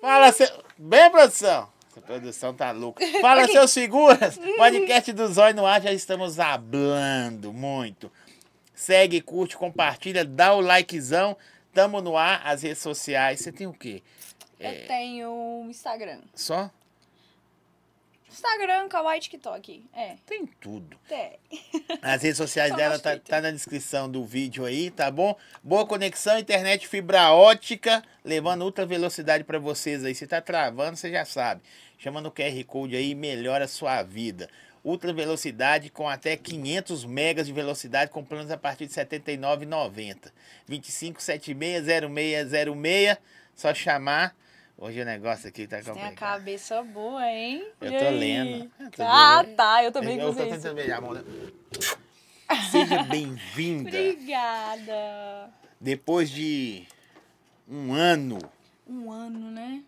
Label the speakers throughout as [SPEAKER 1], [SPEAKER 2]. [SPEAKER 1] Fala seu. Bem, produção! Essa produção tá louca. Fala, seus figuras! Podcast do Zóio no ar, já estamos hablando muito. Segue, curte, compartilha, dá o likezão. Tamo no ar, as redes sociais. Você tem o quê? É.
[SPEAKER 2] Eu tenho um Instagram.
[SPEAKER 1] Só?
[SPEAKER 2] Instagram, Kawaii TikTok. É.
[SPEAKER 1] Tem tudo.
[SPEAKER 2] Até.
[SPEAKER 1] As redes sociais
[SPEAKER 2] Só
[SPEAKER 1] dela
[SPEAKER 2] gosto
[SPEAKER 1] tá,
[SPEAKER 2] de
[SPEAKER 1] tá na descrição do vídeo aí, tá bom? Boa conexão, internet fibra ótica, levando ultra velocidade pra vocês aí. Se tá travando, você já sabe. Chama no QR Code aí, e melhora a sua vida. Ultra velocidade com até 500 megas de velocidade com planos a partir de R$ 79,90. 25760606, só chamar. Hoje o negócio aqui tá
[SPEAKER 2] Tem a
[SPEAKER 1] complicado.
[SPEAKER 2] cabeça boa, hein?
[SPEAKER 1] Eu
[SPEAKER 2] E
[SPEAKER 1] tô
[SPEAKER 2] aí?
[SPEAKER 1] lendo. Eu tô
[SPEAKER 2] Ah,
[SPEAKER 1] lendo.
[SPEAKER 2] tá. Eu também
[SPEAKER 1] Eu tô
[SPEAKER 2] gostei.
[SPEAKER 1] tentando beijar a mão, né? Seja bem-vinda.
[SPEAKER 2] Obrigada.
[SPEAKER 1] Depois de um ano.
[SPEAKER 2] Um ano, né?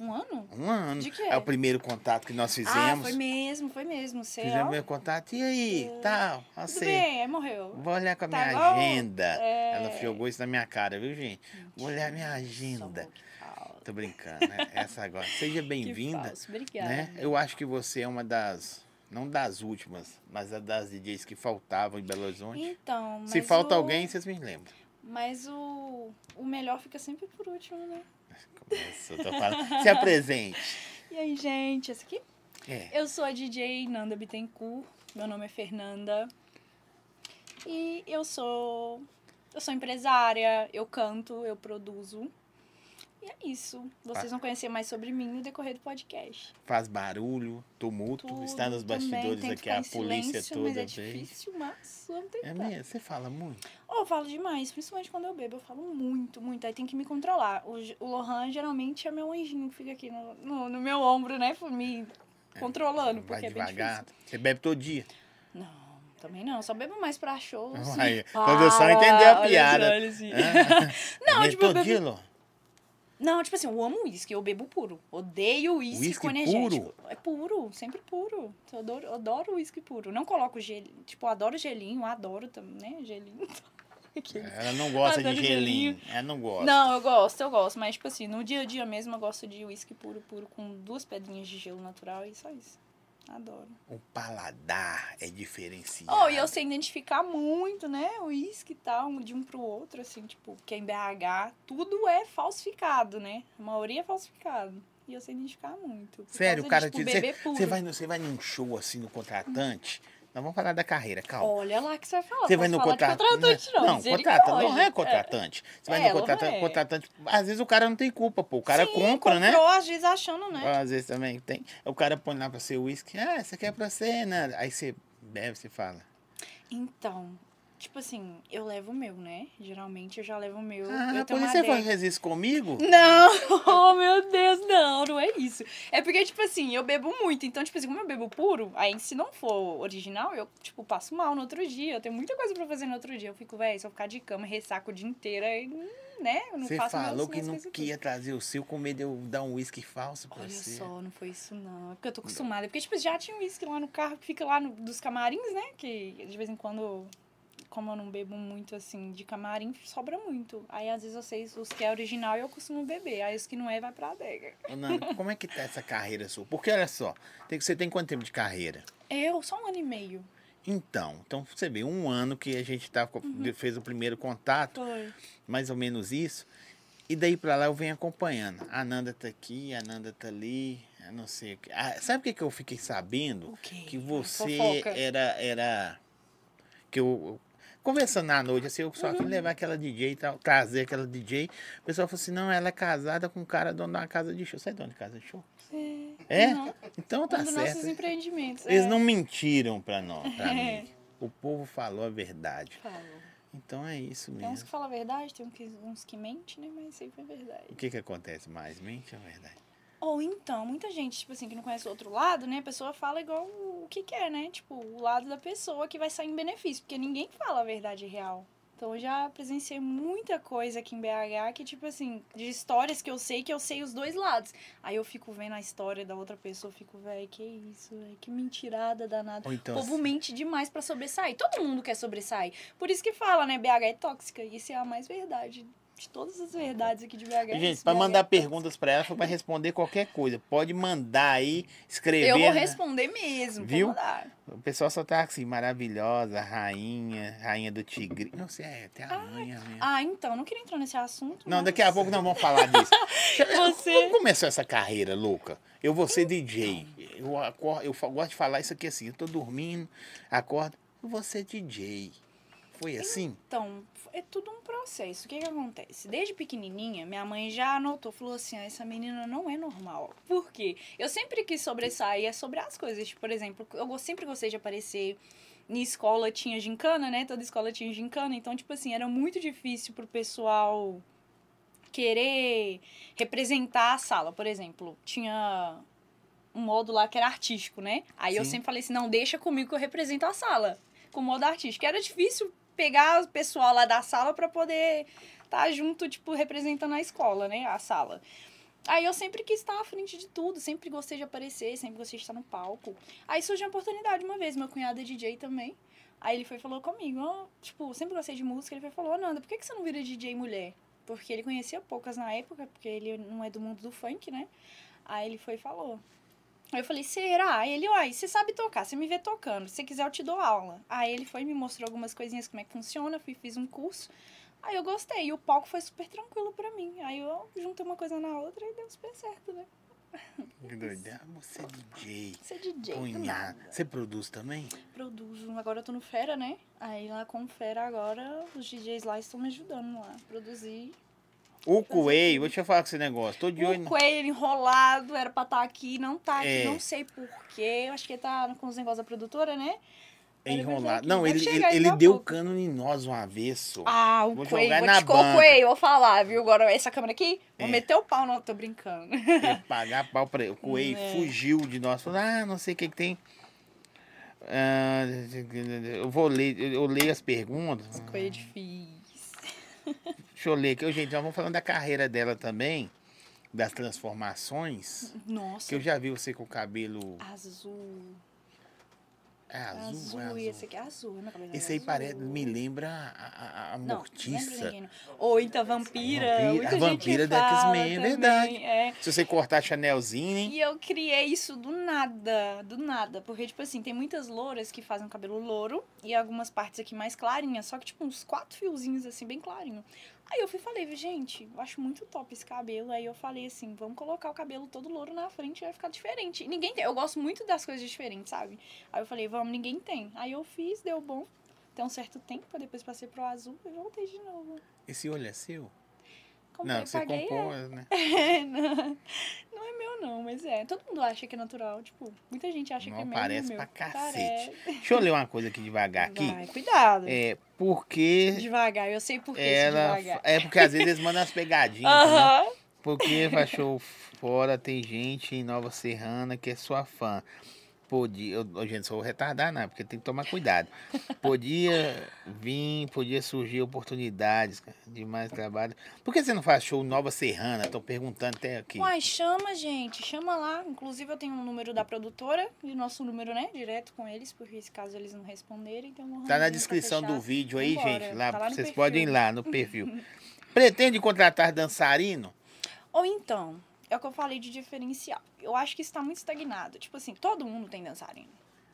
[SPEAKER 2] Um ano?
[SPEAKER 1] Um ano.
[SPEAKER 2] De quê?
[SPEAKER 1] É o primeiro contato que nós
[SPEAKER 2] Ah,
[SPEAKER 1] fizemos.
[SPEAKER 2] foi mesmo, foi mesmo. Você,
[SPEAKER 1] Fizemos
[SPEAKER 2] ó.
[SPEAKER 1] meu contato. E aí? Tal.
[SPEAKER 2] Tudo
[SPEAKER 1] Assim.
[SPEAKER 2] bem, aí morreu.
[SPEAKER 1] Vou olhar com a
[SPEAKER 2] Tá
[SPEAKER 1] minha
[SPEAKER 2] bom?
[SPEAKER 1] agenda.
[SPEAKER 2] É.
[SPEAKER 1] Ela jogou isso na minha cara, viu, gente? Vou olhar minha agenda.
[SPEAKER 2] Só que falso,
[SPEAKER 1] Tô brincando, né? Essa agora. Seja
[SPEAKER 2] que
[SPEAKER 1] bem-vinda.
[SPEAKER 2] falso. Obrigada.
[SPEAKER 1] Né? Eu acho que você é uma das. Não das últimas, mas a das DJs que faltavam em Belo Horizonte.
[SPEAKER 2] Então, mas
[SPEAKER 1] Se falta
[SPEAKER 2] o-
[SPEAKER 1] alguém, vocês me lembram.
[SPEAKER 2] Mas o, o melhor fica sempre por último, né?
[SPEAKER 1] Começa, é eu tô falando. Se apresente.
[SPEAKER 2] E aí, gente, essa aqui?
[SPEAKER 1] É.
[SPEAKER 2] Eu sou a DJ Nanda Bittencourt, meu nome é Fernanda. E eu sou. Eu sou empresária, eu canto, eu produzo. E é isso.
[SPEAKER 1] Tá.
[SPEAKER 2] Vocês vão conhecer mais sobre mim no decorrer do podcast.
[SPEAKER 1] faz barulho, tumulto,
[SPEAKER 2] Tudo
[SPEAKER 1] está nos
[SPEAKER 2] também,
[SPEAKER 1] bastidores
[SPEAKER 2] tento
[SPEAKER 1] aqui,
[SPEAKER 2] ficar
[SPEAKER 1] a
[SPEAKER 2] em
[SPEAKER 1] polícia
[SPEAKER 2] silêncio,
[SPEAKER 1] toda
[SPEAKER 2] Mas é
[SPEAKER 1] vez.
[SPEAKER 2] difícil, mas vamos
[SPEAKER 1] É
[SPEAKER 2] tentar.
[SPEAKER 1] mesmo, você fala muito.
[SPEAKER 2] Ou eu falo demais, principalmente quando eu bebo. Eu falo muito, muito. Aí tem que me controlar. O, J- o Lohan geralmente é meu anjinho que fica aqui no, no, no meu ombro, né? Me controlando,
[SPEAKER 1] Vai
[SPEAKER 2] porque é bem difícil.
[SPEAKER 1] devagar. Você bebe todo dia.
[SPEAKER 2] Não, também não. Só bebo mais pra shows.
[SPEAKER 1] Aí,
[SPEAKER 2] Para,
[SPEAKER 1] produção entendeu a
[SPEAKER 2] Ah, olha
[SPEAKER 1] piada. É.
[SPEAKER 2] só, olha assim.
[SPEAKER 1] Não,
[SPEAKER 2] tipo, eu
[SPEAKER 1] todo
[SPEAKER 2] bebi
[SPEAKER 1] dia, Lô?
[SPEAKER 2] Não, tipo assim, eu amo uísque, eu bebo puro. Odeio uísque
[SPEAKER 1] Uísque
[SPEAKER 2] com energético. É puro, sempre puro. Eu adoro, eu adoro uísque puro. Não coloco gel, tipo, eu adoro gelinho, adoro também, né, gelinho.
[SPEAKER 1] É,
[SPEAKER 2] Aquele-
[SPEAKER 1] Ela não gosta de
[SPEAKER 2] Adoro
[SPEAKER 1] gelinho. Ela não gosta.
[SPEAKER 2] Não, eu gosto, eu gosto, mas tipo assim, no dia a dia mesmo eu gosto de uísque puro, puro com duas pedrinhas de gelo natural e só isso. Adoro.
[SPEAKER 1] O paladar é diferenciado.
[SPEAKER 2] Oh, e eu sei identificar muito, né? O uísque e tal, de um pro outro, assim, tipo, que em BH tudo é falsificado, né? A maioria é falsificado. E eu sei identificar muito. Por
[SPEAKER 1] Sério,
[SPEAKER 2] causa
[SPEAKER 1] o cara
[SPEAKER 2] disso,
[SPEAKER 1] te
[SPEAKER 2] tipo,
[SPEAKER 1] diz,
[SPEAKER 2] bebê puro.
[SPEAKER 1] Você vai, no- você vai num show assim no contratante. Nós vamos falar da carreira, calma.
[SPEAKER 2] Olha lá que você vai falar.
[SPEAKER 1] Você vai
[SPEAKER 2] posso
[SPEAKER 1] no
[SPEAKER 2] falar
[SPEAKER 1] contratante.
[SPEAKER 2] de contratante, não.
[SPEAKER 1] não contratante. Não é contratante. Você vai
[SPEAKER 2] É,
[SPEAKER 1] no
[SPEAKER 2] não
[SPEAKER 1] contratante,
[SPEAKER 2] é.
[SPEAKER 1] contratante. Às vezes o cara não tem culpa, pô. O cara
[SPEAKER 2] Sim,
[SPEAKER 1] compra, né?
[SPEAKER 2] comprou, às vezes achando, né?
[SPEAKER 1] Às vezes também tem. O cara põe lá pra você o uísque. Ah, isso aqui é pra você, né? Aí você bebe, você fala.
[SPEAKER 2] Então, tipo assim, eu levo o meu, né? Geralmente eu já levo o meu.
[SPEAKER 1] Ah,
[SPEAKER 2] eu
[SPEAKER 1] por
[SPEAKER 2] tenho
[SPEAKER 1] isso
[SPEAKER 2] uma
[SPEAKER 1] você
[SPEAKER 2] adega.
[SPEAKER 1] faz isso comigo?
[SPEAKER 2] Não, oh, meu Deus, não, não é isso. É porque, tipo assim, eu bebo muito. Então, tipo assim, como eu bebo puro, aí se não for original, eu, tipo, passo mal no outro dia. Eu tenho muita coisa pra fazer no outro dia. Eu fico, velho, se eu ficar de cama, ressaco o dia inteiro, aí, hum, né? Eu não
[SPEAKER 1] Você
[SPEAKER 2] faço meus-
[SPEAKER 1] falou que
[SPEAKER 2] minhas
[SPEAKER 1] não
[SPEAKER 2] coisas
[SPEAKER 1] que ia trazer o seu com medo de eu dar um uísque falso pra
[SPEAKER 2] Olha
[SPEAKER 1] você.
[SPEAKER 2] só, não foi isso não. É porque eu tô acostumada. É Porque, tipo, já tinha um uísque lá no carro que fica lá no- dos camarins, né? Que de vez em quando, como eu não bebo muito assim de camarim, sobra muito. Aí às vezes eu sei os que é original eu costumo beber. Aí os que não é, vai pra adega.
[SPEAKER 1] Ô, Nando, como é que tá essa carreira sua? Porque olha só, tem, você tem quanto tempo de carreira?
[SPEAKER 2] Eu, só um ano e meio.
[SPEAKER 1] Então, então você vê, um ano que a gente tá, co-
[SPEAKER 2] Uhum.
[SPEAKER 1] fez o primeiro contato,
[SPEAKER 2] Foi.
[SPEAKER 1] mais ou menos isso. E daí pra lá eu venho acompanhando. A Nanda tá aqui, a Nanda tá ali, eu não sei o que. Ah, sabe o que, que eu fiquei sabendo?
[SPEAKER 2] O quê?
[SPEAKER 1] que você
[SPEAKER 2] Hum,
[SPEAKER 1] é-
[SPEAKER 2] Fofoca.
[SPEAKER 1] era era que eu conversando na noite assim, eu só
[SPEAKER 2] Uhum.
[SPEAKER 1] fui levar aquela DJ e tal, trazer aquela DJ. O pessoal falou assim: "Não, ela é casada com um cara dono de uma casa de show. Você é dono de casa de show?" É?
[SPEAKER 2] Uhum.
[SPEAKER 1] Então tá
[SPEAKER 2] um dos nossos
[SPEAKER 1] certo.
[SPEAKER 2] empreendimentos.
[SPEAKER 1] Eles
[SPEAKER 2] é.
[SPEAKER 1] não mentiram pra nós, pra
[SPEAKER 2] É.
[SPEAKER 1] mim. O povo falou a verdade.
[SPEAKER 2] Falam.
[SPEAKER 1] Então é isso
[SPEAKER 2] Tem uns
[SPEAKER 1] mesmo.
[SPEAKER 2] que falam a verdade, tem uns que, uns que mentem, né? Mas sempre é verdade.
[SPEAKER 1] O que que acontece mais? Mente ou verdade?
[SPEAKER 2] Ou então, muita gente, tipo assim, que não conhece o outro lado, né? A pessoa fala igual o que quer, né? Tipo, o lado da pessoa que vai sair em benefício, porque ninguém fala a verdade real. Então eu já presenciei muita coisa aqui em BH que, tipo assim, de histórias que eu sei que eu sei os dois lados. Aí eu fico vendo a história da outra pessoa, eu fico, véi, que isso, véi, que mentirada danada.
[SPEAKER 1] Ou então
[SPEAKER 2] o povo mente demais pra sobressair. Todo mundo quer sobressair. Por isso que fala, né? BH é tóxica. Isso é a mais verdade de todas as verdades aqui de é BH.
[SPEAKER 1] E, gente, para mandar perguntas para ela, para responder qualquer coisa. Pode mandar aí, escrever.
[SPEAKER 2] Eu vou
[SPEAKER 1] né?
[SPEAKER 2] responder mesmo.
[SPEAKER 1] Viu?
[SPEAKER 2] Viu? Mandar.
[SPEAKER 1] O pessoal só tá assim, maravilhosa, rainha, rainha do tigre. Não sei, é até amanhã mesmo.
[SPEAKER 2] Ah, então, não queria entrar nesse assunto.
[SPEAKER 1] Não,
[SPEAKER 2] mas-
[SPEAKER 1] daqui a pouco nós vamos falar disso.
[SPEAKER 2] Você.
[SPEAKER 1] Como começou essa carreira, louca? Eu vou ser
[SPEAKER 2] Então.
[SPEAKER 1] DJ. Eu, acor- eu fa- gosto de falar isso aqui assim. Eu tô dormindo, acordo. Eu vou ser DJ. Foi assim?
[SPEAKER 2] Então, é tudo um processo. O que que acontece? Desde pequenininha, minha mãe já anotou, falou assim, ah, essa menina não é normal. Por quê? Eu sempre quis sobressair é sobre as coisas. Tipo, por exemplo, eu go- sempre gostei de aparecer... Na escola tinha gincana, né? Toda escola tinha gincana. Então, tipo assim, era muito difícil pro pessoal querer representar a sala. Por exemplo, tinha um modo lá que era artístico, né? Aí eu
[SPEAKER 1] Sim.
[SPEAKER 2] sempre falei assim, não, deixa comigo que eu represento a sala. Com o modo artístico. Era difícil pegar o pessoal lá da sala pra poder estar junto, tipo, representando a escola, né? A sala. Aí eu sempre quis estar à frente de tudo, sempre gostei de aparecer, sempre gostei de estar no palco. Aí surgiu a oportunidade uma vez, meu cunhado é DJ também. Aí ele foi e falou comigo, ó, tipo, sempre gostei de música, ele foi e falou, "Ô, Nanda, por que que você não vira DJ mulher? Porque ele conhecia poucas na época, porque ele não é do mundo do funk, né? Aí ele foi e falou. Aí eu falei, será? Aí ele, uai, você sabe tocar, você me vê tocando, se você quiser eu te dou aula. Aí ele foi e me mostrou algumas coisinhas, como é que funciona, fui fiz um curso. Aí eu gostei, e o palco foi super tranquilo pra mim. Aí eu juntei uma coisa na outra e deu super certo, né?
[SPEAKER 1] Que doida. Ah, Você é DJ.
[SPEAKER 2] Você é DJ, do
[SPEAKER 1] Cunhado.
[SPEAKER 2] nada.
[SPEAKER 1] Você produz também?
[SPEAKER 2] Produzo, agora eu tô no Fera, né? Aí lá com o Fera agora, os DJs lá estão me ajudando lá a produzir.
[SPEAKER 1] O Coelho, vou te falar com esse negócio. Tô de olho.
[SPEAKER 2] O
[SPEAKER 1] na-
[SPEAKER 2] coelho enrolado, era pra estar aqui, não tá aqui,
[SPEAKER 1] É.
[SPEAKER 2] não sei porquê. Eu acho que tá com os negócios da produtora, né? Era pra
[SPEAKER 1] Enrolado.
[SPEAKER 2] aqui.
[SPEAKER 1] Não,
[SPEAKER 2] Vai
[SPEAKER 1] ele, ele,
[SPEAKER 2] chegar
[SPEAKER 1] ele
[SPEAKER 2] daqui a
[SPEAKER 1] deu
[SPEAKER 2] pouco.
[SPEAKER 1] cano em nós um avesso.
[SPEAKER 2] Ah, o
[SPEAKER 1] Vou
[SPEAKER 2] coelho,
[SPEAKER 1] jogar
[SPEAKER 2] vou
[SPEAKER 1] na
[SPEAKER 2] te colocar
[SPEAKER 1] banca.
[SPEAKER 2] o coelho, vou falar, viu? Agora essa câmera aqui, vou
[SPEAKER 1] É.
[SPEAKER 2] meter o pau, não, tô brincando.
[SPEAKER 1] Teve que pagar pau pra ele. O Coelho
[SPEAKER 2] É.
[SPEAKER 1] fugiu de nós. Falou, ah, não sei o que, que tem. Ah, eu vou ler, eu leio as perguntas.
[SPEAKER 2] Coelho é difícil.
[SPEAKER 1] Deixa eu ler aqui. Ô, Gente, nós vamos falando da carreira dela também, das transformações. Que
[SPEAKER 2] Nossa,
[SPEAKER 1] eu já vi você com o cabelo
[SPEAKER 2] azul.
[SPEAKER 1] é azul,
[SPEAKER 2] Azul,
[SPEAKER 1] é azul.
[SPEAKER 2] e esse aqui é azul, meu cabelo é
[SPEAKER 1] Esse aí
[SPEAKER 2] azul.
[SPEAKER 1] parece, me lembra a, a- a
[SPEAKER 2] Não, não lembro
[SPEAKER 1] mortiça.
[SPEAKER 2] ninguém, não. Ou então vampira.
[SPEAKER 1] Vampira,
[SPEAKER 2] muita
[SPEAKER 1] a vampira
[SPEAKER 2] gente
[SPEAKER 1] da
[SPEAKER 2] fala
[SPEAKER 1] X-Men, é
[SPEAKER 2] também,
[SPEAKER 1] verdade.
[SPEAKER 2] é.
[SPEAKER 1] Se você cortar Chanelzinho, hein?
[SPEAKER 2] E eu criei isso do nada, do nada. Porque, tipo assim, tem muitas louras que fazem o cabelo louro e algumas partes aqui mais clarinhas, só que, tipo, uns quatro fiozinhos assim, bem clarinho. Aí eu fui e falei, gente, eu acho muito top esse cabelo. Aí eu falei assim, vamos colocar o cabelo todo louro na frente, vai ficar diferente. E ninguém tem, eu gosto muito das coisas diferentes, sabe? Aí eu falei, vamos, ninguém tem. Aí eu fiz, deu bom. Tem um certo tempo, depois passei pro azul e voltei de novo.
[SPEAKER 1] Esse olho é seu?
[SPEAKER 2] Comprei,
[SPEAKER 1] não, você
[SPEAKER 2] paguei. é.
[SPEAKER 1] compôs, né?
[SPEAKER 2] É, não, não é meu não, mas é. Todo mundo acha que é natural, tipo, muita gente acha
[SPEAKER 1] Não,
[SPEAKER 2] que é meu.
[SPEAKER 1] parece
[SPEAKER 2] meu.
[SPEAKER 1] pra cacete. Deixa eu ler uma coisa aqui devagar aqui.
[SPEAKER 2] Vai, cuidado.
[SPEAKER 1] É, porque
[SPEAKER 2] Devagar, eu sei por que
[SPEAKER 1] ela.
[SPEAKER 2] esse devagar.
[SPEAKER 1] É porque às vezes eles mandam as pegadinhas, né?
[SPEAKER 2] Aham.
[SPEAKER 1] Porque Vachou fora tem gente em Nova Serrana que é sua fã. Podia, eu, eu, gente, sou retardar, não, porque tem que tomar cuidado. Podia vir, podia surgir oportunidades cara, de mais trabalho. Por que você não faz show em Nova Serrana? Estão perguntando até aqui.
[SPEAKER 2] Uai, chama, gente, chama lá. Inclusive, eu tenho um número da produtora e o nosso número, né? Direto com eles, porque se caso eles não responderem, tem um
[SPEAKER 1] Tá na
[SPEAKER 2] arranjinho pra
[SPEAKER 1] descrição do
[SPEAKER 2] fechar.
[SPEAKER 1] vídeo aí,
[SPEAKER 2] Vambora,
[SPEAKER 1] gente. Lá,
[SPEAKER 2] tá lá no
[SPEAKER 1] vocês
[SPEAKER 2] perfil.
[SPEAKER 1] podem ir lá no perfil. Pretende contratar dançarino?
[SPEAKER 2] Ou então, é o que eu falei de diferencial. Eu acho que isso tá muito estagnado. Tipo assim, todo mundo tem dançarino.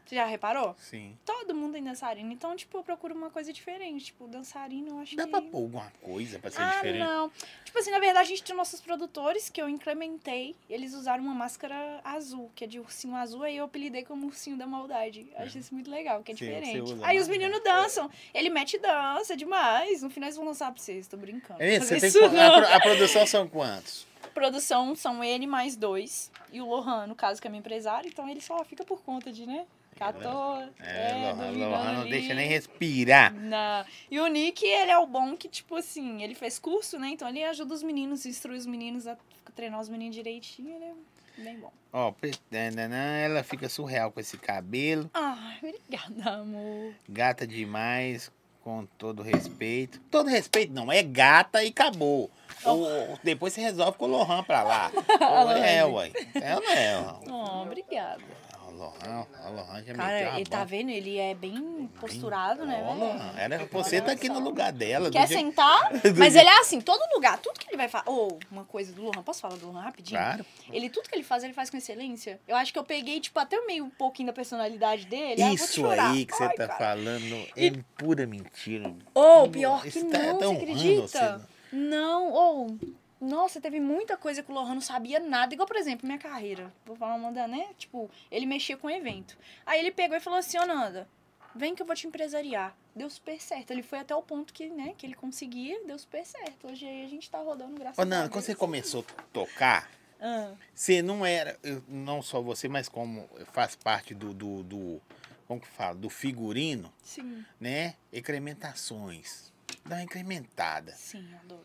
[SPEAKER 2] Você já reparou?
[SPEAKER 1] Sim.
[SPEAKER 2] Todo mundo tem dançarino, então, tipo, eu procuro uma coisa diferente. Tipo, dançarino, eu acho
[SPEAKER 1] Dá
[SPEAKER 2] que.
[SPEAKER 1] pra pôr alguma coisa pra ser
[SPEAKER 2] ah,
[SPEAKER 1] diferente?
[SPEAKER 2] não. Tipo assim, na verdade, a gente tinha nossos produtores que eu incrementei. Eles usaram uma máscara azul, que é de ursinho azul, aí eu apelidei como ursinho da maldade. Eu achei isso muito legal, que é
[SPEAKER 1] Sim, você
[SPEAKER 2] diferente.
[SPEAKER 1] usa né? É.
[SPEAKER 2] Aí os
[SPEAKER 1] máscara.
[SPEAKER 2] meninos dançam. Ele mete dança, é demais. No final eles vão lançar pra vocês, tô brincando.
[SPEAKER 1] É isso, você
[SPEAKER 2] Fazer
[SPEAKER 1] tem
[SPEAKER 2] isso
[SPEAKER 1] que... a,
[SPEAKER 2] não.
[SPEAKER 1] pro- a produção são quantos?
[SPEAKER 2] Produção são ele mais dois. E o Lohan, no caso, que é meu empresário, então ele só fica por conta de, né? 14.
[SPEAKER 1] É,
[SPEAKER 2] É,
[SPEAKER 1] Lohan,
[SPEAKER 2] dominando
[SPEAKER 1] Lohan não
[SPEAKER 2] ali.
[SPEAKER 1] deixa nem respirar.
[SPEAKER 2] Na- E o Nick, ele é o bom que, tipo assim, ele fez curso, né? Então ele ajuda os meninos, instrui os meninos a treinar os meninos direitinho, ele é bem bom.
[SPEAKER 1] Ó, pre- nananã, ela fica surreal com esse cabelo,
[SPEAKER 2] Ai, Ah, obrigada, amor.
[SPEAKER 1] gata demais, com todo respeito. Todo respeito não, é gata e acabou. Ou- ou depois você resolve com o Lohan pra lá. Ou é, ué. É ou não é?
[SPEAKER 2] Oh, obrigada.
[SPEAKER 1] Lohan? Tá, O Lohan, o Lohan já meteu
[SPEAKER 2] Cara,
[SPEAKER 1] uma
[SPEAKER 2] ele tá
[SPEAKER 1] bomba.
[SPEAKER 2] vendo? Ele é bem posturado, né,
[SPEAKER 1] Ó,
[SPEAKER 2] velho?
[SPEAKER 1] Lohan, era você tá aqui no lugar dela. do
[SPEAKER 2] Quer
[SPEAKER 1] jeito-
[SPEAKER 2] sentar? Mas ele é assim, todo lugar, tudo que ele vai falar. Ou uma coisa do Lohan, posso falar do Lohan rapidinho?
[SPEAKER 1] Claro.
[SPEAKER 2] Ele, tudo que ele faz, ele faz com excelência. Eu acho que eu peguei, tipo, até meio um pouquinho da personalidade dele. Ah, vou te
[SPEAKER 1] Isso
[SPEAKER 2] chorar.
[SPEAKER 1] aí que você
[SPEAKER 2] Ai,
[SPEAKER 1] tá
[SPEAKER 2] cara.
[SPEAKER 1] falando é pura mentira.
[SPEAKER 2] Ou, pior que
[SPEAKER 1] Isso tá-
[SPEAKER 2] não,
[SPEAKER 1] tá
[SPEAKER 2] você
[SPEAKER 1] honrando
[SPEAKER 2] acredita?
[SPEAKER 1] você.
[SPEAKER 2] Não, ou... Nossa, teve muita coisa que o Lohan não sabia nada. Igual, por exemplo, minha carreira. Vou falar uma da, né? Tipo, ele mexia com evento. Aí ele pegou e falou assim, ô Nanda, vem que eu vou te empresariar. Deu super certo. Ele foi até o ponto que, né, que ele conseguia, deu super certo. Hoje aí a gente tá rodando graças
[SPEAKER 1] Ô,
[SPEAKER 2] a Deus.
[SPEAKER 1] Nana, quando você começou a tocar,
[SPEAKER 2] Ah,
[SPEAKER 1] Você não era, eu- não só você, mas como faz parte do, do, do- como que fala, do figurino,
[SPEAKER 2] sim,
[SPEAKER 1] né? Incrementações, dá uma incrementada.
[SPEAKER 2] sim, adoro.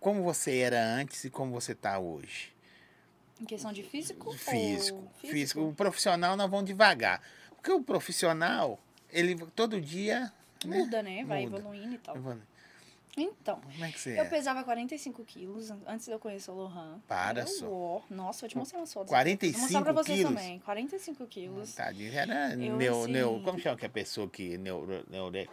[SPEAKER 1] Como você era antes e como você tá hoje?
[SPEAKER 2] Em questão de físico? ou-
[SPEAKER 1] Físico, físico. O profissional nós vamos devagar, porque o profissional ele todo dia, né?
[SPEAKER 2] Muda, né? Vai
[SPEAKER 1] Muda.
[SPEAKER 2] evoluindo e tal.
[SPEAKER 1] Eu vou-
[SPEAKER 2] Então,
[SPEAKER 1] Como é que você
[SPEAKER 2] Eu
[SPEAKER 1] é?
[SPEAKER 2] pesava 45 quilos an- antes de eu conhecer o Lohan.
[SPEAKER 1] Para
[SPEAKER 2] Era
[SPEAKER 1] só.
[SPEAKER 2] uó. Nossa, eu te mostrei umas fotos. Vou
[SPEAKER 1] 45
[SPEAKER 2] mostrar pra vocês
[SPEAKER 1] quilos.
[SPEAKER 2] também. 45 quilos.
[SPEAKER 1] Tadinho, era
[SPEAKER 2] Eu,
[SPEAKER 1] neu,
[SPEAKER 2] assim-
[SPEAKER 1] neu, como chama que é a pessoa que neuro, neure,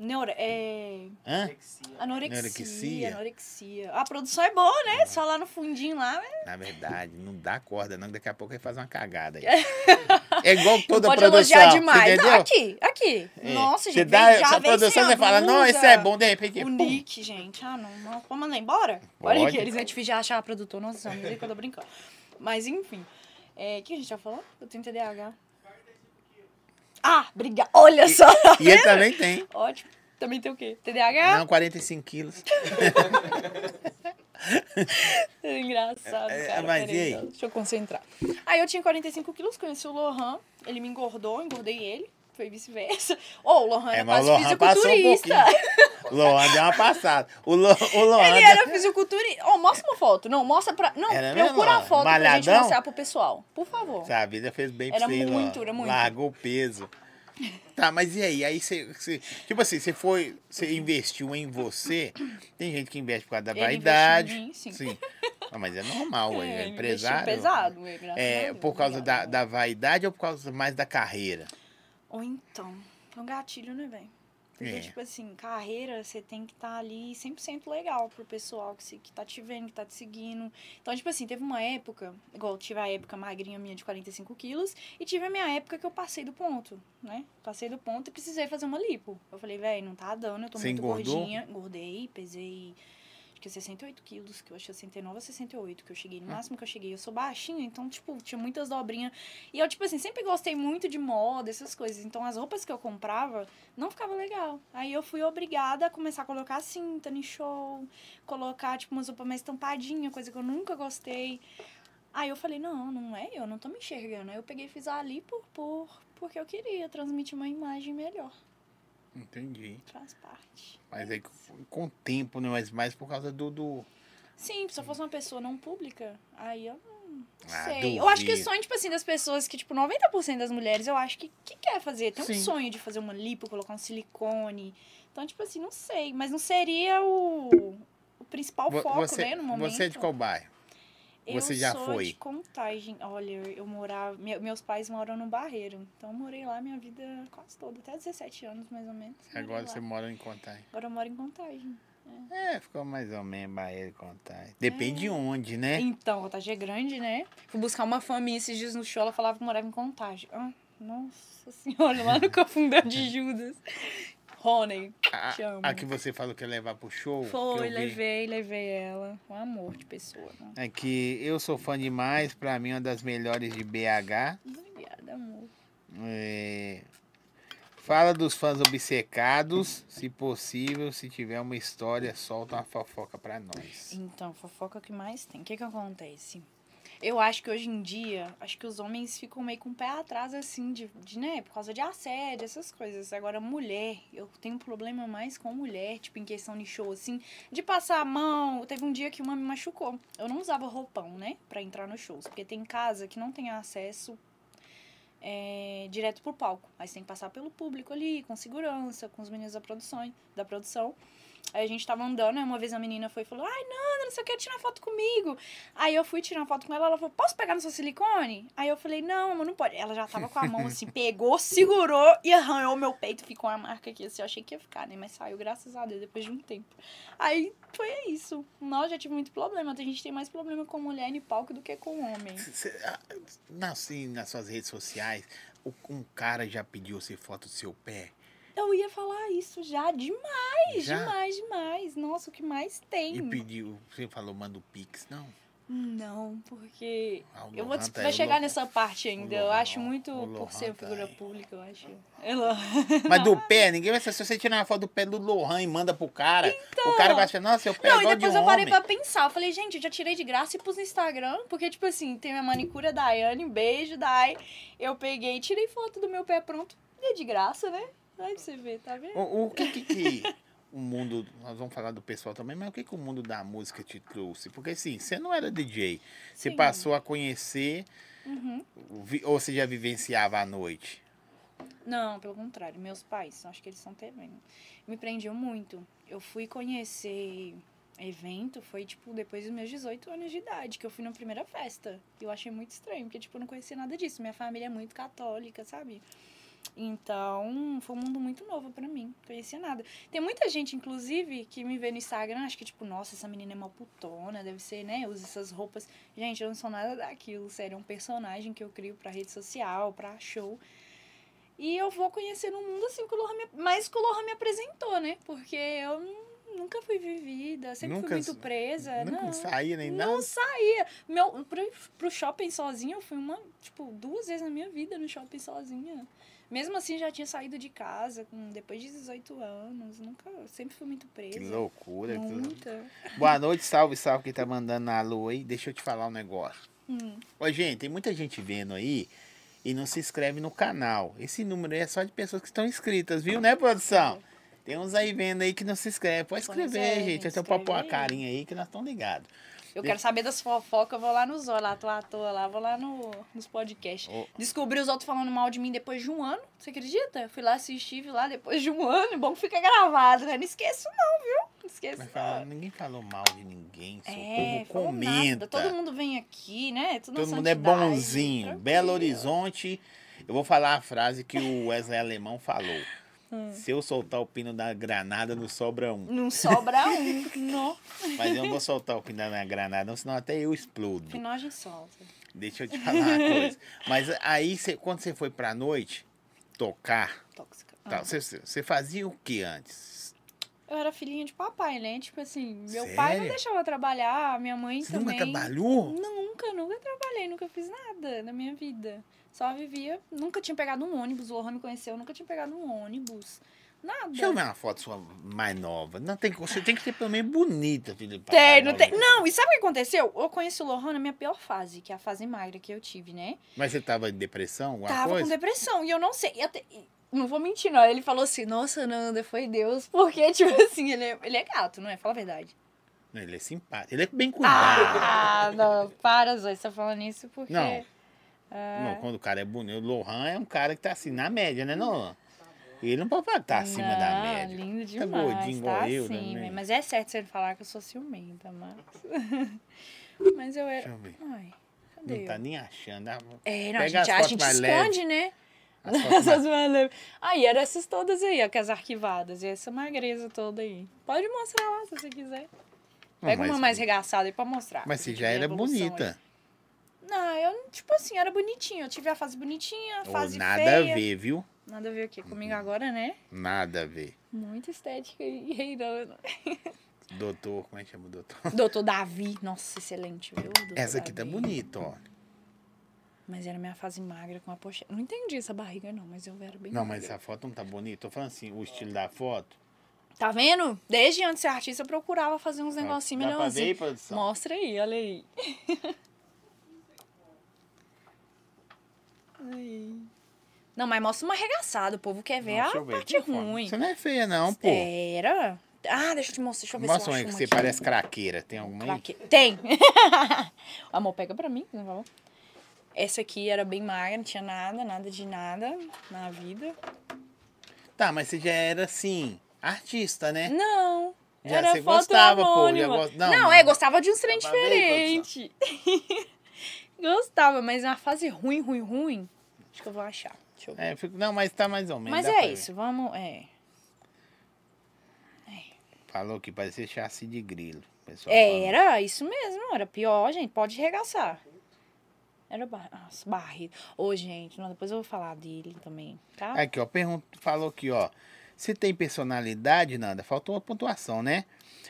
[SPEAKER 2] Neuro, é...
[SPEAKER 1] hã?
[SPEAKER 2] Anorexia,
[SPEAKER 1] Anorexia. Uhum.
[SPEAKER 2] anorexia. A produção é boa, né? Só lá no fundinho lá. né?
[SPEAKER 1] Na verdade, não dá corda, não, que daqui a pouco ele faz uma cagada aí. É igual toda
[SPEAKER 2] Não pode
[SPEAKER 1] produção.
[SPEAKER 2] elogiar demais.
[SPEAKER 1] Entendeu?
[SPEAKER 2] Não, aqui, aqui.
[SPEAKER 1] É.
[SPEAKER 2] Nossa,
[SPEAKER 1] Você
[SPEAKER 2] gente.
[SPEAKER 1] dá
[SPEAKER 2] vem, já
[SPEAKER 1] essa
[SPEAKER 2] vem
[SPEAKER 1] produção,
[SPEAKER 2] sem
[SPEAKER 1] você
[SPEAKER 2] a
[SPEAKER 1] fala, não,
[SPEAKER 2] blusa.
[SPEAKER 1] isso é bom, de repente.
[SPEAKER 2] O
[SPEAKER 1] pum.
[SPEAKER 2] Nick, gente. Ah, não. não vamos mandar embora?
[SPEAKER 1] Pode.
[SPEAKER 2] Olha que eles vão te já achar a produtor. Nossa, só me dizer que eu tô brincando. Mas, enfim. É, o que a gente já falou? Eu tenho TDAH. Ah, obrigada. Olha só.
[SPEAKER 1] E ele também tem.
[SPEAKER 2] Ótimo. Também tem o quê? TDAH?
[SPEAKER 1] Não, 45 quilos.
[SPEAKER 2] É Engraçado,
[SPEAKER 1] É, é,
[SPEAKER 2] cara.
[SPEAKER 1] mas
[SPEAKER 2] peraí,
[SPEAKER 1] e aí?
[SPEAKER 2] Deixa eu concentrar. Aí eu tinha 45 quilos, conheci o Lohan. Ele me engordou, engordei ele. Foi vice-versa. Ou o Lohan
[SPEAKER 1] É,
[SPEAKER 2] era
[SPEAKER 1] mas o
[SPEAKER 2] quase
[SPEAKER 1] Lohan passou um pouquinho.
[SPEAKER 2] fisiculturista.
[SPEAKER 1] O Lohan deu uma passada. O, Lo, o Lohan.
[SPEAKER 2] Ele era fisiculturista. Ó, mostra uma foto. Não, mostra pra... Não,
[SPEAKER 1] Era mesmo,
[SPEAKER 2] procura a
[SPEAKER 1] Lohan?
[SPEAKER 2] foto pra gente
[SPEAKER 1] Malhadão?
[SPEAKER 2] mostrar pro pessoal. Por favor.
[SPEAKER 1] Essa vida fez bem pra
[SPEAKER 2] Era
[SPEAKER 1] você, Lohan.
[SPEAKER 2] muito, era muito.
[SPEAKER 1] Largou o peso. Tá, mas e aí? Aí você. você- tipo assim, você foi. Você investiu em você. Tem gente que investe por causa da
[SPEAKER 2] Ele investiu em
[SPEAKER 1] vaidade.
[SPEAKER 2] mim, sim.
[SPEAKER 1] Ah, mas é normal, ué, é,
[SPEAKER 2] ele investiu
[SPEAKER 1] empresário.
[SPEAKER 2] pesado. É, graças a
[SPEAKER 1] É,
[SPEAKER 2] Deus,
[SPEAKER 1] por causa da,
[SPEAKER 2] obrigada.
[SPEAKER 1] da vaidade ou por causa mais da carreira?
[SPEAKER 2] Ou então, foi um gatilho, né, velho? Porque,
[SPEAKER 1] É.
[SPEAKER 2] tipo assim, carreira, você tem que estar ali 100% legal pro pessoal que, se, que tá te vendo, que tá te seguindo. Então, tipo assim, teve uma época, igual eu tive a época magrinha minha de 45 quilos, e tive a minha época que eu passei do ponto, né? Passei do ponto e precisei fazer uma lipo. Eu falei, velho, não tá dando, eu tô
[SPEAKER 1] Você
[SPEAKER 2] muito
[SPEAKER 1] engordou?
[SPEAKER 2] gordinha. Engordei, pesei, acho que 68 quilos, que eu acho que 69 ou 68, que eu cheguei, no
[SPEAKER 1] Hum.
[SPEAKER 2] máximo que eu cheguei. Eu sou baixinha, então, tipo, tinha muitas dobrinhas. E eu, tipo assim, sempre gostei muito de moda, essas coisas. Então, as roupas que eu comprava não ficava legal. Aí eu fui obrigada a começar a colocar cinta em show, colocar, tipo, umas roupas mais tampadinha, coisa que eu nunca gostei. Aí eu falei, não, não é eu, não tô me enxergando. Aí eu peguei e fiz ali por, por, porque eu queria transmitir uma imagem melhor.
[SPEAKER 1] Entendi.
[SPEAKER 2] Faz parte.
[SPEAKER 1] É. Mas aí com- com o tempo, né? Mas mais por causa do. do...
[SPEAKER 2] Sim, se eu fosse uma pessoa não pública, aí eu não
[SPEAKER 1] Ah,
[SPEAKER 2] sei. Eu acho que o
[SPEAKER 1] duvido.
[SPEAKER 2] sonho, tipo assim, das pessoas que, tipo, 90% das mulheres, eu acho que, que quer fazer. Tem
[SPEAKER 1] Sim.
[SPEAKER 2] um sonho de fazer uma lipo, colocar um silicone. Então, tipo assim, não sei. Mas não seria o, o principal
[SPEAKER 1] Vo-
[SPEAKER 2] foco,
[SPEAKER 1] você,
[SPEAKER 2] né, no momento.
[SPEAKER 1] você é de qual bairro? você
[SPEAKER 2] eu
[SPEAKER 1] já
[SPEAKER 2] sou
[SPEAKER 1] foi?
[SPEAKER 2] de contagem. Olha, eu eu morava... me- meus pais moram no Barreiro. Então, eu morei lá minha vida quase toda. Até 17 anos, mais ou menos. morei
[SPEAKER 1] Agora
[SPEAKER 2] lá.
[SPEAKER 1] você mora em Contagem.
[SPEAKER 2] Agora eu moro em contagem.
[SPEAKER 1] É, ficou mais ou menos Bahia e Contagem. Depende
[SPEAKER 2] É.
[SPEAKER 1] de onde, né?
[SPEAKER 2] Então, Contagem é grande, né? Fui buscar uma fã minha esses dias no show, ela falava que morava em Contagem. Ah, nossa senhora, lá no Cafundão de Judas. Rony,
[SPEAKER 1] A,
[SPEAKER 2] te amo.
[SPEAKER 1] a que você falou que ia levar pro show. que eu
[SPEAKER 2] foi,
[SPEAKER 1] vi.
[SPEAKER 2] levei, levei ela. Um amor de pessoa. né?
[SPEAKER 1] É que eu sou fã demais, pra mim é uma das melhores de BH.
[SPEAKER 2] Obrigada, amor.
[SPEAKER 1] É, Fala dos fãs obcecados, se possível, se tiver uma história, solta uma fofoca pra nós.
[SPEAKER 2] Então, fofoca que mais tem. O que que acontece? Eu acho que hoje em dia, acho que os homens ficam meio com o pé atrás, assim, de, de, né, por causa de assédio, essas coisas. Agora, mulher, eu tenho um problema mais com mulher, tipo, em questão de show, assim, de passar a mão. Teve um dia que uma me machucou. Eu não usava roupão, né, pra entrar nos shows, porque tem casa que não tem acesso é, direto pro palco. Aí você tem que passar pelo público ali, com segurança, com os meninos da produção, da produção. Aí a gente tava andando, né? Uma vez a menina foi e falou: Ai, Nanda, não sei o que, tirar foto comigo. Aí eu fui tirar foto com ela, ela falou: Posso pegar no seu silicone? Aí eu falei: Não, mas não pode. Ela já tava com a mão assim, pegou, segurou e arranhou meu peito, ficou uma marca aqui assim. Eu achei que ia ficar, né? Mas saiu, graças a Deus, depois de um tempo. Aí foi isso. Nós já tive muito problema. A gente tem mais problema com mulher em palco do que com homem.
[SPEAKER 1] Cê- ah, na- assim, nas suas redes sociais, o- um cara já pediu você foto do seu pé.
[SPEAKER 2] Eu ia falar isso já demais,
[SPEAKER 1] Já?
[SPEAKER 2] demais, demais. Nossa, o que mais tem?
[SPEAKER 1] E pediu, você falou, manda o Pix, não?
[SPEAKER 2] Não, porque
[SPEAKER 1] Ah, o
[SPEAKER 2] Eu vou
[SPEAKER 1] Lohan
[SPEAKER 2] dis-
[SPEAKER 1] tá
[SPEAKER 2] vai
[SPEAKER 1] aí, o
[SPEAKER 2] chegar
[SPEAKER 1] Lohan.
[SPEAKER 2] nessa parte ainda. eu
[SPEAKER 1] Lohan,
[SPEAKER 2] acho muito
[SPEAKER 1] o Lohan
[SPEAKER 2] por
[SPEAKER 1] tá
[SPEAKER 2] ser figura
[SPEAKER 1] aí.
[SPEAKER 2] pública, eu acho. É Lohan.
[SPEAKER 1] Mas do pé, ninguém vai. Se você tirar uma foto do pé do Lohan e manda pro cara, o cara vai achar, nossa, seu pé
[SPEAKER 2] Então. Não,
[SPEAKER 1] é
[SPEAKER 2] e
[SPEAKER 1] igual de
[SPEAKER 2] depois
[SPEAKER 1] um
[SPEAKER 2] eu parei
[SPEAKER 1] homem.
[SPEAKER 2] pra pensar. Eu falei, gente, eu já tirei de graça e pus no Instagram. Porque, tipo assim, tem minha manicura Daiane, um beijo, Dai. Eu peguei e tirei foto do meu pé pronto. E é de graça, né? Aí pra você ver, tá vendo?
[SPEAKER 1] O, o que, que, que o mundo. Nós vamos falar do pessoal também, mas o que, que o mundo da música te trouxe? Porque assim, você não era DJ. Você
[SPEAKER 2] Sim.
[SPEAKER 1] passou a conhecer,
[SPEAKER 2] Uhum.
[SPEAKER 1] vi- ou você já vivenciava à noite?
[SPEAKER 2] Não, pelo contrário, meus pais, acho que eles são tremendo. Me prendiam muito. Eu fui conhecer evento, foi tipo depois dos meus 18 anos de idade, que eu fui na primeira festa. E eu achei muito estranho, porque tipo, eu não conhecia nada disso. Minha família é muito católica, sabe? Então, foi um mundo muito novo pra mim, não conhecia nada. Tem muita gente, inclusive, que me vê no Instagram, acho que tipo, nossa, essa menina é uma putona, deve ser, né? Usa essas roupas. Gente, eu não sou nada daquilo, sério, é um personagem que eu crio pra rede social, pra show. E eu vou conhecer um mundo assim que o Lohan me, mas que o Lohan me apresentou, né? Porque eu nu- nunca fui vivida, sempre
[SPEAKER 1] Nunca
[SPEAKER 2] fui muito
[SPEAKER 1] s-
[SPEAKER 2] presa.
[SPEAKER 1] Nunca
[SPEAKER 2] é, não.
[SPEAKER 1] saía nem nada.
[SPEAKER 2] Não saía.
[SPEAKER 1] Hum.
[SPEAKER 2] Meu, pro, pro shopping sozinha, eu fui uma, tipo, duas vezes na minha vida no shopping sozinha. Mesmo assim, já tinha saído de casa com, depois de 18 anos. Nunca, sempre fui muito presa.
[SPEAKER 1] Que né? loucura. que loucura.
[SPEAKER 2] Muita.
[SPEAKER 1] Boa noite, salve, salve quem tá mandando na alô aí. Deixa eu te falar um negócio.
[SPEAKER 2] Hum.
[SPEAKER 1] Ô, gente, tem muita gente vendo aí e não se inscreve no canal. Esse número aí é só de pessoas que estão inscritas, viu, né, produção? Tem uns aí vendo aí que não se inscreve. Pode
[SPEAKER 2] Pois
[SPEAKER 1] escrever,
[SPEAKER 2] é,
[SPEAKER 1] gente.
[SPEAKER 2] gente,
[SPEAKER 1] Até pra pôr a
[SPEAKER 2] escreve aí.
[SPEAKER 1] carinha aí que nós estamos ligados.
[SPEAKER 2] Eu quero saber das fofocas, eu vou lá no Zola, tô à toa lá, vou lá no, nos podcasts.
[SPEAKER 1] Ô.
[SPEAKER 2] Descobri os outros falando mal de mim depois de um ano, você acredita? Fui lá assistir, vi lá depois de um ano, bom que fica gravado, né? Não esqueço não, viu? Não
[SPEAKER 1] Mas
[SPEAKER 2] esqueço não.
[SPEAKER 1] é fala, ninguém falou mal de ninguém. seu
[SPEAKER 2] É,
[SPEAKER 1] povo
[SPEAKER 2] falou
[SPEAKER 1] comenta.
[SPEAKER 2] nada. Todo mundo vem aqui, né? Tudo na
[SPEAKER 1] Todo mundo é
[SPEAKER 2] santidade,
[SPEAKER 1] bonzinho.
[SPEAKER 2] tranquilo.
[SPEAKER 1] Belo Horizonte. Eu vou falar a frase que o Wesley Alemão falou.
[SPEAKER 2] Hum.
[SPEAKER 1] Se eu soltar o pino da granada, não sobra um.
[SPEAKER 2] Não sobra um. Não.
[SPEAKER 1] Mas eu não vou soltar o pino da granada, não, senão até eu explodo.
[SPEAKER 2] Afinal, a gente solta.
[SPEAKER 1] Deixa eu te falar uma coisa. Mas aí, cê- quando você foi pra noite tocar,
[SPEAKER 2] Tóxica. Ah.
[SPEAKER 1] você fazia o que antes?
[SPEAKER 2] Eu era filhinha de papai, né? Tipo assim, meu pai não
[SPEAKER 1] Sério?
[SPEAKER 2] deixava eu trabalhar, minha mãe
[SPEAKER 1] Você nunca
[SPEAKER 2] também.
[SPEAKER 1] trabalhou?
[SPEAKER 2] Nunca, nunca trabalhei, nunca fiz nada na minha vida. Só vivia, nunca tinha pegado um ônibus, o Lohan me conheceu, nunca tinha pegado um ônibus. Nada.
[SPEAKER 1] Deixa eu ver uma foto sua mais nova. Não, tem, que- você tem que ser pelo menos bonita, filho. pra
[SPEAKER 2] Tem, não tem.
[SPEAKER 1] caralho.
[SPEAKER 2] Não, e sabe o que aconteceu? Eu conheci o Lohan na minha pior fase, que é a fase magra que eu tive, né?
[SPEAKER 1] Mas você tava em depressão, alguma
[SPEAKER 2] Tava com
[SPEAKER 1] coisa?
[SPEAKER 2] depressão. E eu não sei. e até- e não vou mentir, não. Ele falou assim, nossa, Nanda, foi Deus. Porque, tipo assim, ele é, ele é gato, não é? Fala a verdade.
[SPEAKER 1] Não, ele é simpático. Ele é bem cuidado.
[SPEAKER 2] Ah, não. Para, Zoe, você tá falando isso porque.
[SPEAKER 1] Não.
[SPEAKER 2] Ah.
[SPEAKER 1] Não, quando o cara é bonito. O Lohan é um cara que tá assim, na média, né? Não. Ele não pode estar tá acima da
[SPEAKER 2] Não,
[SPEAKER 1] média.
[SPEAKER 2] Lindo
[SPEAKER 1] Tá
[SPEAKER 2] demais.
[SPEAKER 1] gordinho
[SPEAKER 2] Tá
[SPEAKER 1] igual eu
[SPEAKER 2] acima,
[SPEAKER 1] também.
[SPEAKER 2] Mas é certo você falar que eu sou ciumenta, mas. mas eu
[SPEAKER 1] Deixa
[SPEAKER 2] era.
[SPEAKER 1] eu ver.
[SPEAKER 2] Ai, cadê?
[SPEAKER 1] Não tá
[SPEAKER 2] eu?
[SPEAKER 1] nem achando. Ah,
[SPEAKER 2] É, não, a
[SPEAKER 1] Pega
[SPEAKER 2] gente,
[SPEAKER 1] as
[SPEAKER 2] a
[SPEAKER 1] fotos
[SPEAKER 2] gente
[SPEAKER 1] mais leves.
[SPEAKER 2] esconde, né?
[SPEAKER 1] as fotos mais-
[SPEAKER 2] Essas mais leves. Aí, era essas todas aí, ó, com as arquivadas. E essa magreza toda aí. Pode mostrar lá se você quiser.
[SPEAKER 1] Não,
[SPEAKER 2] Pega
[SPEAKER 1] mas-
[SPEAKER 2] uma mais regaçada aí pra mostrar.
[SPEAKER 1] Mas
[SPEAKER 2] pra
[SPEAKER 1] você
[SPEAKER 2] gente
[SPEAKER 1] já
[SPEAKER 2] ver a
[SPEAKER 1] era
[SPEAKER 2] evolução aí.
[SPEAKER 1] bonita.
[SPEAKER 2] Não, eu, tipo assim, era bonitinha. Eu tive a fase bonitinha, a
[SPEAKER 1] Ô,
[SPEAKER 2] fase
[SPEAKER 1] nada
[SPEAKER 2] feia.
[SPEAKER 1] a ver, viu?
[SPEAKER 2] Nada a ver o quê? Comigo agora, né?
[SPEAKER 1] Nada a ver.
[SPEAKER 2] Muita estética e reinando.
[SPEAKER 1] Doutor, como é que chama o doutor?
[SPEAKER 2] Doutor Davi. Nossa, excelente, viu? Doutor
[SPEAKER 1] Essa aqui tá
[SPEAKER 2] Davi.
[SPEAKER 1] bonita,
[SPEAKER 2] é
[SPEAKER 1] ó.
[SPEAKER 2] Mas era minha fase magra com a pochete. Não entendi essa barriga, não, mas eu era bem.
[SPEAKER 1] Não,
[SPEAKER 2] magra.
[SPEAKER 1] mas essa foto não tá bonita. Tô falando assim, o estilo da foto.
[SPEAKER 2] Tá vendo? Desde antes de ser artista, eu procurava fazer uns
[SPEAKER 1] é. Ó,
[SPEAKER 2] negocinhos
[SPEAKER 1] dá pra ver aí,
[SPEAKER 2] melhorzinhos.
[SPEAKER 1] produção?
[SPEAKER 2] Um Mostra aí, olha aí. Aí. Não, mas mostra uma arregaçada. O povo quer ver
[SPEAKER 1] Não,
[SPEAKER 2] a
[SPEAKER 1] deixa eu ver.
[SPEAKER 2] parte
[SPEAKER 1] Tem foto.
[SPEAKER 2] ruim.
[SPEAKER 1] Você não é feia, não, pô.
[SPEAKER 2] Era? Ah, deixa eu te mostrar. Deixa eu ver
[SPEAKER 1] Mostra um
[SPEAKER 2] se
[SPEAKER 1] aí
[SPEAKER 2] eu
[SPEAKER 1] que
[SPEAKER 2] acho
[SPEAKER 1] você
[SPEAKER 2] uma aqui. Um
[SPEAKER 1] parece craqueira. Tem alguma aí?
[SPEAKER 2] Pra quê? Tem! Amor, pega pra mim, por favor. Essa aqui era bem magra, não tinha nada, nada de nada na vida.
[SPEAKER 1] Tá, mas você já era assim, artista, né?
[SPEAKER 2] Não,
[SPEAKER 1] Já
[SPEAKER 2] era
[SPEAKER 1] você
[SPEAKER 2] foto
[SPEAKER 1] gostava, pô. Já
[SPEAKER 2] anônima.
[SPEAKER 1] gost-
[SPEAKER 2] Não, é, gostava de um trem
[SPEAKER 1] Tava bem,
[SPEAKER 2] diferente. gostava, mas na fase ruim, ruim, ruim, acho que eu vou achar. Deixa eu ver.
[SPEAKER 1] É, eu fico- não, mas tá mais ou menos.
[SPEAKER 2] mas
[SPEAKER 1] dá pra
[SPEAKER 2] é
[SPEAKER 1] ver.
[SPEAKER 2] isso, vamos. É.
[SPEAKER 1] Falou que parecia chassi de grilo. o pessoal falou.
[SPEAKER 2] Era isso mesmo, era pior, gente. Pode regaçar. Era bar... Nossa, barrido. Ô, gente, não, depois eu vou falar dele também, tá?
[SPEAKER 1] Aqui, ó, pergunta, falou aqui, ó. Se tem personalidade, Nanda, faltou uma pontuação, né?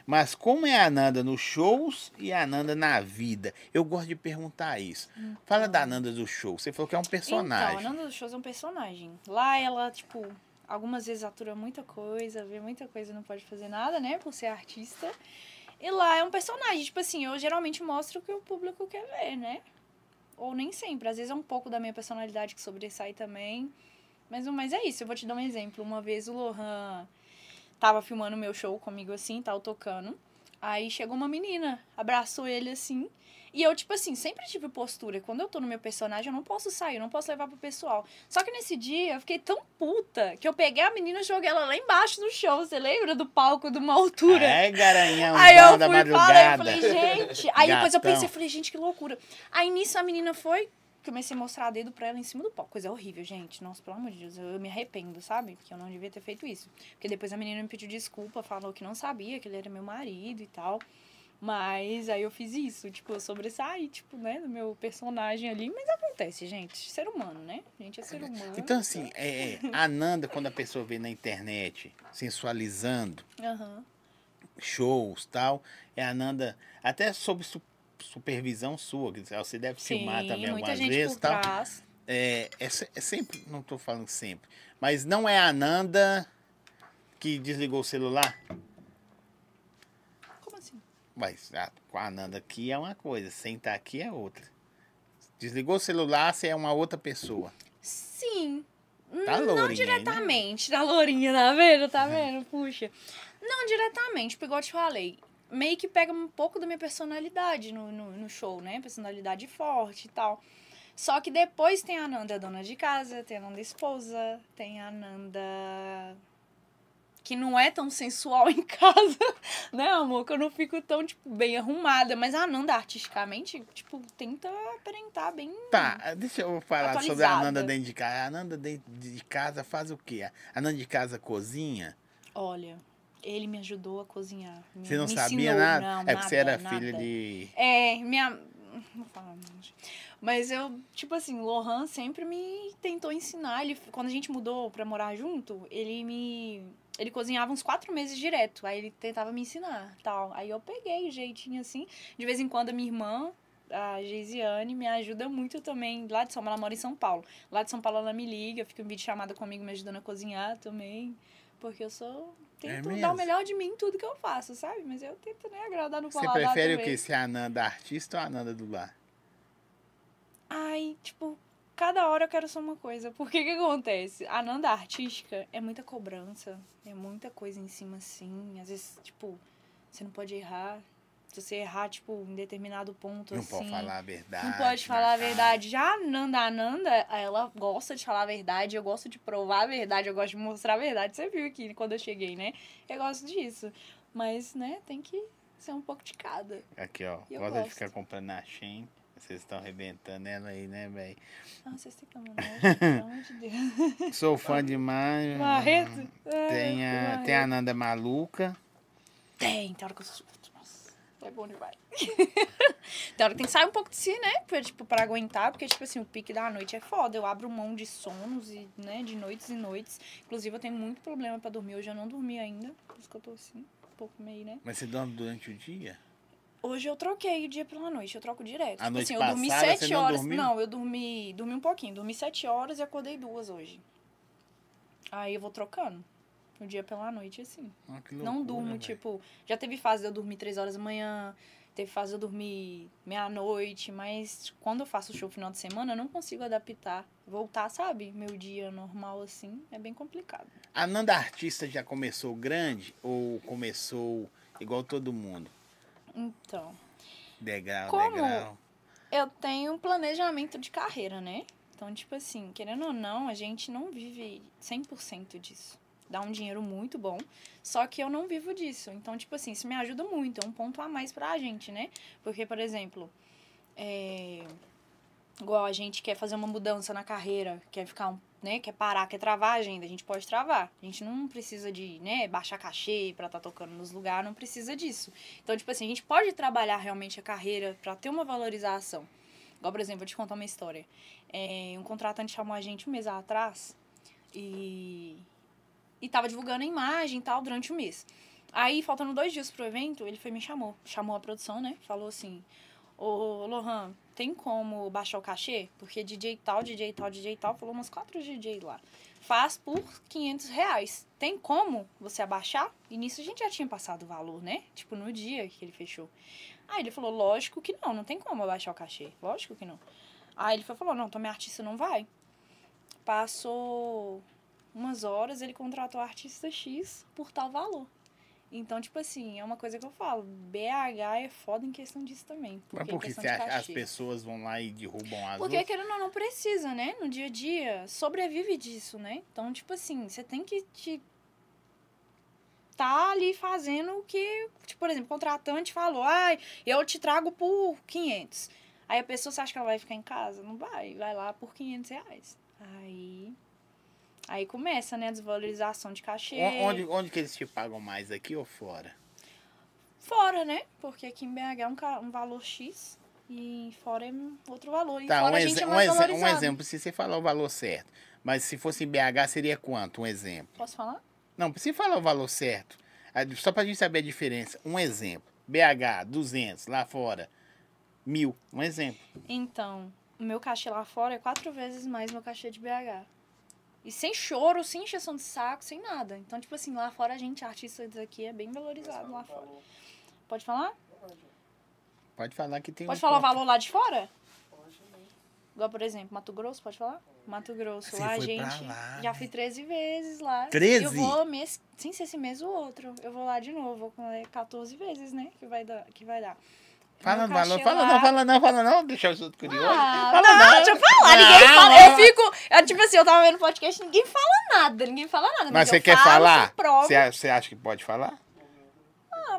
[SPEAKER 1] Mas como é a Nanda nos shows e a Nanda na vida? Eu gosto de perguntar isso. Fala da Nanda do show. Você falou que é um personagem.
[SPEAKER 2] Então, a Nanda dos Shows é um personagem. Lá ela, tipo, algumas vezes atura muita coisa, vê muita coisa e não pode fazer nada, né? Por ser artista. E lá é um personagem. Tipo assim, eu geralmente mostro o que o público quer ver, né? Ou nem sempre. Às vezes é um pouco da minha personalidade que sobressai também. Mas, mas é isso, eu vou te dar um exemplo. Uma vez o Lohan tava filmando meu show comigo assim, tal, tocando. Aí chegou uma menina, abraçou ele assim. E eu, tipo assim, sempre tive postura. Quando eu tô no meu personagem, eu não posso sair, eu não posso levar pro pessoal. Só que nesse dia eu fiquei tão puta que eu peguei a menina e joguei ela lá embaixo do show. Você lembra do palco de uma altura?
[SPEAKER 1] É, garanhão,
[SPEAKER 2] Aí eu
[SPEAKER 1] da
[SPEAKER 2] fui e falei, eu
[SPEAKER 1] madrugada.
[SPEAKER 2] falei, gente. Aí depois eu
[SPEAKER 1] Gatão.
[SPEAKER 2] pensei, eu falei, gente, que loucura. Aí nisso a menina foi, comecei a mostrar dedo pra ela em cima do palco. Coisa horrível, gente. Nossa, pelo amor de Deus, eu, eu me arrependo, sabe? Porque eu não devia ter feito isso. Porque depois a menina me pediu desculpa, falou que não sabia, que ele era meu marido e tal. Mas aí eu fiz isso, tipo, eu sobressaí, tipo, né, do meu personagem ali. Mas acontece, gente. Ser humano, né? A gente é ser humano.
[SPEAKER 1] Então, assim, é, é, a Nanda, quando a pessoa vê na internet sensualizando
[SPEAKER 2] Aham.
[SPEAKER 1] shows tal, é a Nanda, até sob su- supervisão sua, que você deve filmar
[SPEAKER 2] Sim,
[SPEAKER 1] também
[SPEAKER 2] muita
[SPEAKER 1] algumas
[SPEAKER 2] gente
[SPEAKER 1] vezes
[SPEAKER 2] por
[SPEAKER 1] tal.
[SPEAKER 2] trás.
[SPEAKER 1] É, é, se- é sempre, não tô falando sempre, mas não é a Nanda que desligou o celular?
[SPEAKER 2] Como assim?
[SPEAKER 1] Mas a, com a Nanda aqui é uma coisa, sem estar aqui é outra. Desligou o celular, você é uma outra pessoa.
[SPEAKER 2] Sim.
[SPEAKER 1] Tá
[SPEAKER 2] não
[SPEAKER 1] lourinha, hein, né?
[SPEAKER 2] diretamente, da lourinha, tá vendo? Tá vendo? Puxa. Não diretamente, porque igual eu te falei, meio que pega um pouco da minha personalidade no, no, no show, né? Personalidade forte e tal. Só que depois tem a Nanda dona de casa, tem a Nanda esposa, tem a Nanda que não é tão sensual em casa, né, amor? Que eu não fico tão, tipo, bem arrumada. Mas a Nanda, artisticamente, tipo, tenta aparentar bem
[SPEAKER 1] Tá, deixa eu falar sobre a
[SPEAKER 2] Atualizada.
[SPEAKER 1] Nanda dentro de casa. A Nanda dentro de casa faz o quê? A Nanda de casa cozinha?
[SPEAKER 2] Olha, ele me ajudou a cozinhar. Me-
[SPEAKER 1] Você não
[SPEAKER 2] me
[SPEAKER 1] sabia
[SPEAKER 2] ensinou,
[SPEAKER 1] nada?
[SPEAKER 2] Não,
[SPEAKER 1] é porque você era
[SPEAKER 2] nada,
[SPEAKER 1] filha
[SPEAKER 2] nada.
[SPEAKER 1] de.
[SPEAKER 2] É, minha. Não vou falar, não. gente. Mas eu, tipo assim, Lohan sempre me tentou ensinar. Ele, quando a gente mudou pra morar junto, ele me. Ele cozinhava uns quatro meses direto. Aí ele tentava me ensinar tal. Aí eu peguei o jeitinho assim. De vez em quando a minha irmã. A Geisiane me ajuda muito também lá de São Paulo, ela mora em São Paulo. Lá de São Paulo ela me liga, fica em vídeo chamada comigo me ajudando a cozinhar também. Porque eu sou.
[SPEAKER 1] É
[SPEAKER 2] Tento dar
[SPEAKER 1] mesmo?
[SPEAKER 2] o melhor de mim em tudo que eu faço, sabe? Mas eu tento nem agradar no
[SPEAKER 1] Você
[SPEAKER 2] paladar
[SPEAKER 1] prefere o
[SPEAKER 2] também.
[SPEAKER 1] quê? Se a Nanda artista ou a Nanda do lar?
[SPEAKER 2] Ai, tipo, cada hora eu quero só uma coisa. Porque que acontece? A Nanda artística é muita cobrança, é muita coisa em cima, assim. Às vezes, tipo, você não pode errar. Se você errar, tipo, em determinado ponto,
[SPEAKER 1] Não
[SPEAKER 2] assim...
[SPEAKER 1] pode falar né? a verdade.
[SPEAKER 2] Não pode
[SPEAKER 1] na
[SPEAKER 2] falar a
[SPEAKER 1] cara.
[SPEAKER 2] verdade. Já a Nanda, a Nanda, ela gosta de falar a verdade, eu gosto de provar a verdade, eu gosto de mostrar a verdade. Você viu aqui quando eu cheguei, né? Eu gosto disso. Mas, né, tem que ser um pouco de cada.
[SPEAKER 1] Aqui, ó.
[SPEAKER 2] Eu
[SPEAKER 1] Gosta de
[SPEAKER 2] gosto.
[SPEAKER 1] ficar comprando a Shein. Vocês estão arrebentando ela aí, né, velho?
[SPEAKER 2] Ah, vocês têm que amar, né, gente? Pelo amor de Deus.
[SPEAKER 1] Sou fã demais.
[SPEAKER 2] Marreto? Ai,
[SPEAKER 1] Tem a,
[SPEAKER 2] Marreto.
[SPEAKER 1] tem a Nanda maluca.
[SPEAKER 2] Tem, tem hora que eu surto. Nossa, é bom demais. tem hora que tem que sair um pouco de si, né? Pra, tipo, pra aguentar, porque, tipo assim, o pique da noite é foda. Eu abro mão de sonos e, né, de noites e noites. Inclusive, eu tenho muito problema pra dormir. Hoje eu não dormi ainda, por isso que eu tô assim, um pouco meio, né?
[SPEAKER 1] Mas você dorme durante o dia?
[SPEAKER 2] Hoje eu troquei o dia pela noite, eu troco direto.
[SPEAKER 1] A
[SPEAKER 2] tipo
[SPEAKER 1] noite
[SPEAKER 2] assim, eu dormi
[SPEAKER 1] passada, você
[SPEAKER 2] sete
[SPEAKER 1] não
[SPEAKER 2] horas.
[SPEAKER 1] dormiu?
[SPEAKER 2] Não, eu dormi. Dormi um pouquinho, dormi sete horas e acordei duas hoje. Aí eu vou trocando. O dia pela noite, assim.
[SPEAKER 1] Ah, que
[SPEAKER 2] não
[SPEAKER 1] loucura,
[SPEAKER 2] durmo,
[SPEAKER 1] velho.
[SPEAKER 2] tipo, já teve fase de eu dormir três horas da manhã, teve fase de eu dormir meia-noite, mas quando eu faço show final de semana, eu não consigo adaptar, voltar, sabe? Meu dia normal assim, é bem complicado.
[SPEAKER 1] A Nanda artista já começou grande ou começou igual todo mundo?
[SPEAKER 2] Então,
[SPEAKER 1] Degrau,
[SPEAKER 2] Como?
[SPEAKER 1] degrau.
[SPEAKER 2] eu tenho um planejamento de carreira, né? Então, tipo assim, querendo ou não, a gente não vive 100% disso. dá um dinheiro muito bom, só que eu não vivo disso. Então, tipo assim, isso me ajuda muito, é um ponto a mais pra gente, né? Porque, por exemplo, é, igual a gente quer fazer uma mudança na carreira, quer ficar um né, quer parar, quer travar a agenda, a gente pode travar. A gente não precisa de, né, baixar cachê para estar tá tocando nos lugares, não precisa disso. Então, tipo assim, a gente pode trabalhar realmente a carreira para ter uma valorização. Igual, por exemplo, vou te contar uma história. É, um contratante chamou a gente um mês atrás e e tava divulgando a imagem e tal durante o mês. Aí, faltando dois dias pro evento, ele foi me chamou, chamou a produção, né? Falou assim: Ô, Lohan, tem como baixar o cachê? Porque DJ tal, DJ tal, DJ tal, falou umas quatro DJ lá. Faz por 500 reais. Tem como você abaixar? E nisso a gente já tinha passado o valor, né? Tipo, no dia que ele fechou. Aí ele falou, lógico que não, não tem como abaixar o cachê. Lógico que não. Aí ele falou, não, então minha artista não vai. Passou umas horas, ele contratou a artista X por tal valor. Então, tipo assim, é uma coisa que eu falo. BH é foda em questão disso também.
[SPEAKER 1] Mas por que
[SPEAKER 2] questão
[SPEAKER 1] você
[SPEAKER 2] de
[SPEAKER 1] acha- as
[SPEAKER 2] cachê.
[SPEAKER 1] pessoas vão lá e derrubam as
[SPEAKER 2] Porque,
[SPEAKER 1] outras?
[SPEAKER 2] querendo ou não, precisa, né? No dia a dia, sobrevive disso, né? Então, tipo assim, você tem que te... Tá ali fazendo o que, tipo, por exemplo, o contratante falou, ai, eu te trago por 500. Aí a pessoa, você acha que ela vai ficar em casa? Não vai, vai lá por 500 reais. Aí... Aí começa, né, a desvalorização de cachê.
[SPEAKER 1] O- Onde, onde que eles te pagam mais, aqui ou fora?
[SPEAKER 2] Fora, né? Porque aqui em BH é um, ca- um valor X e fora é um outro valor. E
[SPEAKER 1] Tá,
[SPEAKER 2] fora
[SPEAKER 1] um,
[SPEAKER 2] a gente
[SPEAKER 1] exe-
[SPEAKER 2] é
[SPEAKER 1] um,
[SPEAKER 2] mais
[SPEAKER 1] exe- um
[SPEAKER 2] valorizado.
[SPEAKER 1] exemplo, se você falar o valor certo. Mas se fosse em BH, seria quanto? Um exemplo.
[SPEAKER 2] Posso falar?
[SPEAKER 1] Não, precisa falar o valor certo. Ah, Só pra gente saber a diferença. Um exemplo. BH, 200, lá fora, mil. Um exemplo.
[SPEAKER 2] Então, o meu cachê lá fora é quatro vezes mais meu cachê de BH. E sem choro, sem encheção de saco, sem nada. Então, tipo assim, lá fora a gente, artista daqui, é bem valorizado lá fora. Pode falar?
[SPEAKER 1] Pode falar que tem
[SPEAKER 2] Pode
[SPEAKER 1] um
[SPEAKER 2] falar o
[SPEAKER 1] ponto.
[SPEAKER 2] valor lá de fora? Igual, por exemplo, Mato Grosso, pode falar? Mato Grosso,
[SPEAKER 1] Você
[SPEAKER 2] lá
[SPEAKER 1] foi
[SPEAKER 2] a
[SPEAKER 1] pra
[SPEAKER 2] gente.
[SPEAKER 1] lá,
[SPEAKER 2] já
[SPEAKER 1] né?
[SPEAKER 2] fui 13 vezes lá.
[SPEAKER 1] 13?
[SPEAKER 2] Eu vou mês, sem ser esse mês o outro. Eu vou lá de novo, vou com- é 14 vezes, né? Que vai dar. Que vai dar.
[SPEAKER 1] Fala
[SPEAKER 2] Meu
[SPEAKER 1] no valor.
[SPEAKER 2] cachê
[SPEAKER 1] Fala
[SPEAKER 2] lá-
[SPEAKER 1] não, fala não, fala não. Deixa os outros curiosos.
[SPEAKER 2] Ah,
[SPEAKER 1] fala
[SPEAKER 2] não, deixa eu falar. ninguém
[SPEAKER 1] Não,
[SPEAKER 2] fala.
[SPEAKER 1] não.
[SPEAKER 2] Eu fico. Eu, tipo assim, eu tava vendo podcast, ninguém fala nada. Ninguém fala nada.
[SPEAKER 1] Mas
[SPEAKER 2] eu
[SPEAKER 1] você quer
[SPEAKER 2] falo,
[SPEAKER 1] falar?
[SPEAKER 2] eu provo.
[SPEAKER 1] Você a- você acha que pode falar?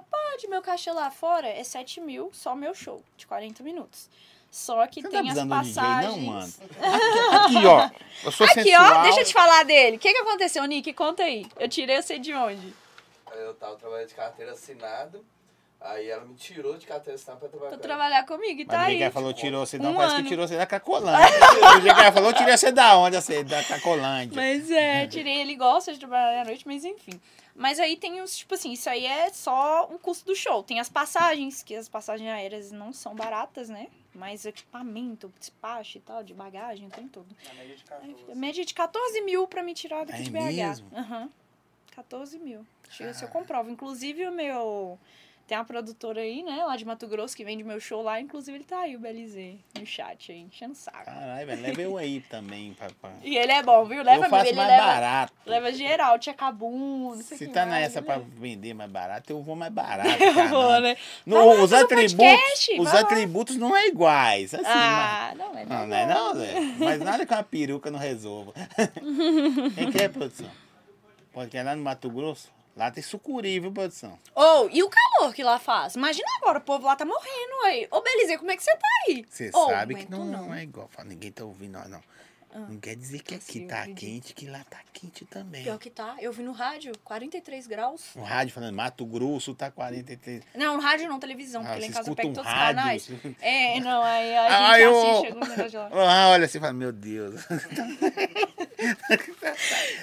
[SPEAKER 2] Pode, meu cachê lá fora é 7 mil, só meu show, de 40 minutos. Só que
[SPEAKER 1] Você não tá
[SPEAKER 2] tem as
[SPEAKER 1] precisando de DJ,
[SPEAKER 2] passagens.
[SPEAKER 1] não, mano? Aqui, aqui, ó. Eu sou
[SPEAKER 2] Aqui,
[SPEAKER 1] sensual.
[SPEAKER 2] ó, deixa eu te falar dele. O que, que aconteceu, Nick? Conta aí. Eu tirei você de onde?
[SPEAKER 3] Eu tava trabalhando de carteira assinada, aí ela me tirou de carteira assinada pra trabalhar.
[SPEAKER 2] Pra
[SPEAKER 3] com ela.
[SPEAKER 2] trabalhar comigo, e
[SPEAKER 1] Mas
[SPEAKER 2] tá
[SPEAKER 1] ninguém
[SPEAKER 2] aí.
[SPEAKER 1] que falou tirou você da
[SPEAKER 2] Um
[SPEAKER 1] parece
[SPEAKER 2] ano.
[SPEAKER 1] que tirou você da Cacolândia. o dia que ela falou, tirei você da onde? Você, da Cacolândia.
[SPEAKER 2] Mas é, tirei ele gosta de trabalhar à noite, mas enfim. Mas aí tem os, tipo assim, isso aí é só o custo do show. Tem as passagens, que as passagens aéreas não são baratas, né? Mas equipamento, despacho e tal, de bagagem, tem tudo.
[SPEAKER 4] Na média de
[SPEAKER 2] Aí fica
[SPEAKER 4] 14.
[SPEAKER 2] média de 14 mil pra me tirar daqui
[SPEAKER 1] É
[SPEAKER 2] de BH.
[SPEAKER 1] mesmo?
[SPEAKER 2] Aham. 14 mil. Chega se eu
[SPEAKER 1] Caraca.
[SPEAKER 2] comprovo. Inclusive, o meu. Tem uma produtora aí, né, lá de Mato Grosso, que vende meu show lá. Inclusive, ele tá aí, o BLZ, no chat aí, enchendo o saco.
[SPEAKER 1] Caralho, velho, leva eu aí também, papai.
[SPEAKER 2] E ele é bom, viu? Leva
[SPEAKER 1] eu faço
[SPEAKER 2] mesmo, ele
[SPEAKER 1] mais
[SPEAKER 2] leva.
[SPEAKER 1] barato.
[SPEAKER 2] Leva geral, tinha cabum, não sei
[SPEAKER 1] Se
[SPEAKER 2] quem
[SPEAKER 1] tá
[SPEAKER 2] mais,
[SPEAKER 1] nessa
[SPEAKER 2] né?
[SPEAKER 1] pra vender mais barato, eu vou mais barato.
[SPEAKER 2] Eu vou,
[SPEAKER 1] caralho.
[SPEAKER 2] né?
[SPEAKER 1] No-
[SPEAKER 2] Vai lá
[SPEAKER 1] os
[SPEAKER 2] fazer um
[SPEAKER 1] atributos,
[SPEAKER 2] podcast,
[SPEAKER 1] os
[SPEAKER 2] vai lá.
[SPEAKER 1] atributos não é iguais. Assim, mas-
[SPEAKER 2] Ah, não é
[SPEAKER 1] Não, não é não, Zé. Mas nada que uma peruca não resolva. Quem que é, produção? Pode querer lá no Mato Grosso? Lá tem sucuri, viu, produção?
[SPEAKER 2] Ou, e o calor que lá faz? Imagina agora, o povo lá tá morrendo aí. Ô, Belize, como é que você tá aí?
[SPEAKER 1] Você
[SPEAKER 2] Ô,
[SPEAKER 1] sabe que
[SPEAKER 2] aguento
[SPEAKER 1] não, não
[SPEAKER 2] não. Ah.
[SPEAKER 1] é igual. Fala, ninguém tá ouvindo nós, não. não quer dizer que aqui
[SPEAKER 2] eu
[SPEAKER 1] tá
[SPEAKER 2] acredito.
[SPEAKER 1] quente, que lá tá quente também.
[SPEAKER 2] Pior que tá, eu vi no rádio, 43 graus.
[SPEAKER 1] O rádio falando, Mato Grosso tá 43.
[SPEAKER 2] Não, no rádio não, televisão,
[SPEAKER 1] Ah,
[SPEAKER 2] porque lá
[SPEAKER 1] você
[SPEAKER 2] Então, em casa eu
[SPEAKER 1] escuta
[SPEAKER 2] pego
[SPEAKER 1] um
[SPEAKER 2] todos os
[SPEAKER 1] rádio.
[SPEAKER 2] canais. É, não, aí a
[SPEAKER 1] Ah,
[SPEAKER 2] gente
[SPEAKER 1] eu-
[SPEAKER 2] assiste alguns negócios lá.
[SPEAKER 1] Ah, olha, você fala, meu Deus.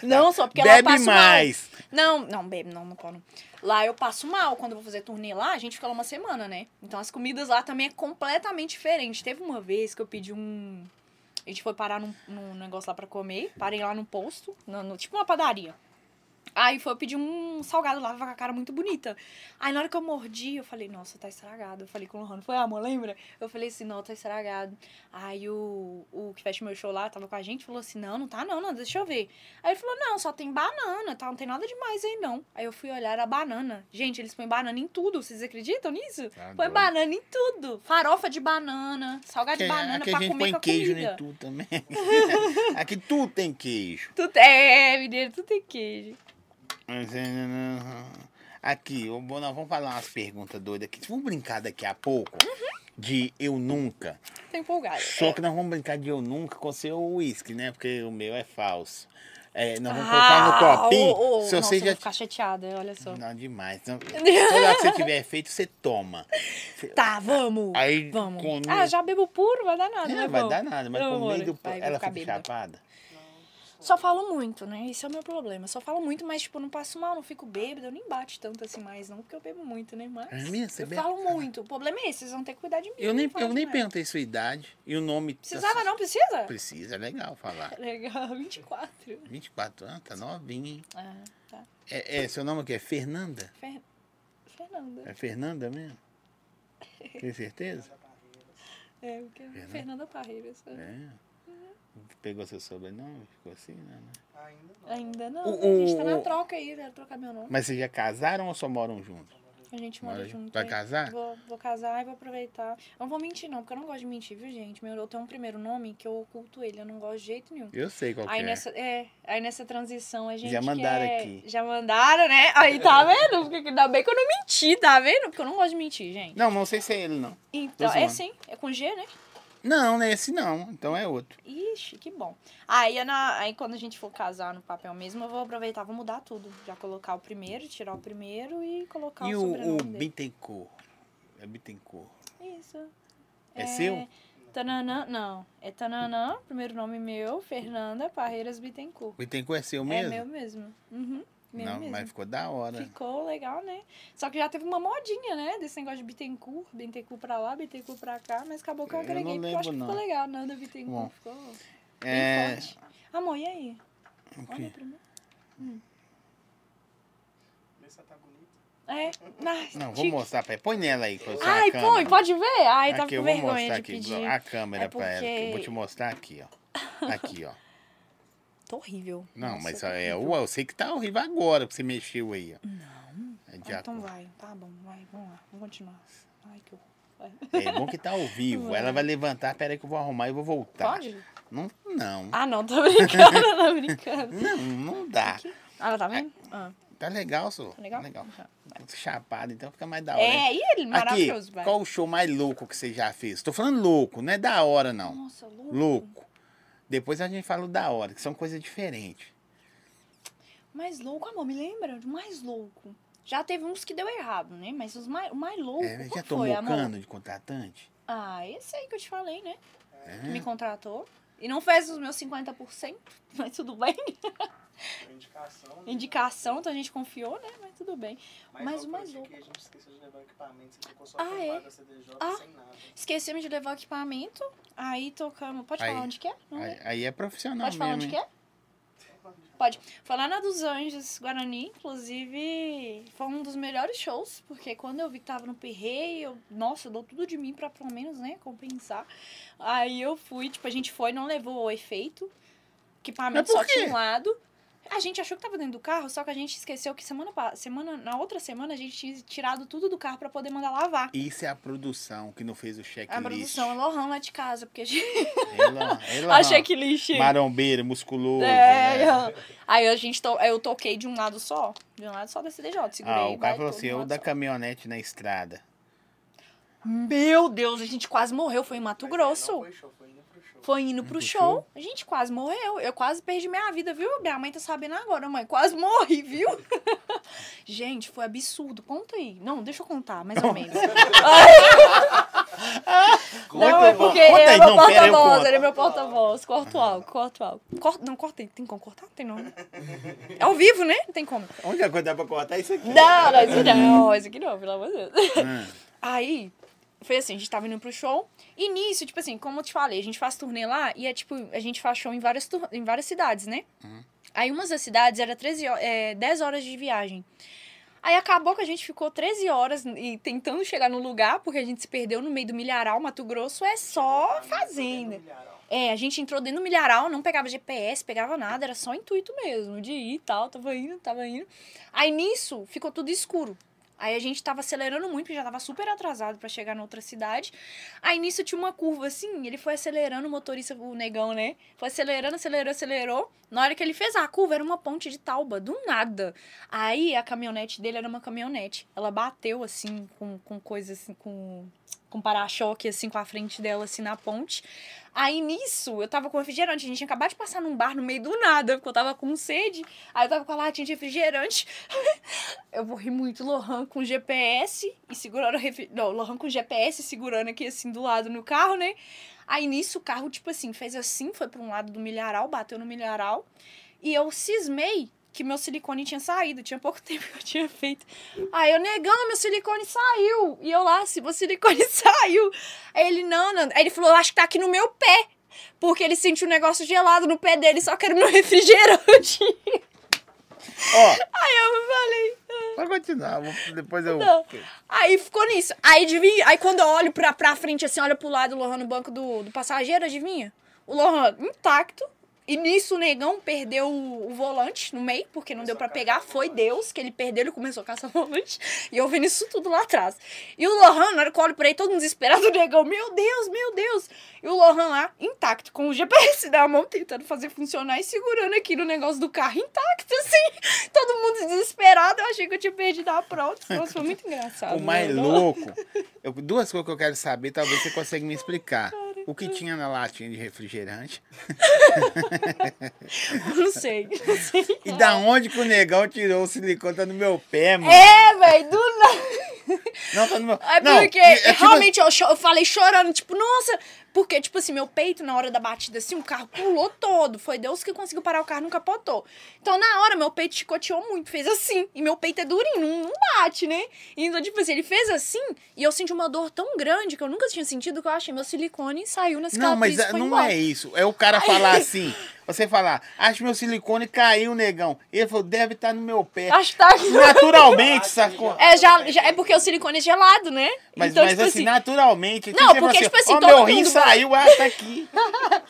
[SPEAKER 2] Não, só porque lá eu
[SPEAKER 1] Bebe
[SPEAKER 2] passo mal.
[SPEAKER 1] mais.
[SPEAKER 2] Não, não, bebe, não, não pode. Lá eu passo mal. Quando eu vou fazer turnê lá, a gente fica lá uma semana, né? Então as comidas lá também é completamente diferente. Teve uma vez que eu pedi um. A gente foi parar num, num negócio lá pra comer. Parei lá num posto, no, no- tipo uma padaria. Aí foi eu pedi um salgado lá, tava com a cara muito bonita. Aí na hora que eu mordi, eu falei, nossa, tá estragado. Eu falei com o Lohan, foi, amor, lembra? Eu falei assim, não, tá estragado. Aí o, o que fecha meu show lá, tava com a gente, falou assim, não, não tá não, não, deixa eu ver. Aí ele falou, não, só tem banana, tá? Não tem nada demais aí, não. Aí eu fui olhar, era banana. Gente, eles põem banana em tudo, vocês acreditam nisso?
[SPEAKER 1] Tá
[SPEAKER 2] Põe
[SPEAKER 1] doido.
[SPEAKER 2] banana em tudo. Farofa de banana, salgado de
[SPEAKER 1] Aqui-
[SPEAKER 2] banana
[SPEAKER 1] é, aqui
[SPEAKER 2] pra
[SPEAKER 1] a gente
[SPEAKER 2] comer
[SPEAKER 1] põe
[SPEAKER 2] com a
[SPEAKER 1] queijo né?
[SPEAKER 2] comida.
[SPEAKER 1] em tudo também. aqui tudo tem queijo.
[SPEAKER 2] é, Tudo é, mineiro, tudo tem queijo.
[SPEAKER 1] Aqui, ô, bom, nós vamos falar umas perguntas doidas aqui. Vamos brincar daqui a pouco de eu nunca.
[SPEAKER 2] Tô empolgada.
[SPEAKER 1] Só que nós vamos brincar de eu nunca com seu uísque, né? Porque o meu é falso. É, nós
[SPEAKER 2] Ah,
[SPEAKER 1] vamos colocar no copinho.
[SPEAKER 2] ô, ô,
[SPEAKER 1] se
[SPEAKER 2] nossa,
[SPEAKER 1] você
[SPEAKER 2] eu vou
[SPEAKER 1] já.
[SPEAKER 2] ficar chateada, olha só.
[SPEAKER 1] é Não, demais. Não, toda hora que você tiver feito, você toma.
[SPEAKER 2] Tá, vamos.
[SPEAKER 1] Aí,
[SPEAKER 2] vamos.
[SPEAKER 1] com-
[SPEAKER 2] Ah, já bebo puro, vai dar nada.
[SPEAKER 1] É,
[SPEAKER 2] né,
[SPEAKER 1] vai
[SPEAKER 2] vó?
[SPEAKER 1] dar nada, mas
[SPEAKER 2] Não,
[SPEAKER 1] com
[SPEAKER 2] amor,
[SPEAKER 1] meio do.
[SPEAKER 2] vai, vou
[SPEAKER 1] Ela
[SPEAKER 2] ficar
[SPEAKER 1] fica
[SPEAKER 2] bêbada.
[SPEAKER 1] chapada. tipo,
[SPEAKER 2] Só falo muito, né? Esse é o meu problema. Só falo muito, mas, tipo, não passo mal, não fico bêbada. Eu nem bate tanto assim mais, não, porque eu bebo muito, né? Mas.
[SPEAKER 1] É mesmo? Você
[SPEAKER 2] eu
[SPEAKER 1] bebe?
[SPEAKER 2] falo muito. O problema é esse, vocês vão ter que cuidar de mim.
[SPEAKER 1] Eu nem, eu
[SPEAKER 2] pode
[SPEAKER 1] nem
[SPEAKER 2] mais.
[SPEAKER 1] perguntei sua idade e o nome. da
[SPEAKER 2] Precisava,
[SPEAKER 1] sua-
[SPEAKER 2] não? Precisa?
[SPEAKER 1] Precisa, é legal falar.
[SPEAKER 2] Legal, 24.
[SPEAKER 1] 24 anos, tá novinha, hein?
[SPEAKER 2] Ah, tá.
[SPEAKER 1] É, é, seu nome aqui é Fernanda?
[SPEAKER 2] Fer... Fernanda.
[SPEAKER 1] É Fernanda mesmo? Tem certeza?
[SPEAKER 2] É, porque... Fernanda, Parreiras.
[SPEAKER 1] É. Pegou seu sobrenome, ficou assim, né? né?
[SPEAKER 4] Ah, Ainda não.
[SPEAKER 2] Ainda
[SPEAKER 1] O-
[SPEAKER 2] não. né? a gente tá
[SPEAKER 1] o-
[SPEAKER 2] na troca aí, quero trocar meu nome.
[SPEAKER 1] Mas vocês já casaram ou só moram juntos?
[SPEAKER 2] A gente mora
[SPEAKER 1] Mora
[SPEAKER 2] junto.
[SPEAKER 1] Vai
[SPEAKER 2] né?
[SPEAKER 1] casar?
[SPEAKER 2] Vou, vou casar e vou aproveitar. Eu Não vou mentir, não, porque eu não gosto de mentir, viu, gente? Meu, eu tenho um primeiro nome que eu oculto ele, eu não gosto de jeito nenhum.
[SPEAKER 1] Eu sei qual que
[SPEAKER 2] Aí
[SPEAKER 1] é.
[SPEAKER 2] nessa, é, aí nessa transição a gente.
[SPEAKER 1] Já mandaram
[SPEAKER 2] quer-
[SPEAKER 1] aqui. É.
[SPEAKER 2] Já mandaram, né? Aí tá vendo? Porque Ainda bem que eu não menti, tá vendo? Porque eu não gosto de mentir, gente.
[SPEAKER 1] Não, não sei se é ele, não.
[SPEAKER 2] Então,
[SPEAKER 1] Tô
[SPEAKER 2] é
[SPEAKER 1] zoando.
[SPEAKER 2] sim, é com G, né?
[SPEAKER 1] Não, não é esse não. Então é outro.
[SPEAKER 2] Ixi, que bom. Aí, Ana, aí quando a gente for casar no papel mesmo, eu vou aproveitar, vou mudar tudo. Já colocar o primeiro, tirar o primeiro e colocar
[SPEAKER 1] e o,
[SPEAKER 2] o sobrenome
[SPEAKER 1] o
[SPEAKER 2] dele.
[SPEAKER 1] Bittencourt? É Bittencourt.
[SPEAKER 2] Isso.
[SPEAKER 1] É seu?
[SPEAKER 2] Tananã, não. É Tananã, primeiro nome meu, Fernanda Parreiras Bittencourt.
[SPEAKER 1] Bittencourt é seu
[SPEAKER 2] É
[SPEAKER 1] mesmo?
[SPEAKER 2] meu mesmo. Uhum, meu
[SPEAKER 1] não,
[SPEAKER 2] mesmo.
[SPEAKER 1] mas ficou da hora.
[SPEAKER 2] Ficou legal, né? Só que já teve uma modinha, né? Desse negócio de Bittencourt, Bittencourt pra lá, Bittencourt pra cá, mas acabou que eu
[SPEAKER 1] É, Eu não
[SPEAKER 2] agreguei, porque eu acho que
[SPEAKER 1] lembro,
[SPEAKER 2] ficou
[SPEAKER 1] não.
[SPEAKER 2] legal. Nanda Bittencourt
[SPEAKER 1] Bom,
[SPEAKER 2] ficou bem
[SPEAKER 1] É.
[SPEAKER 2] forte. Amor, e aí?
[SPEAKER 1] o
[SPEAKER 2] Olha
[SPEAKER 1] quê?
[SPEAKER 2] pra mim.
[SPEAKER 4] Vê se ela tá bonita.
[SPEAKER 2] É. Ai,
[SPEAKER 1] Não, vou
[SPEAKER 2] tique.
[SPEAKER 1] mostrar pra ela. Põe nela aí. com a sua
[SPEAKER 2] Ai,
[SPEAKER 1] câmera.
[SPEAKER 2] põe, pode ver? Ai, tava
[SPEAKER 1] aqui,
[SPEAKER 2] com
[SPEAKER 1] eu vou
[SPEAKER 2] vergonha
[SPEAKER 1] mostrar
[SPEAKER 2] de
[SPEAKER 1] aqui
[SPEAKER 2] pedir.
[SPEAKER 1] a câmera
[SPEAKER 2] É
[SPEAKER 1] pra ela. que Eu vou
[SPEAKER 2] porque-
[SPEAKER 1] te mostrar aqui, ó. Aqui, ó.
[SPEAKER 2] Tô horrível.
[SPEAKER 1] Não,
[SPEAKER 2] Nossa,
[SPEAKER 1] mas
[SPEAKER 2] tô
[SPEAKER 1] é,
[SPEAKER 2] horrível. Ah,
[SPEAKER 1] ué, eu sei que tá horrível agora que você mexeu aí, ó. Não. É, de
[SPEAKER 2] Ah, então
[SPEAKER 1] acordo.
[SPEAKER 2] vai, tá bom, vai, vamos lá, vamos continuar. Ai, que horror.
[SPEAKER 1] É bom que tá ao vivo. Ela vai levantar, peraí que eu vou arrumar e vou voltar.
[SPEAKER 2] Pode?
[SPEAKER 1] Não, não.
[SPEAKER 2] Ah, não, tô brincando, tô brincando.
[SPEAKER 1] Não, não dá.
[SPEAKER 2] Ah, ela tá vendo? Ah,
[SPEAKER 1] Tá legal, só.
[SPEAKER 2] tá legal?
[SPEAKER 1] Tá legal.
[SPEAKER 2] Tá.
[SPEAKER 1] Chapado, então fica mais da hora. hein?
[SPEAKER 2] É, e ele,
[SPEAKER 1] Aqui,
[SPEAKER 2] maravilhoso, vai.
[SPEAKER 1] qual o show mais louco que você já fez? Tô falando louco, não é da hora, não.
[SPEAKER 2] Nossa, louco.
[SPEAKER 1] Louco. Depois a gente fala o da hora, que são coisas diferentes.
[SPEAKER 2] Mais louco, amor, me lembra? do Mais louco. Já teve uns que deu errado, né? Mas os mais, o mais louco,
[SPEAKER 1] É, já
[SPEAKER 2] qual
[SPEAKER 1] tomou
[SPEAKER 2] foi, amor?
[SPEAKER 1] cano de contratante?
[SPEAKER 2] Ah, esse aí que eu te falei, né?
[SPEAKER 1] É.
[SPEAKER 2] Que me contratou. E não fez os meus 50%, mas tudo bem.
[SPEAKER 4] Por indicação. né?
[SPEAKER 2] Indicação, então a gente confiou, né? Mas tudo bem. Mas
[SPEAKER 4] logo
[SPEAKER 2] o mais
[SPEAKER 4] eu
[SPEAKER 2] louco.
[SPEAKER 4] fiquei, A gente esqueceu de levar o equipamento. Você ficou só
[SPEAKER 2] Ah,
[SPEAKER 4] com a
[SPEAKER 2] é?
[SPEAKER 4] vaga CDJ
[SPEAKER 2] Ah.
[SPEAKER 4] sem nada.
[SPEAKER 2] Esquecemos de levar o equipamento. Aí tocamos. Pode
[SPEAKER 1] Aí.
[SPEAKER 2] falar onde que é? Não
[SPEAKER 1] Aí,
[SPEAKER 2] é?
[SPEAKER 1] aí é profissional
[SPEAKER 2] Pode falar
[SPEAKER 1] mesmo,
[SPEAKER 2] onde
[SPEAKER 1] hein?
[SPEAKER 2] que é?
[SPEAKER 4] né?
[SPEAKER 2] Pode. Foi lá na dos Anjos Guarani, inclusive foi um dos melhores shows, porque quando eu vi que tava no perreio, eu, nossa, eu dou tudo de mim pra pelo menos, né, compensar. Aí eu fui, tipo, a gente foi, não levou o efeito,
[SPEAKER 1] Mas
[SPEAKER 2] equipamento
[SPEAKER 1] por
[SPEAKER 2] só tinha
[SPEAKER 1] quê?
[SPEAKER 2] um lado. A gente achou que tava dentro do carro, só que a gente esqueceu que semana, pa- semana na outra semana a gente tinha tirado tudo do carro pra poder mandar lavar.
[SPEAKER 1] Isso é a produção que não fez o checklist.
[SPEAKER 2] É A produção, a Lohan lá de casa, porque a gente.
[SPEAKER 1] Ela, ela,
[SPEAKER 2] A checklist.
[SPEAKER 1] Marombeiro, musculoso.
[SPEAKER 2] É,
[SPEAKER 1] né?
[SPEAKER 2] eu- aí a gente to... eu toquei de um lado só, de um lado só da CDJ, segurei.
[SPEAKER 1] Ah, o
[SPEAKER 2] vai
[SPEAKER 1] cara falou
[SPEAKER 2] todo
[SPEAKER 1] assim,
[SPEAKER 2] de um
[SPEAKER 1] eu
[SPEAKER 2] lado
[SPEAKER 1] da
[SPEAKER 2] só.
[SPEAKER 1] caminhonete na estrada.
[SPEAKER 2] Meu Deus, a gente quase morreu, foi em Mato
[SPEAKER 4] Mas
[SPEAKER 1] é,
[SPEAKER 4] Não
[SPEAKER 2] Grosso.
[SPEAKER 4] foi show, foi indo pro show.
[SPEAKER 2] Foi indo pro
[SPEAKER 1] Pro
[SPEAKER 2] show, a gente quase morreu. Eu quase perdi minha vida, viu? Minha mãe tá sabendo agora, mãe. Quase morri, viu? gente, foi absurdo. Conta aí. Não, deixa eu contar, mais ou menos. Não, é porque
[SPEAKER 1] Conta
[SPEAKER 2] ele
[SPEAKER 1] aí,
[SPEAKER 2] é
[SPEAKER 1] não, pera, eu
[SPEAKER 2] meu porta-voz,
[SPEAKER 1] conto.
[SPEAKER 2] ele é meu porta-voz. Corto algo, corto algo. Cor- Não, corta aí. Tem como cortar? Tem não. né? É ao vivo, né? Não tem como.
[SPEAKER 1] A única coisa que dá pra cortar é isso aqui.
[SPEAKER 2] Não, não, isso não, isso aqui é não, pelo amor de Deus.
[SPEAKER 1] Ah,
[SPEAKER 2] Aí, foi assim, a gente tava indo pro show. E nisso, tipo assim, como eu te falei, a gente faz turnê lá e é tipo, a gente faz show em várias, tur- em várias cidades, né? Aí umas das cidades era 13, ho- é, 10 horas de viagem. Aí acabou que a gente ficou 13 horas e tentando chegar no lugar, porque a gente se perdeu no meio do milharal, Mato Grosso é só
[SPEAKER 4] tá
[SPEAKER 2] fazenda. É, a gente entrou dentro do milharal, não pegava GPS, pegava nada, era só intuito mesmo, de ir e tal, tava indo, tava indo. Aí nisso ficou tudo escuro. Aí a gente tava acelerando muito, porque já tava super atrasado pra chegar na outra cidade. Aí nisso tinha uma curva assim, ele foi acelerando, o motorista, o negão, né? Foi acelerando, acelerou, acelerou. Na hora que ele fez ah, a curva, era uma ponte de tauba, do nada. Aí a caminhonete dele era uma caminhonete. Ela bateu assim, com, com coisa assim, com, com para-choque, assim, com a frente dela, assim, na ponte. Aí nisso, eu tava com refrigerante, a gente tinha acabado de passar num bar no meio do nada, porque eu tava com sede. Aí eu tava com a latinha de refrigerante. Eu vou rir muito, Lohan com GPS e segurando o refri... Não, Lohan com GPS segurando aqui assim do lado no carro, né? Aí nisso o carro, tipo assim, fez assim, foi pra um lado do milharal, bateu no milharal. E eu cismei que meu silicone tinha saído, tinha pouco tempo que eu tinha feito. Aí eu, negão, meu silicone saiu. E eu lá, se meu silicone saiu. Aí ele, não, não. Aí ele falou, eu acho que tá aqui no meu pé. Porque ele sentiu um negócio gelado no pé dele, só que era meu refrigerante.
[SPEAKER 1] Ó,
[SPEAKER 2] Aí eu falei.
[SPEAKER 1] vai continuar, vou- depois eu.
[SPEAKER 2] Não. Aí ficou nisso. Aí adivinha. Aí quando eu olho pra, pra frente, assim, olho pro lado, o Lohan no banco do, do passageiro, adivinha? O Lohan intacto. E nisso o negão perdeu o, o volante no meio, porque não deu
[SPEAKER 4] Começou
[SPEAKER 2] pra
[SPEAKER 4] a caçar
[SPEAKER 2] pegar.
[SPEAKER 4] o
[SPEAKER 2] Foi
[SPEAKER 4] volante.
[SPEAKER 2] Deus que ele perdeu, ele começou a caçar o volante. E eu vendo isso tudo lá atrás. E o Lohan, na hora que eu olho pra ele, todo mundo desesperado, o negão, meu Deus, meu Deus. E o Lohan lá, intacto, com o GPS na mão, tentando fazer funcionar e segurando aqui no negócio do carro intacto, assim. Todo mundo desesperado, eu achei que eu tinha perdido a prova. Nossa, foi muito engraçado.
[SPEAKER 1] O mais
[SPEAKER 2] né?
[SPEAKER 1] louco. eu- duas coisas que eu quero saber, talvez você consiga me explicar. O que tinha na latinha de refrigerante?
[SPEAKER 2] Não sei, não sei.
[SPEAKER 1] E da onde que o negão tirou o silicone? Tá no meu pé, mano.
[SPEAKER 2] É, velho, do nada.
[SPEAKER 1] Não, tá no meu.
[SPEAKER 2] É
[SPEAKER 1] não,
[SPEAKER 2] porque
[SPEAKER 1] é tipo-
[SPEAKER 2] realmente eu, cho- eu falei chorando, tipo, nossa, porque, tipo assim, meu peito na hora da batida, assim, o carro pulou todo. Foi Deus que conseguiu parar o carro, não capotou. Então, na hora, meu peito chicoteou muito, fez assim. E meu peito é durinho, não, não bate, né? Então, tipo assim, ele fez assim e eu senti uma dor tão grande que eu nunca tinha sentido que eu achei meu silicone saiu na cicatriz
[SPEAKER 1] assim, Não, mas
[SPEAKER 2] e foi
[SPEAKER 1] não
[SPEAKER 2] embora.
[SPEAKER 1] é isso. É o cara falar assim. Você falar, acho meu silicone caiu, negão. Ele falou, deve estar no meu pé.
[SPEAKER 2] Acho que tá aqui.
[SPEAKER 1] Naturalmente, sacou?
[SPEAKER 2] É, já, já- é porque o silicone é gelado, né?
[SPEAKER 1] Mas,
[SPEAKER 2] então,
[SPEAKER 1] mas
[SPEAKER 2] tipo
[SPEAKER 1] assim,
[SPEAKER 2] assim,
[SPEAKER 1] naturalmente.
[SPEAKER 2] Não,
[SPEAKER 1] você fala
[SPEAKER 2] porque, tipo assim,
[SPEAKER 1] ó,
[SPEAKER 2] todo
[SPEAKER 1] meu rim
[SPEAKER 2] mundo-
[SPEAKER 1] saiu, ah, tá aqui.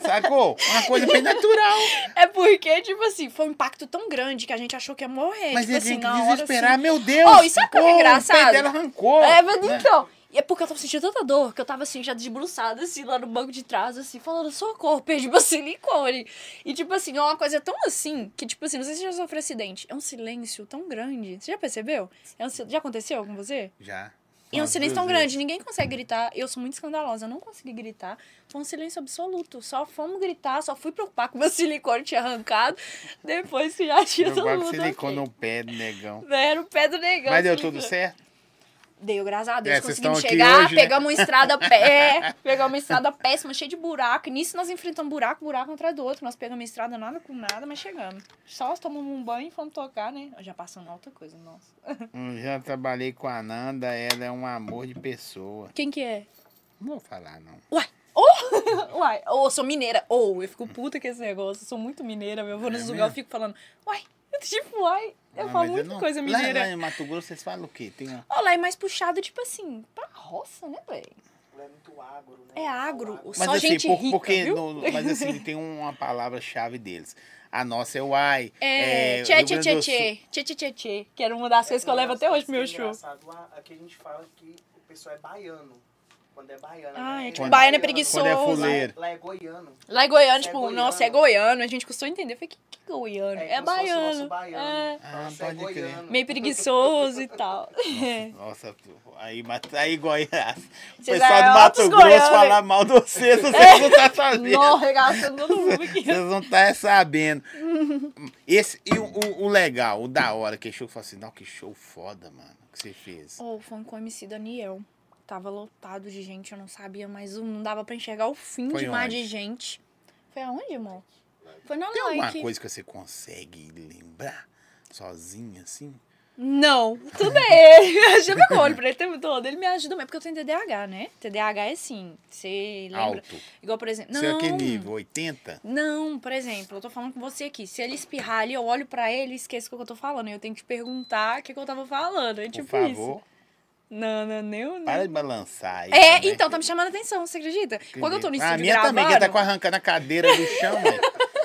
[SPEAKER 1] Sacou? Uma coisa bem natural.
[SPEAKER 2] É porque, tipo assim, foi um impacto tão grande que a gente achou que ia morrer.
[SPEAKER 1] Mas
[SPEAKER 2] tipo
[SPEAKER 1] ele
[SPEAKER 2] assim,
[SPEAKER 1] tem que
[SPEAKER 2] na
[SPEAKER 1] desesperar,
[SPEAKER 2] hora.
[SPEAKER 1] meu Deus.
[SPEAKER 2] Oh, isso é uma coisa
[SPEAKER 1] pô, O
[SPEAKER 2] engraçada.
[SPEAKER 1] pé dela arrancou.
[SPEAKER 2] Assim, é, mas
[SPEAKER 1] né?
[SPEAKER 2] então. E é porque eu tava sentindo tanta dor que eu tava assim, já desbruçada, assim, lá no banco de trás, assim, falando, socorro, perdi meu silicone. E tipo assim, é uma coisa tão assim, que tipo assim, não sei se você já sofreu acidente, é um silêncio tão grande. Você já percebeu? É um sil- Já aconteceu com você?
[SPEAKER 1] Já.
[SPEAKER 2] E é um
[SPEAKER 1] Umas
[SPEAKER 2] silêncio
[SPEAKER 1] duas
[SPEAKER 2] tão
[SPEAKER 1] vezes.
[SPEAKER 2] grande, ninguém consegue gritar. Eu sou muito escandalosa, eu não consegui gritar. Foi um silêncio absoluto. Só fomos gritar, só fui preocupar com meu silicone tinha arrancado. Depois que já tinha
[SPEAKER 1] Eu um
[SPEAKER 2] todo
[SPEAKER 1] guardo
[SPEAKER 2] mundo. tá
[SPEAKER 1] silicone
[SPEAKER 2] ok.
[SPEAKER 1] no pé do negão.
[SPEAKER 2] Né, Era o pé do né? negão.
[SPEAKER 1] Mas deu
[SPEAKER 2] silicone.
[SPEAKER 1] tudo certo?
[SPEAKER 2] Deu, graças a Deus.
[SPEAKER 1] É, vocês
[SPEAKER 2] Conseguimos
[SPEAKER 1] estão aqui
[SPEAKER 2] chegar,
[SPEAKER 1] hoje, né?
[SPEAKER 2] pegamos uma estrada pé, pegamos uma estrada péssima, cheia de buraco. E nisso nós enfrentamos buraco, buraco atrás do outro. Nós pegamos uma estrada nada com nada, mas chegamos. Só tomamos um banho e fomos tocar, né? Já passamos outra coisa, nossa.
[SPEAKER 1] Hum, Já trabalhei com a Nanda, ela é um amor de pessoa.
[SPEAKER 2] Quem que é?
[SPEAKER 1] Não vou falar, não.
[SPEAKER 2] Uai, ou eu sou mineira, ou eu fico puta com esse negócio, eu sou muito mineira, meu. Eu vou
[SPEAKER 1] É
[SPEAKER 2] nos
[SPEAKER 1] mesmo?
[SPEAKER 2] lugares, eu fico falando, uai, tipo, uai, eu
[SPEAKER 1] Ah, mas
[SPEAKER 2] falo muita
[SPEAKER 1] não-
[SPEAKER 2] coisa
[SPEAKER 1] lá,
[SPEAKER 2] mineira.
[SPEAKER 1] lá em Mato Grosso vocês falam o quê? Tem uma...
[SPEAKER 2] Ó, lá é mais puxado, tipo assim, pra roça, né, velho?
[SPEAKER 4] Ela é muito agro, né?
[SPEAKER 2] É agro,
[SPEAKER 4] Ao
[SPEAKER 2] o
[SPEAKER 1] Mas
[SPEAKER 2] Só
[SPEAKER 1] assim,
[SPEAKER 2] gente
[SPEAKER 1] por-
[SPEAKER 2] rica,
[SPEAKER 1] porque
[SPEAKER 2] viu?
[SPEAKER 1] no- mas assim, tem uma palavra-chave deles. A nossa é o ai.
[SPEAKER 2] É,
[SPEAKER 1] o
[SPEAKER 2] tchê,
[SPEAKER 1] Rio Grande
[SPEAKER 2] tchê, tchê,
[SPEAKER 1] do Sul.
[SPEAKER 2] tchê, tchê, tchê, tchê, tchê, que era uma das coisas que eu levo até hoje pro meu show.
[SPEAKER 4] é assim, Engraçado, a- aqui a gente fala que o pessoal é baiano. Quando é baiano.
[SPEAKER 2] Ah, é
[SPEAKER 4] né?
[SPEAKER 2] tipo,
[SPEAKER 1] Quando-
[SPEAKER 2] baiano é
[SPEAKER 1] preguiçoso.
[SPEAKER 2] preguiçoso.
[SPEAKER 1] quando é
[SPEAKER 4] Lá,
[SPEAKER 1] fuleiro.
[SPEAKER 4] é- lá é goiano.
[SPEAKER 2] Lá em Goiânia,
[SPEAKER 4] Você é
[SPEAKER 2] tipo,
[SPEAKER 4] goiano.
[SPEAKER 2] nossa, é goiano. A gente custou entender. Eu falei, que, que goiano? É,
[SPEAKER 4] como se fosse o
[SPEAKER 2] baiano.
[SPEAKER 4] nosso
[SPEAKER 2] É,
[SPEAKER 4] baiano.
[SPEAKER 1] Ah,
[SPEAKER 4] Fala, "Você é
[SPEAKER 1] pode crer.
[SPEAKER 4] goiano."
[SPEAKER 2] meio preguiçoso e tal.
[SPEAKER 1] Nossa, aí, mata- aí Goiás. O
[SPEAKER 2] Vocês
[SPEAKER 1] pessoal
[SPEAKER 2] é
[SPEAKER 1] do Mato
[SPEAKER 2] altos
[SPEAKER 1] Grosso
[SPEAKER 2] goianos,
[SPEAKER 1] falar mal de vocês, vocês não tá sabendo.
[SPEAKER 2] Nossa, regaçando todo mundo aqui.
[SPEAKER 1] Vocês não tá sabendo. Esse, e o, o- o legal, o da hora, que show, eu falo assim, não, que show foda, mano, que você fez.
[SPEAKER 2] Ou foi um com o MC Daniel. Tava lotado de gente, eu não sabia mais um. Não dava pra enxergar o fim
[SPEAKER 1] Foi
[SPEAKER 2] de mar
[SPEAKER 1] onde?
[SPEAKER 2] de gente. Foi aonde, amor? Foi na
[SPEAKER 1] Tem alguma
[SPEAKER 2] Like.
[SPEAKER 1] coisa que você consegue lembrar sozinha, assim?
[SPEAKER 2] Não, tudo é ele. Já pegou olho pra né? ele o tempo todo. Ele me ajuda mesmo, porque eu tenho TDAH, né? TDAH é assim, você lembra.
[SPEAKER 1] Alto.
[SPEAKER 2] Igual, por exemplo. Não,
[SPEAKER 1] Você é que nível? 80?
[SPEAKER 2] Não, por exemplo, eu tô falando com você aqui. Se ele espirrar ali, eu olho pra ele e esqueço o que eu tô falando. Eu tenho que te perguntar o que, que eu tava falando. É
[SPEAKER 1] Por
[SPEAKER 2] tipo isso.
[SPEAKER 1] favor,
[SPEAKER 2] Não, não, não, não.
[SPEAKER 1] para de balançar aí.
[SPEAKER 2] É,
[SPEAKER 1] também.
[SPEAKER 2] então, tá me chamando a atenção, você acredita? Quando eu tô no
[SPEAKER 1] Ah,
[SPEAKER 2] estúdio
[SPEAKER 1] A minha
[SPEAKER 2] gravando,
[SPEAKER 1] também, que tá com- né? arrancando a cadeira do chão, velho.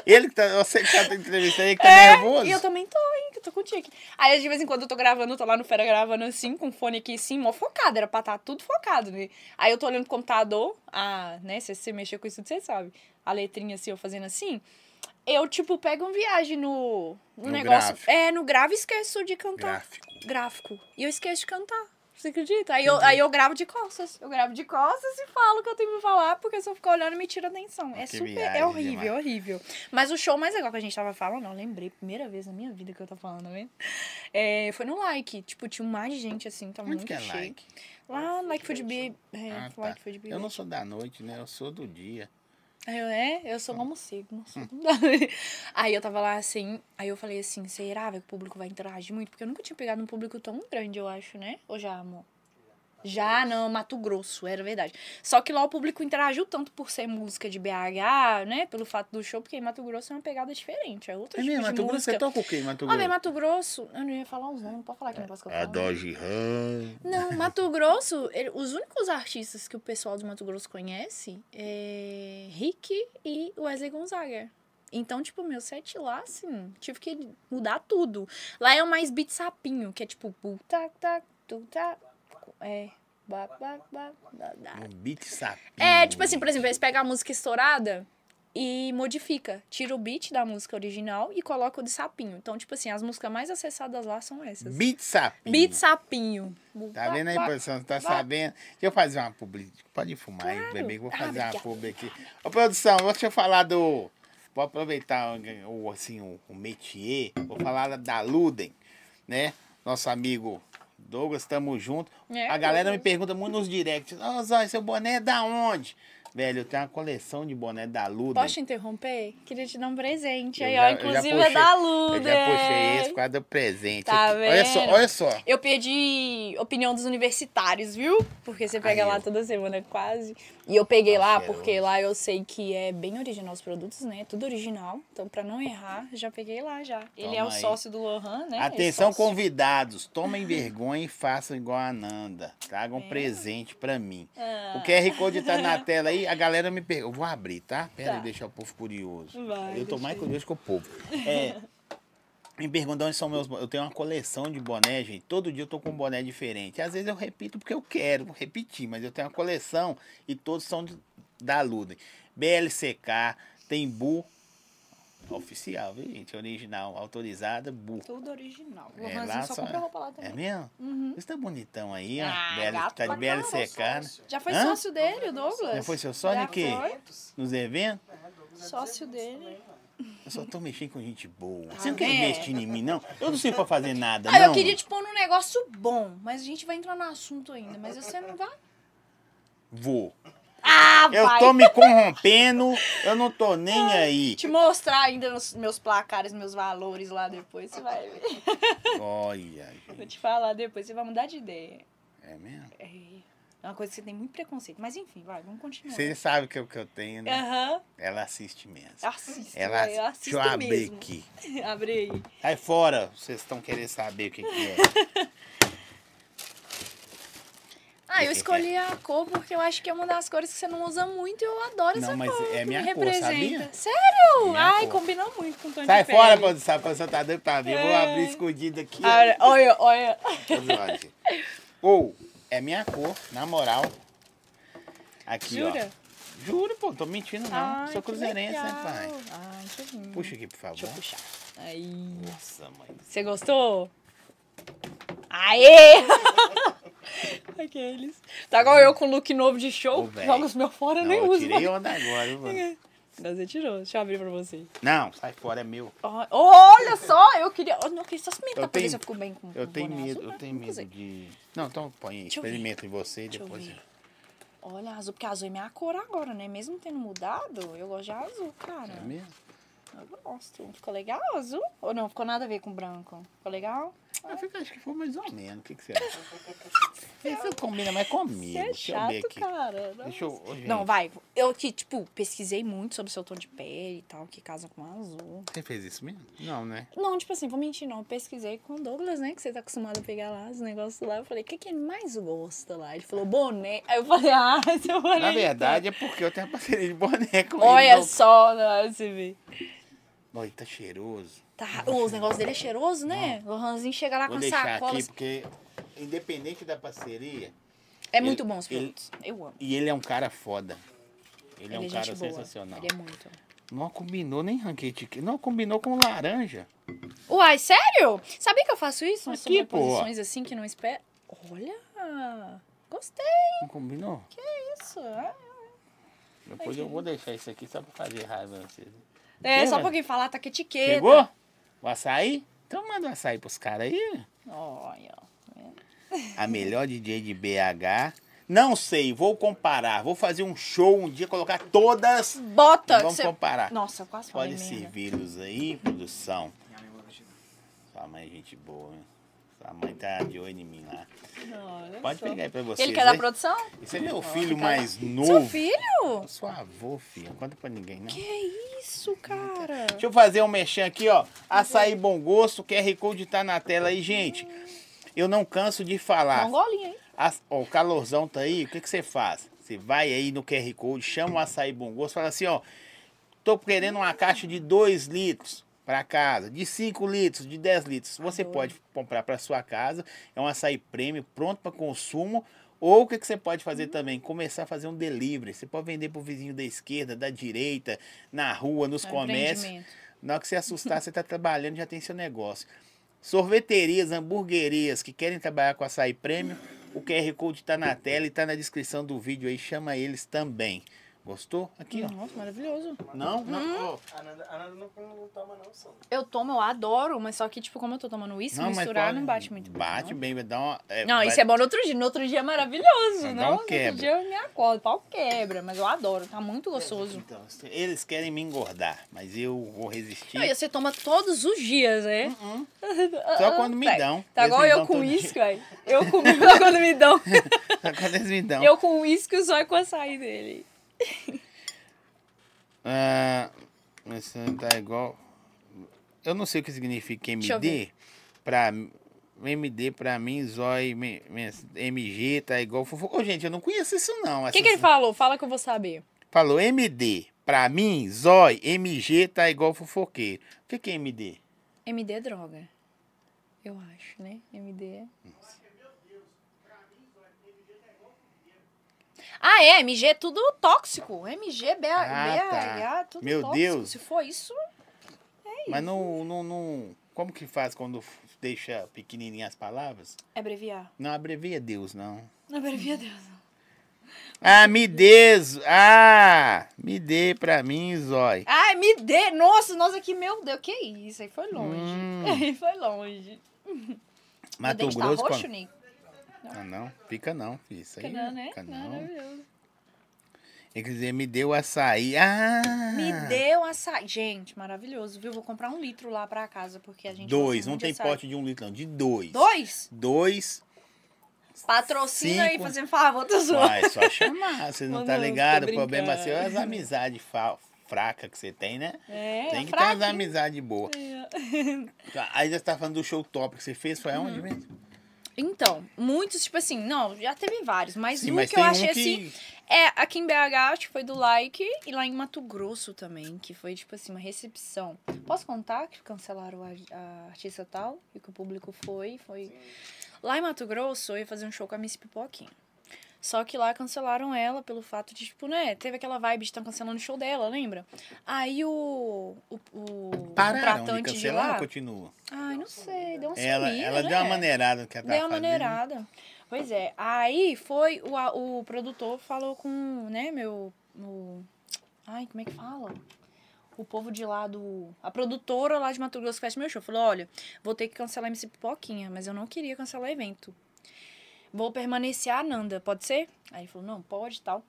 [SPEAKER 1] Ele que tá, você que tá entrevistando, ele que tá nervoso.
[SPEAKER 2] E eu também É, tô, hein? que tô contigo aqui. Aí, de vez em quando, eu tô gravando, eu tô lá no Fera gravando assim, com o fone aqui assim, mó focado, era pra estar tudo focado, né? Aí eu tô olhando pro computador, ah, né, se você mexer com isso, você sabe. A letrinha assim, eu fazendo assim. Eu, tipo, pego uma viagem no, no,
[SPEAKER 1] No
[SPEAKER 2] negócio.
[SPEAKER 1] gráfico.
[SPEAKER 2] É, no grave esqueço de cantar
[SPEAKER 1] Gráfico.
[SPEAKER 2] gráfico. E eu esqueço de cantar. Você acredita? Aí eu, aí eu gravo de costas. Eu gravo de costas e falo o que eu tenho pra falar, porque se eu ficar olhando, me tira atenção.
[SPEAKER 1] Que
[SPEAKER 2] É super.
[SPEAKER 1] viagem
[SPEAKER 2] É horrível,
[SPEAKER 1] demais.
[SPEAKER 2] horrível. Mas o show mais legal que a gente tava falando, eu lembrei, primeira vez na minha vida que eu tô falando, né? É, foi no like. Tipo, tinha mais gente assim, tá
[SPEAKER 1] Onde
[SPEAKER 2] muito
[SPEAKER 1] que é
[SPEAKER 2] cheio.
[SPEAKER 1] like?
[SPEAKER 2] Lá, like for the baby. É,
[SPEAKER 1] Ah, tá.
[SPEAKER 2] like for the baby.
[SPEAKER 1] Eu não sou da noite, né? Eu sou do dia.
[SPEAKER 2] Aí eu, é, eu
[SPEAKER 1] Hum.
[SPEAKER 2] sou morcego, não sou do- Aí eu tava lá assim, aí eu falei assim, será véi, que o público vai interagir muito? Porque eu nunca tinha pegado um público tão grande, eu acho, né? Ou já, amor? Já, não, Mato Grosso, era verdade. Só que lá o público interagiu tanto por ser música de BH, né? Pelo fato do show, porque em Mato Grosso é uma pegada diferente, é outro
[SPEAKER 1] É
[SPEAKER 2] tipo
[SPEAKER 1] mesmo,
[SPEAKER 2] de
[SPEAKER 1] Mato Grosso,
[SPEAKER 2] música.
[SPEAKER 1] você toca o quê, em Mato
[SPEAKER 2] Olha,
[SPEAKER 1] Grosso?
[SPEAKER 2] Mato Grosso, eu não ia falar os nomes, não pode falar que negócio que eu
[SPEAKER 1] A
[SPEAKER 2] falo. né?
[SPEAKER 1] Doge Ram.
[SPEAKER 2] Não, Mato Grosso, ele- os únicos artistas que o pessoal do Mato Grosso conhece é Rick e Wesley Gonzaga. Então, tipo, meu set lá, assim, tive que mudar tudo. Lá é o mais beat sapinho, que é tipo, bu, tac, tac, tu, tac, é, ba, ba, ba, ba, da.
[SPEAKER 1] Um beat sapinho.
[SPEAKER 2] É, tipo assim, por exemplo, eles pegam a música estourada e modifica. Tira o beat da música original e coloca o de sapinho. Então, tipo assim, as músicas mais acessadas lá são essas.
[SPEAKER 1] Beat sapinho.
[SPEAKER 2] Beat sapinho. Bu,
[SPEAKER 1] Tá
[SPEAKER 2] ba,
[SPEAKER 1] vendo aí,
[SPEAKER 2] ba,
[SPEAKER 1] produção? Você tá
[SPEAKER 2] vai.
[SPEAKER 1] sabendo? Deixa eu fazer uma publi. Pode fumar aí,
[SPEAKER 2] Claro.
[SPEAKER 1] bebê, que eu vou
[SPEAKER 2] Ah,
[SPEAKER 1] fazer uma
[SPEAKER 2] obrigada.
[SPEAKER 1] publi aqui. Ô, produção, deixa eu falar do. Vou aproveitar o, o- assim, o, o métier. Vou falar da Luden, né? Nosso amigo Douglas, tamo junto.
[SPEAKER 2] É,
[SPEAKER 1] A galera me
[SPEAKER 2] Douglas.
[SPEAKER 1] pergunta muito nos directs: Ô, Zói, seu boné é da onde? Velho, eu tenho uma coleção de boné da Luden.
[SPEAKER 2] Posso te interromper? Queria te dar um presente
[SPEAKER 1] Eu
[SPEAKER 2] aí,
[SPEAKER 1] já-
[SPEAKER 2] ó.
[SPEAKER 1] eu já
[SPEAKER 2] Inclusive é
[SPEAKER 1] puxei-
[SPEAKER 2] da
[SPEAKER 1] Eu
[SPEAKER 2] Luda.
[SPEAKER 1] já puxei esse quadro presente.
[SPEAKER 2] Tá
[SPEAKER 1] aqui. Olha só,
[SPEAKER 2] vendo?
[SPEAKER 1] olha só.
[SPEAKER 2] Eu pedi opinião dos universitários, viu? Porque você pega
[SPEAKER 1] Aí,
[SPEAKER 2] lá
[SPEAKER 1] ó.
[SPEAKER 2] toda semana quase. E eu peguei lá
[SPEAKER 1] Cheiroso.
[SPEAKER 2] porque lá eu sei que é bem original os produtos, né? Tudo original. Então, pra não errar, já peguei lá já. Ele
[SPEAKER 1] Toma
[SPEAKER 2] é o
[SPEAKER 1] aí.
[SPEAKER 2] sócio do Lohan, né?
[SPEAKER 1] Atenção,
[SPEAKER 2] Ele é sócio.
[SPEAKER 1] convidados. Tomem vergonha e façam igual a Nanda. Tragam um
[SPEAKER 2] É.
[SPEAKER 1] presente pra mim.
[SPEAKER 2] Ah,
[SPEAKER 1] O QR Code tá na tela aí. A galera me pergunta. Eu vou abrir, tá? Pera
[SPEAKER 2] Tá.
[SPEAKER 1] aí, deixar o povo curioso.
[SPEAKER 2] Vai,
[SPEAKER 1] eu tô
[SPEAKER 2] deixa
[SPEAKER 1] mais
[SPEAKER 2] aí.
[SPEAKER 1] curioso que o povo. É, me perguntam onde são meus bo- Eu tenho uma coleção de boné, gente. Todo dia eu tô com um boné diferente. Às vezes eu repito porque eu quero repetir, mas eu tenho uma coleção e todos são de- da Ludem. BLCK, tem Bu. Oficial, viu, gente? Original, autorizada, Bu.
[SPEAKER 2] Tudo original. O
[SPEAKER 1] É,
[SPEAKER 2] Lohanzinho
[SPEAKER 1] lá
[SPEAKER 2] só
[SPEAKER 1] só-
[SPEAKER 2] compra roupa lá
[SPEAKER 1] É
[SPEAKER 2] também.
[SPEAKER 1] mesmo?
[SPEAKER 2] Uhum.
[SPEAKER 1] Você tá bonitão aí, ó.
[SPEAKER 2] Ah,
[SPEAKER 1] Bel-
[SPEAKER 2] gato
[SPEAKER 1] tá de
[SPEAKER 2] pra
[SPEAKER 1] BLCK, né?
[SPEAKER 2] Já foi
[SPEAKER 1] Hã?
[SPEAKER 2] sócio dele, o Douglas?
[SPEAKER 1] Já foi seu sócio,
[SPEAKER 2] Já
[SPEAKER 1] Niquê?
[SPEAKER 2] foi?
[SPEAKER 1] Nos eventos?
[SPEAKER 2] Sócio dele.
[SPEAKER 1] Eu só tô mexendo com gente boa. Você não
[SPEAKER 2] Ah,
[SPEAKER 1] quer
[SPEAKER 2] é?
[SPEAKER 1] investir em mim, não? Eu não sei pra fazer nada,
[SPEAKER 2] Ah,
[SPEAKER 1] não.
[SPEAKER 2] eu queria te pôr num negócio bom, mas a gente vai entrar no assunto ainda, mas você não vai.
[SPEAKER 1] Vou.
[SPEAKER 2] Ah,
[SPEAKER 1] Eu tô me corrompendo, eu não tô nem aí.
[SPEAKER 2] Te mostrar ainda nos meus placares, meus valores lá depois, você vai ver.
[SPEAKER 1] Olha,
[SPEAKER 2] Vou
[SPEAKER 1] gente.
[SPEAKER 2] te falar depois, você vai mudar de ideia.
[SPEAKER 1] É mesmo?
[SPEAKER 2] É uma coisa que você tem muito preconceito, mas enfim, vai, vamos continuar.
[SPEAKER 1] Você sabe que é o que eu tenho, né?
[SPEAKER 2] Aham,
[SPEAKER 1] Ela assiste mesmo.
[SPEAKER 2] assisto,
[SPEAKER 1] Ela
[SPEAKER 2] vai, eu
[SPEAKER 1] assiste.
[SPEAKER 2] assisto
[SPEAKER 1] Deixa eu abrir
[SPEAKER 2] mesmo.
[SPEAKER 1] aqui.
[SPEAKER 2] Abre aí.
[SPEAKER 1] Sai fora, vocês estão querendo saber o que, que é.
[SPEAKER 2] Ah, eu escolhi a cor porque eu acho que é uma das cores que você não usa muito e eu adoro
[SPEAKER 1] Não,
[SPEAKER 2] essa
[SPEAKER 1] mas
[SPEAKER 2] cor.
[SPEAKER 1] é
[SPEAKER 2] que
[SPEAKER 1] minha
[SPEAKER 2] me
[SPEAKER 1] cor,
[SPEAKER 2] representa.
[SPEAKER 1] sabia?
[SPEAKER 2] Sério?
[SPEAKER 1] Minha
[SPEAKER 2] Ai,
[SPEAKER 1] cor.
[SPEAKER 2] combinou muito com o tom
[SPEAKER 1] Sai
[SPEAKER 2] de
[SPEAKER 1] fora,
[SPEAKER 2] pele.
[SPEAKER 1] produção, produção tá doido pra ver. Eu vou
[SPEAKER 2] É.
[SPEAKER 1] abrir escondido aqui. ó.
[SPEAKER 2] Ah, Olha, olha.
[SPEAKER 1] Tô zoando, gente. Ou, é minha cor, na moral. Aqui,
[SPEAKER 2] Jura?
[SPEAKER 1] ó. Juro, pô, tô mentindo não.
[SPEAKER 2] Ai,
[SPEAKER 1] Sou
[SPEAKER 2] que
[SPEAKER 1] cruzeirense, né,
[SPEAKER 2] legal.
[SPEAKER 1] pai? Né?
[SPEAKER 2] Ai, que lindo.
[SPEAKER 1] Puxa aqui, por favor.
[SPEAKER 2] Deixa eu puxar. Aí.
[SPEAKER 1] Nossa, mãe.
[SPEAKER 2] Você gostou? Aê! Aqueles. Tá igual eu com look novo de show.
[SPEAKER 1] Ô, véi.
[SPEAKER 2] Joga os meus fora, eu nem
[SPEAKER 1] Não, eu
[SPEAKER 2] uso.
[SPEAKER 1] tirei
[SPEAKER 2] mais.
[SPEAKER 1] onda agora, viu, mano.
[SPEAKER 2] Mas você tirou. Deixa eu abrir pra você.
[SPEAKER 1] Não, sai fora, é meu.
[SPEAKER 2] Ó, Olha só, eu queria. Eu não queria só experimentar
[SPEAKER 1] Eu
[SPEAKER 2] pra ver
[SPEAKER 1] tenho-
[SPEAKER 2] se eu fico bem com
[SPEAKER 1] Eu
[SPEAKER 2] com o
[SPEAKER 1] tenho
[SPEAKER 2] boné
[SPEAKER 1] medo,
[SPEAKER 2] azul, né?
[SPEAKER 1] eu tenho
[SPEAKER 2] Nunca
[SPEAKER 1] medo
[SPEAKER 2] usei.
[SPEAKER 1] de... Não, então põe aí,
[SPEAKER 2] Deixa eu ver.
[SPEAKER 1] experimento em você e
[SPEAKER 2] Deixa eu
[SPEAKER 1] depois...
[SPEAKER 2] ver.
[SPEAKER 1] eu-
[SPEAKER 2] Olha, azul, porque azul é minha cor agora, né? Mesmo tendo mudado, eu gosto de azul, cara.
[SPEAKER 1] É mesmo?
[SPEAKER 2] Eu gosto. Ficou legal azul? Ou não? Ficou nada a ver com branco? Ficou legal?
[SPEAKER 1] Eu fico, acho que foi mais ou menos. O que, que você acha? Você combina mais comigo.
[SPEAKER 2] Você é
[SPEAKER 1] Deixa eu ver
[SPEAKER 2] chato,
[SPEAKER 1] aqui.
[SPEAKER 2] cara.
[SPEAKER 1] Deixa eu... Ô, gente,
[SPEAKER 2] Não, vai. Eu que, tipo, pesquisei muito sobre seu tom de pele e tal, que casa com azul.
[SPEAKER 1] Você fez isso mesmo? Não, né?
[SPEAKER 2] Não, tipo assim, vou mentir, não. Eu pesquisei com o Douglas, né? Que você tá acostumado a pegar lá os negócios lá. Eu falei, o que, que ele mais gosta lá? Ele falou, boné. Aí eu falei, ah, seu boné.
[SPEAKER 1] Na
[SPEAKER 2] então.
[SPEAKER 1] verdade, é porque eu tenho uma parceria de boneco.
[SPEAKER 2] né, Olha só, não, você vê.
[SPEAKER 1] Olha, tá cheiroso.
[SPEAKER 2] Tá, ô, os negócios dele é cheiroso, né? Lohanzinho chega lá
[SPEAKER 1] Vou
[SPEAKER 2] com
[SPEAKER 1] deixar
[SPEAKER 2] sacola.
[SPEAKER 1] aqui, porque independente da parceria,
[SPEAKER 2] É
[SPEAKER 1] Ele-
[SPEAKER 2] muito bom os
[SPEAKER 1] ele-
[SPEAKER 2] produtos. Eu amo.
[SPEAKER 1] e ele é um cara foda. Ele, é um cara
[SPEAKER 2] gente boa.
[SPEAKER 1] sensacional.
[SPEAKER 2] Ele é muito.
[SPEAKER 1] Não combinou nem ranquete aqui. Não combinou com laranja.
[SPEAKER 2] Uai, sério? Sabia que eu faço isso? Umas
[SPEAKER 1] Aqui, pô.
[SPEAKER 2] sobreposições assim que não espero. Olha! Gostei
[SPEAKER 1] Não combinou?
[SPEAKER 2] disso. ah.
[SPEAKER 1] Depois eu vou deixar isso aqui só pra fazer raiva em vocês.
[SPEAKER 2] É,
[SPEAKER 1] Pegou?
[SPEAKER 2] só pra quem falar, tá com etiqueta.
[SPEAKER 1] Pegou? O açaí? Então manda o açaí pros caras aí.
[SPEAKER 2] Olha.
[SPEAKER 1] A melhor DJ de BH. Não sei, vou comparar. Vou fazer um show um dia, colocar todas. e
[SPEAKER 2] Bota! que
[SPEAKER 1] vamos
[SPEAKER 2] cê-
[SPEAKER 1] comparar.
[SPEAKER 2] Nossa, eu quase falei
[SPEAKER 1] Pode
[SPEAKER 2] merda.
[SPEAKER 1] servi-los aí, produção.
[SPEAKER 4] Minha mãe mandou tirar.
[SPEAKER 1] Sua mãe é gente boa, hein? Sua mãe tá de olho em mim lá.
[SPEAKER 2] Olha
[SPEAKER 1] Pode
[SPEAKER 2] só.
[SPEAKER 1] pegar aí pra vocês.
[SPEAKER 2] Ele quer da
[SPEAKER 1] hein?
[SPEAKER 2] produção?
[SPEAKER 1] Esse é meu filho
[SPEAKER 2] cara.
[SPEAKER 1] mais
[SPEAKER 2] Seu
[SPEAKER 1] novo.
[SPEAKER 2] filho?
[SPEAKER 1] Sou avô, filho. Não conta pra ninguém, não.
[SPEAKER 2] Que isso, cara?
[SPEAKER 1] Deixa eu fazer um mexão aqui, ó. Açaí Bom Gosto, QR Code tá na tela aí, gente. Eu não canso de
[SPEAKER 2] Dá
[SPEAKER 1] falar.
[SPEAKER 2] um golinho aí.
[SPEAKER 1] As- ó, o calorzão tá aí, o que que você faz? Você vai aí no QR Code, chama o açaí bom gosto, fala assim, ó, tô querendo uma caixa de 2 litros para casa, de 5 litros, de 10 litros. Você
[SPEAKER 2] Adoro.
[SPEAKER 1] pode comprar para sua casa, é um açaí prêmio pronto para consumo. Ou o que, que você pode fazer também? Começar a fazer um delivery. Você pode vender pro vizinho da esquerda, da direita, na rua,
[SPEAKER 2] Ah,
[SPEAKER 1] nos comércios.
[SPEAKER 2] Empreendimento.
[SPEAKER 1] Na hora que você assustar, você está trabalhando, já tem seu negócio. Sorveterias, hamburguerias que querem trabalhar com açaí prêmio, o QR Code está na tela e está na descrição do vídeo aí, chama eles também. Gostou? Aqui, ó.
[SPEAKER 2] Nossa, maravilhoso.
[SPEAKER 1] Não?
[SPEAKER 2] Hum,
[SPEAKER 1] Não, ó.
[SPEAKER 4] A Nanda, a Nanda não, não toma não, só.
[SPEAKER 2] Eu tomo, eu adoro, mas só que, tipo, como eu tô tomando isso,
[SPEAKER 1] Não, mas
[SPEAKER 2] misturar
[SPEAKER 1] pode-
[SPEAKER 2] não bate muito bem,
[SPEAKER 1] Bate
[SPEAKER 2] não.
[SPEAKER 1] bem, vai dar uma.
[SPEAKER 2] Não,
[SPEAKER 1] vai-
[SPEAKER 2] isso é bom no outro dia. No outro dia é maravilhoso.
[SPEAKER 1] Mas
[SPEAKER 2] Não,
[SPEAKER 1] dá um
[SPEAKER 2] no outro
[SPEAKER 1] quebra.
[SPEAKER 2] dia eu me acordo, o pau quebra, mas eu adoro, tá muito gostoso.
[SPEAKER 1] Então, eles querem me engordar, mas eu vou resistir.
[SPEAKER 2] Não, e você toma todos os dias, é?
[SPEAKER 1] Uhum. Só quando me
[SPEAKER 2] Tá,
[SPEAKER 1] dão.
[SPEAKER 2] Tá
[SPEAKER 1] Eles
[SPEAKER 2] igual
[SPEAKER 1] me
[SPEAKER 2] eu
[SPEAKER 1] dão
[SPEAKER 2] com
[SPEAKER 1] todo dia.
[SPEAKER 2] uísque, velho. Eu comigo quando me dão.
[SPEAKER 1] Só quando eles me dão.
[SPEAKER 2] Eu com uísque só com açaí dele.
[SPEAKER 1] Ah, mas você não tá igual. Eu não sei o que significa
[SPEAKER 2] Deixa eu
[SPEAKER 1] MD. Pra, MD pra mim, Zói, me- me- MG tá igual fofoca. Ô, gente, eu não conheço isso não.
[SPEAKER 2] O que, que ele falou? Fala que eu vou saber.
[SPEAKER 1] Falou MD. Pra mim, Zói, MG tá igual fofoqueiro. O que, que é MD?
[SPEAKER 2] MD é droga. Eu acho, né? MD é. Ah, é, MG é tudo tóxico. MG, BH,
[SPEAKER 1] Ah, tá.
[SPEAKER 2] tudo
[SPEAKER 1] Meu
[SPEAKER 2] tóxico.
[SPEAKER 1] Deus.
[SPEAKER 2] Se for isso, É
[SPEAKER 1] Mas não, não, não. Como que faz quando f- deixa pequenininhas as palavras?
[SPEAKER 2] é abreviar.
[SPEAKER 1] Não abrevia Deus, não.
[SPEAKER 2] Abrevia Deus.
[SPEAKER 1] Ah, me dê. Zó- Ah, me dê pra mim, Zói.
[SPEAKER 2] Ah, MD! Nossa, nossa, que meu Deus, que isso? Aí foi longe.
[SPEAKER 1] Hum.
[SPEAKER 2] Aí foi longe. Meu
[SPEAKER 1] Mato
[SPEAKER 2] dente tá
[SPEAKER 1] Grosso.
[SPEAKER 2] roxo,
[SPEAKER 1] quando-
[SPEAKER 2] Nico?
[SPEAKER 1] Ah, não, fica não, filho. Isso aí.
[SPEAKER 2] Fica não, né?
[SPEAKER 1] Fica não.
[SPEAKER 2] Maravilhoso.
[SPEAKER 1] Ele quer dizer, me deu açaí. Ah!
[SPEAKER 2] Me deu açaí. Gente, maravilhoso, viu? Vou comprar um litro lá pra casa, porque a gente.
[SPEAKER 1] Dois,
[SPEAKER 2] gosta
[SPEAKER 1] não
[SPEAKER 2] muito de
[SPEAKER 1] tem
[SPEAKER 2] açaí.
[SPEAKER 1] pote de um litro, não, de dois.
[SPEAKER 2] Dois?
[SPEAKER 1] Dois.
[SPEAKER 2] Patrocina aí,
[SPEAKER 1] Cinco.
[SPEAKER 2] fazendo assim, "Ah, favor, tô zoando.
[SPEAKER 1] Uai, só chamar, você não tá
[SPEAKER 2] Mano, tô
[SPEAKER 1] ligado? O problema
[SPEAKER 2] brincando.
[SPEAKER 1] seu é as amizades fa- fracas que você tem, né?
[SPEAKER 2] É,
[SPEAKER 1] tem que ter
[SPEAKER 2] fraquinho.
[SPEAKER 1] as amizades boas. Tá, Aí você tá falando do show top que você fez,
[SPEAKER 2] Uhum.
[SPEAKER 1] foi aonde mesmo?
[SPEAKER 2] Então, muitos, tipo assim, não, já teve vários, mas
[SPEAKER 1] Sim,
[SPEAKER 2] um
[SPEAKER 1] mas
[SPEAKER 2] que
[SPEAKER 1] tem
[SPEAKER 2] eu
[SPEAKER 1] um
[SPEAKER 2] achei
[SPEAKER 1] que-
[SPEAKER 2] assim. É, aqui em BH, acho que foi do like, e lá em Mato Grosso também, que foi, tipo assim, uma recepção. Posso contar que cancelaram a, a artista tal e que o público foi? Foi. Lá em Mato Grosso, eu ia fazer um show com a Miss Pipoquinha. Só que lá cancelaram ela pelo fato de, tipo, né? Teve aquela vibe de estar cancelando o show dela, lembra? Aí o. O, o
[SPEAKER 1] Pararam de
[SPEAKER 2] contratante
[SPEAKER 1] cancelar ou
[SPEAKER 2] de lá.
[SPEAKER 1] continua?
[SPEAKER 2] Ai, não sei, deu uma
[SPEAKER 1] Ela,
[SPEAKER 2] sumida,
[SPEAKER 1] ela
[SPEAKER 2] né?
[SPEAKER 1] deu uma maneirada no que ela tava
[SPEAKER 2] Deu uma
[SPEAKER 1] fazendo.
[SPEAKER 2] maneirada. Pois é. Aí foi o, a- o produtor falou com, né, meu. o- ai, como é que fala? O povo de lá do. A produtora lá de Mato Grosso que faz meu show falou: olha, vou ter que cancelar MC Pipoquinha, mas eu não queria cancelar o evento. Vou permanecer a Nanda, pode ser? Aí ele falou: não, pode e tal.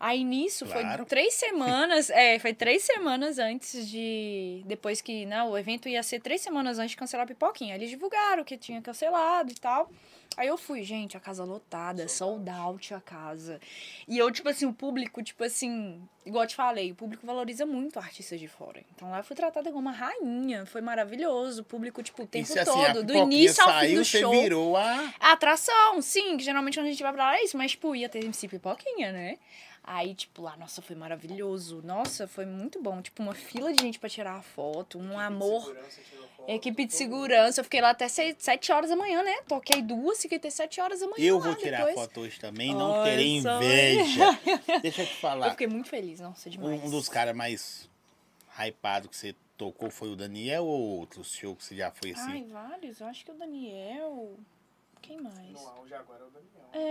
[SPEAKER 2] Aí nisso
[SPEAKER 1] Claro.
[SPEAKER 2] foi três semanas, é, foi três semanas antes de. Depois que, né, o evento ia ser três semanas antes de cancelar a pipoquinha. Eles divulgaram que tinha cancelado e tal. Aí eu fui, gente, a casa lotada, sold out a casa. E eu, tipo assim, o público, tipo assim, igual eu te falei, o público valoriza muito artistas de fora. Então lá eu fui tratada como uma rainha, foi maravilhoso. O público, tipo, o tempo
[SPEAKER 1] Isso, assim, a
[SPEAKER 2] todo, do
[SPEAKER 1] pipoquinha
[SPEAKER 2] início ao fim
[SPEAKER 1] saiu,
[SPEAKER 2] do
[SPEAKER 1] você
[SPEAKER 2] show.
[SPEAKER 1] virou a...
[SPEAKER 2] A atração, sim, que geralmente quando a gente vai pra lá é isso, mas tipo, ia ter MC Pipoquinha, né? Aí, tipo, lá, nossa, foi maravilhoso. Nossa, foi muito bom. Tipo, uma fila de gente pra tirar a foto, um amor.
[SPEAKER 4] Segurança tirou foto. escola.
[SPEAKER 2] Equipe de
[SPEAKER 4] todo mundo.
[SPEAKER 2] segurança, eu fiquei lá até 7 horas da manhã, né? Toquei duas, fiquei até 7 horas da manhã.
[SPEAKER 1] Eu
[SPEAKER 2] lá
[SPEAKER 1] vou tirar
[SPEAKER 2] depois.
[SPEAKER 1] foto hoje também, não
[SPEAKER 2] Olha
[SPEAKER 1] terei
[SPEAKER 2] só.
[SPEAKER 1] inveja. Deixa eu te
[SPEAKER 2] Eu
[SPEAKER 1] falar.
[SPEAKER 2] fiquei muito feliz, nossa, demais.
[SPEAKER 1] Um um dos caras mais hypado que você tocou foi o Daniel ou outro show que você já foi assim?
[SPEAKER 2] Ai, vários. Eu acho que o Daniel. Quem mais?
[SPEAKER 4] No auge agora é o Daniel.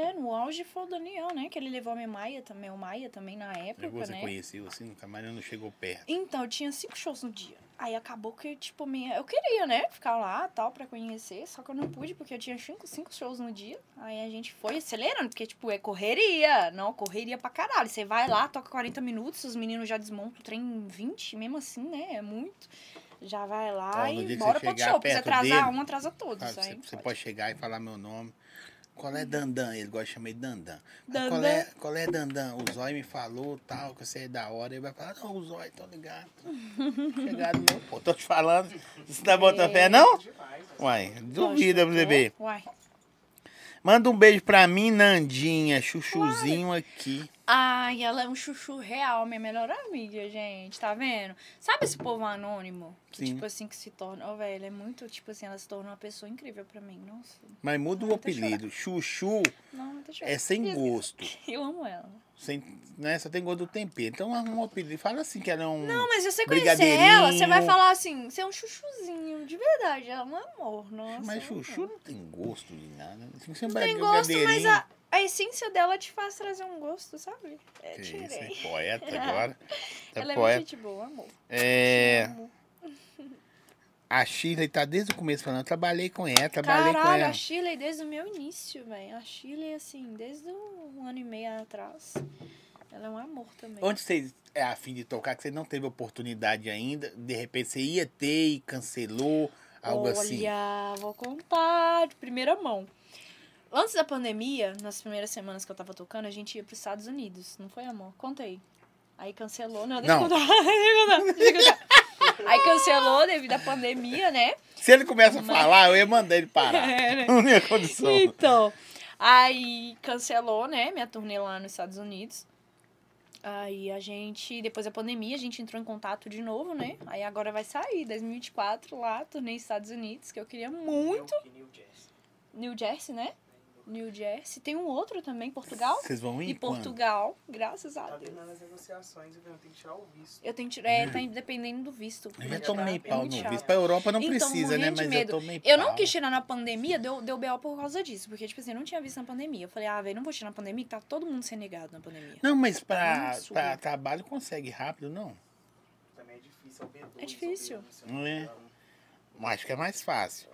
[SPEAKER 2] É, no auge foi o Daniel, né? Que ele levou a minha Maia também, o Maia também na época,
[SPEAKER 1] Chegou, você
[SPEAKER 2] né?
[SPEAKER 1] conheceu assim, nunca mais não chegou perto.
[SPEAKER 2] Então, eu tinha cinco shows no dia. Aí acabou que, tipo, minha... eu queria, né? Ficar lá tal, pra conhecer. Só que eu não pude, porque eu tinha cinco, cinco shows no dia. Aí a gente foi acelerando, porque, tipo, é correria. Não, correria pra caralho. Você vai lá, toca 40 minutos, os meninos já desmontam o trem em 20, mesmo assim, né? É muito. Já vai lá
[SPEAKER 1] Ó, no
[SPEAKER 2] e
[SPEAKER 1] dia que
[SPEAKER 2] bora
[SPEAKER 1] você
[SPEAKER 2] pro outro
[SPEAKER 1] chegar
[SPEAKER 2] show. Porque se
[SPEAKER 1] perto
[SPEAKER 2] atrasar
[SPEAKER 1] dele,
[SPEAKER 2] um, atrasa todos.
[SPEAKER 1] Sabe,
[SPEAKER 2] aí
[SPEAKER 1] você,
[SPEAKER 2] não
[SPEAKER 1] você
[SPEAKER 2] pode. Uhum.
[SPEAKER 1] pode chegar e falar meu nome. Qual é Dandan? Ele gosta de chamar ele Dandan. Ah, Qual,
[SPEAKER 2] Dandan.
[SPEAKER 1] é, qual é Dandan? O Zói me falou tal, que você é da hora. Ele vai falar, não, o Zói, tô ligado. Chegado meu. Pô, tô te falando. Você tá botando
[SPEAKER 2] É.
[SPEAKER 1] fé, não?
[SPEAKER 4] Demais, né?
[SPEAKER 1] Uai, duvida pra você ver.
[SPEAKER 2] Uai.
[SPEAKER 1] Manda um beijo pra mim, Nandinha. Chuchuzinho aqui.
[SPEAKER 2] Ai, ela é um chuchu real, minha melhor amiga, gente, tá vendo? Sabe esse povo anônimo? Que,
[SPEAKER 1] Sim.
[SPEAKER 2] tipo assim, que se torna. Ô, velho, é muito, tipo assim, ela se torna uma pessoa incrível pra mim. Nossa.
[SPEAKER 1] Mas muda o
[SPEAKER 2] Ai, até
[SPEAKER 1] apelido. Chuchu
[SPEAKER 2] Não, deixa eu
[SPEAKER 1] é sem gosto.
[SPEAKER 2] Eu amo ela.
[SPEAKER 1] Sem, né? Só tem gosto do tempero. Então arruma um apelido. Fala assim que ela é um.
[SPEAKER 2] Não, mas se você conhecer
[SPEAKER 1] Brigadeirinho.
[SPEAKER 2] ela, você vai falar assim, você é um chuchuzinho, de verdade. Ela é um amor, nossa.
[SPEAKER 1] Mas
[SPEAKER 2] é um
[SPEAKER 1] chuchu
[SPEAKER 2] amor.
[SPEAKER 1] não tem gosto de nada. Tem que ser
[SPEAKER 2] Não
[SPEAKER 1] bra-
[SPEAKER 2] tem gosto, mas
[SPEAKER 1] brigadeirinho.
[SPEAKER 2] a, a essência dela te faz trazer um gosto, sabe? É,
[SPEAKER 1] Que
[SPEAKER 2] tirei.
[SPEAKER 1] isso, é poeta agora. É
[SPEAKER 2] ela é
[SPEAKER 1] poeta.
[SPEAKER 2] muito gente boa, amor.
[SPEAKER 1] É,
[SPEAKER 2] Amo.
[SPEAKER 1] a Shirley tá desde o começo falando, trabalhei com ela, trabalhei com
[SPEAKER 2] Caralho,
[SPEAKER 1] ela.
[SPEAKER 2] a Shirley desde o meu início, velho. A Shirley, assim, desde um ano e meio atrás. Ela é um amor também.
[SPEAKER 1] Onde você é afim de tocar, que você não teve oportunidade ainda, de repente você ia ter e cancelou, algo
[SPEAKER 2] Olha,
[SPEAKER 1] assim.
[SPEAKER 2] vou contar de primeira mão. Antes da pandemia, nas primeiras semanas que eu tava tocando, a gente ia pros Estados Unidos, não foi, amor? Conta aí. Aí cancelou, não, deixa eu
[SPEAKER 1] Não.
[SPEAKER 2] contar. Deixa eu contar, deixa eu contar. Aí cancelou devido à pandemia, né?
[SPEAKER 1] Se ele começa a
[SPEAKER 2] Mas-
[SPEAKER 1] falar, eu ia mandar ele parar.
[SPEAKER 2] É, né?
[SPEAKER 1] Não tinha condição.
[SPEAKER 2] Então, aí cancelou, né, minha turnê lá nos Estados Unidos. Aí a gente, depois da pandemia, a gente entrou em contato de novo, né? Aí agora vai sair, 2024, lá, turnê nos Estados Unidos, que eu queria muito.
[SPEAKER 4] Milk, New Jersey.
[SPEAKER 2] New Jersey, né? New Jersey. Tem um outro também, Portugal.
[SPEAKER 1] Vocês vão ir
[SPEAKER 2] E
[SPEAKER 1] quando?
[SPEAKER 2] Portugal, graças a
[SPEAKER 4] Tá
[SPEAKER 2] Deus.
[SPEAKER 4] terminando as negociações, então tem que tirar o visto.
[SPEAKER 2] Eu tenho que tirar. É, tá dependendo do visto.
[SPEAKER 1] Eu já
[SPEAKER 2] porque
[SPEAKER 1] tomei
[SPEAKER 2] tá
[SPEAKER 1] pau
[SPEAKER 2] muito
[SPEAKER 1] no
[SPEAKER 2] chato.
[SPEAKER 1] visto. Pra Europa não
[SPEAKER 2] Então,
[SPEAKER 1] precisa, né?
[SPEAKER 2] morrendo de
[SPEAKER 1] Mas eu
[SPEAKER 2] medo.
[SPEAKER 1] tomei pau.
[SPEAKER 2] Eu não quis tirar na pandemia, deu, deu BO por causa disso. Porque, tipo assim, eu não tinha visto na pandemia. Eu falei, ah, velho, não vou tirar na pandemia, que tá todo mundo sendo negado na pandemia.
[SPEAKER 1] Não, mas pra,
[SPEAKER 2] Nossa,
[SPEAKER 1] pra
[SPEAKER 2] o-
[SPEAKER 1] trabalho consegue rápido, não.
[SPEAKER 4] Também é difícil, é o B2.
[SPEAKER 2] É difícil.
[SPEAKER 4] é o B1, se eu não me
[SPEAKER 1] É.
[SPEAKER 4] engano.
[SPEAKER 1] Acho que é mais fácil.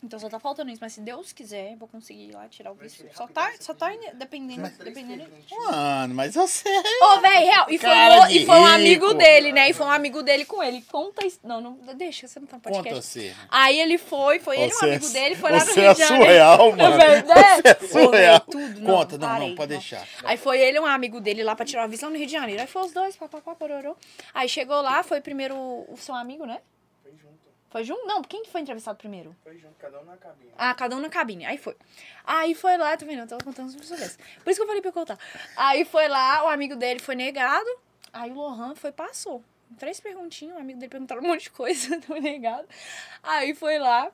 [SPEAKER 2] Então só tá faltando isso. Mas se Deus quiser, eu vou conseguir ir lá tirar o
[SPEAKER 4] Vai
[SPEAKER 2] visto.
[SPEAKER 4] tirar
[SPEAKER 2] Só
[SPEAKER 4] rapidão,
[SPEAKER 2] tá,
[SPEAKER 4] você
[SPEAKER 2] só
[SPEAKER 4] tem
[SPEAKER 2] tá
[SPEAKER 4] que-
[SPEAKER 2] ine- dependendo.
[SPEAKER 4] Mas-
[SPEAKER 2] dependendo.
[SPEAKER 4] um.
[SPEAKER 1] Mano, Um mas você. é
[SPEAKER 2] Ô, velho, real. E foi,
[SPEAKER 1] Cara
[SPEAKER 2] um,
[SPEAKER 1] de
[SPEAKER 2] e foi um
[SPEAKER 1] rico.
[SPEAKER 2] amigo dele, né? E foi um amigo dele com ele. Conta isso. Não, não. Deixa, você não tá no podcast.
[SPEAKER 1] Conta você.
[SPEAKER 2] Aí ele foi, foi ele, um
[SPEAKER 1] Você é-
[SPEAKER 2] amigo dele, foi lá no
[SPEAKER 1] você
[SPEAKER 2] Rio
[SPEAKER 1] é
[SPEAKER 2] de Janeiro.
[SPEAKER 1] surreal, mano.
[SPEAKER 2] velho, né?
[SPEAKER 1] Você é surreal.
[SPEAKER 2] Ô, velho, tudo, não,
[SPEAKER 1] Conta, não,
[SPEAKER 2] parei,
[SPEAKER 1] não, pode
[SPEAKER 2] não.
[SPEAKER 1] deixar.
[SPEAKER 2] Aí foi ele, e um amigo dele lá pra tirar uma visão no Rio de Janeiro. Aí foi os dois, papapá, pororô. Aí chegou lá, foi primeiro o seu amigo, né?
[SPEAKER 4] Foi junto,
[SPEAKER 2] Foi junto? Não, quem que foi entrevistado primeiro?
[SPEAKER 4] foi junto, cada um na cabine.
[SPEAKER 2] Ah, cada um na cabine. Aí foi. Aí foi lá, tá vendo? Eu tava contando sobre isso. Por isso que eu falei pra eu contar. Aí foi lá, o amigo dele foi negado. Aí o Lohan foi, passou. Três perguntinhas, o amigo dele perguntaram um monte de coisa, foi negado. Aí foi lá,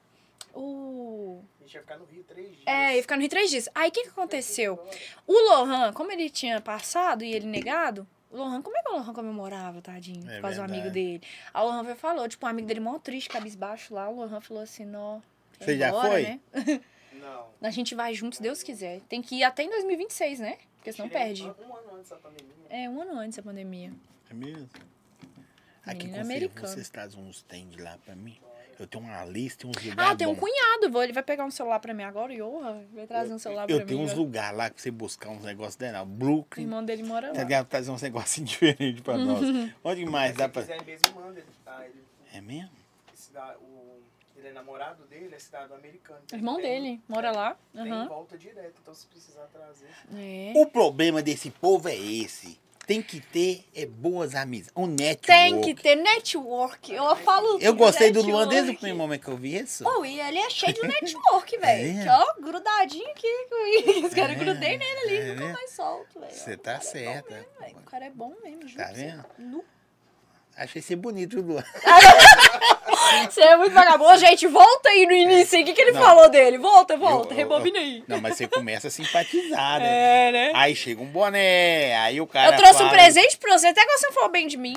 [SPEAKER 2] o.
[SPEAKER 4] A gente ia ficar no Rio três dias.
[SPEAKER 2] É, ia ficar no Rio três dias. Aí o que, que aconteceu? O Lohan, como ele tinha passado e ele negado, o Lohan, como é que o Lohan comemorava, tadinho?
[SPEAKER 1] É
[SPEAKER 2] por causa do
[SPEAKER 1] verdade.
[SPEAKER 2] amigo dele. Aí o Lohan foi e falou, tipo, um amigo dele mó triste, cabisbaixo lá, o Lohan falou assim, nó. é
[SPEAKER 1] Você já
[SPEAKER 2] embora,
[SPEAKER 1] foi?
[SPEAKER 2] Né?
[SPEAKER 4] Não.
[SPEAKER 2] A gente vai junto, se Deus quiser. Tem que ir até em 2026, né? Porque senão
[SPEAKER 4] Tirei
[SPEAKER 2] perde.
[SPEAKER 4] Um um ano antes da pandemia.
[SPEAKER 2] É, um ano antes da pandemia.
[SPEAKER 1] É mesmo? Aqui
[SPEAKER 2] Menino
[SPEAKER 1] com
[SPEAKER 2] é americano.
[SPEAKER 1] vocês trazem uns stand lá pra mim.
[SPEAKER 4] né?
[SPEAKER 1] Eu tenho uma lista e uns lugares.
[SPEAKER 2] Ah, tem um cunhado, vou, ele vai pegar um celular pra mim agora, Yoha. Vai trazer um celular pra
[SPEAKER 1] Eu
[SPEAKER 2] mim.
[SPEAKER 1] tenho uns
[SPEAKER 2] ó.
[SPEAKER 1] lugares lá pra você buscar uns negócios dela.
[SPEAKER 2] O
[SPEAKER 1] Brooklyn.
[SPEAKER 2] irmão dele mora
[SPEAKER 1] Tá
[SPEAKER 2] lá.
[SPEAKER 1] ligado? Trazer uns negocinhos diferentes pra nós. Onde mais
[SPEAKER 4] Se
[SPEAKER 1] dá pra.
[SPEAKER 4] quiser mesmo, manda. Ele, tá? ele,
[SPEAKER 1] É mesmo?
[SPEAKER 4] cida- o, ele é namorado dele, é cidadão americano.
[SPEAKER 2] O irmão
[SPEAKER 4] Tem-
[SPEAKER 2] dele mora lá.
[SPEAKER 4] Tem
[SPEAKER 2] Aham.
[SPEAKER 4] volta direto, então se precisar trazer.
[SPEAKER 2] É.
[SPEAKER 1] O problema desse povo é esse. Tem que ter é, boas amizades. Um network.
[SPEAKER 2] Tem que ter network. Eu falo.
[SPEAKER 1] Eu gostei do Luan
[SPEAKER 2] network.
[SPEAKER 1] desde o primeiro momento que eu vi isso.
[SPEAKER 2] Pô, e ele é cheio de network, velho.
[SPEAKER 1] É.
[SPEAKER 2] Que, Ó, grudadinho aqui. que- Os caras
[SPEAKER 1] É.
[SPEAKER 2] grudei nele ali,
[SPEAKER 1] É,
[SPEAKER 2] nunca
[SPEAKER 1] né?
[SPEAKER 2] mais solto, velho.
[SPEAKER 1] Você
[SPEAKER 2] O
[SPEAKER 1] tá
[SPEAKER 2] cara é bom
[SPEAKER 1] certa.
[SPEAKER 2] mesmo, velho. O cara é bom mesmo, juro
[SPEAKER 1] Tá
[SPEAKER 2] pra você.
[SPEAKER 1] vendo?
[SPEAKER 2] Nu.
[SPEAKER 1] Achei você bonito, viu, Luan.
[SPEAKER 2] Você é muito vagabundo. Gente, volta aí no início. O que, que ele
[SPEAKER 1] É. Não.
[SPEAKER 2] falou dele? Volta, volta.
[SPEAKER 1] Eu- eu-
[SPEAKER 2] Rebobina aí.
[SPEAKER 1] Não, mas você começa a simpatizar, né?
[SPEAKER 2] É, né?
[SPEAKER 1] Aí chega um boné, aí o cara.
[SPEAKER 2] Eu trouxe
[SPEAKER 1] fala-
[SPEAKER 2] um presente pra você, até que você falou bem de mim.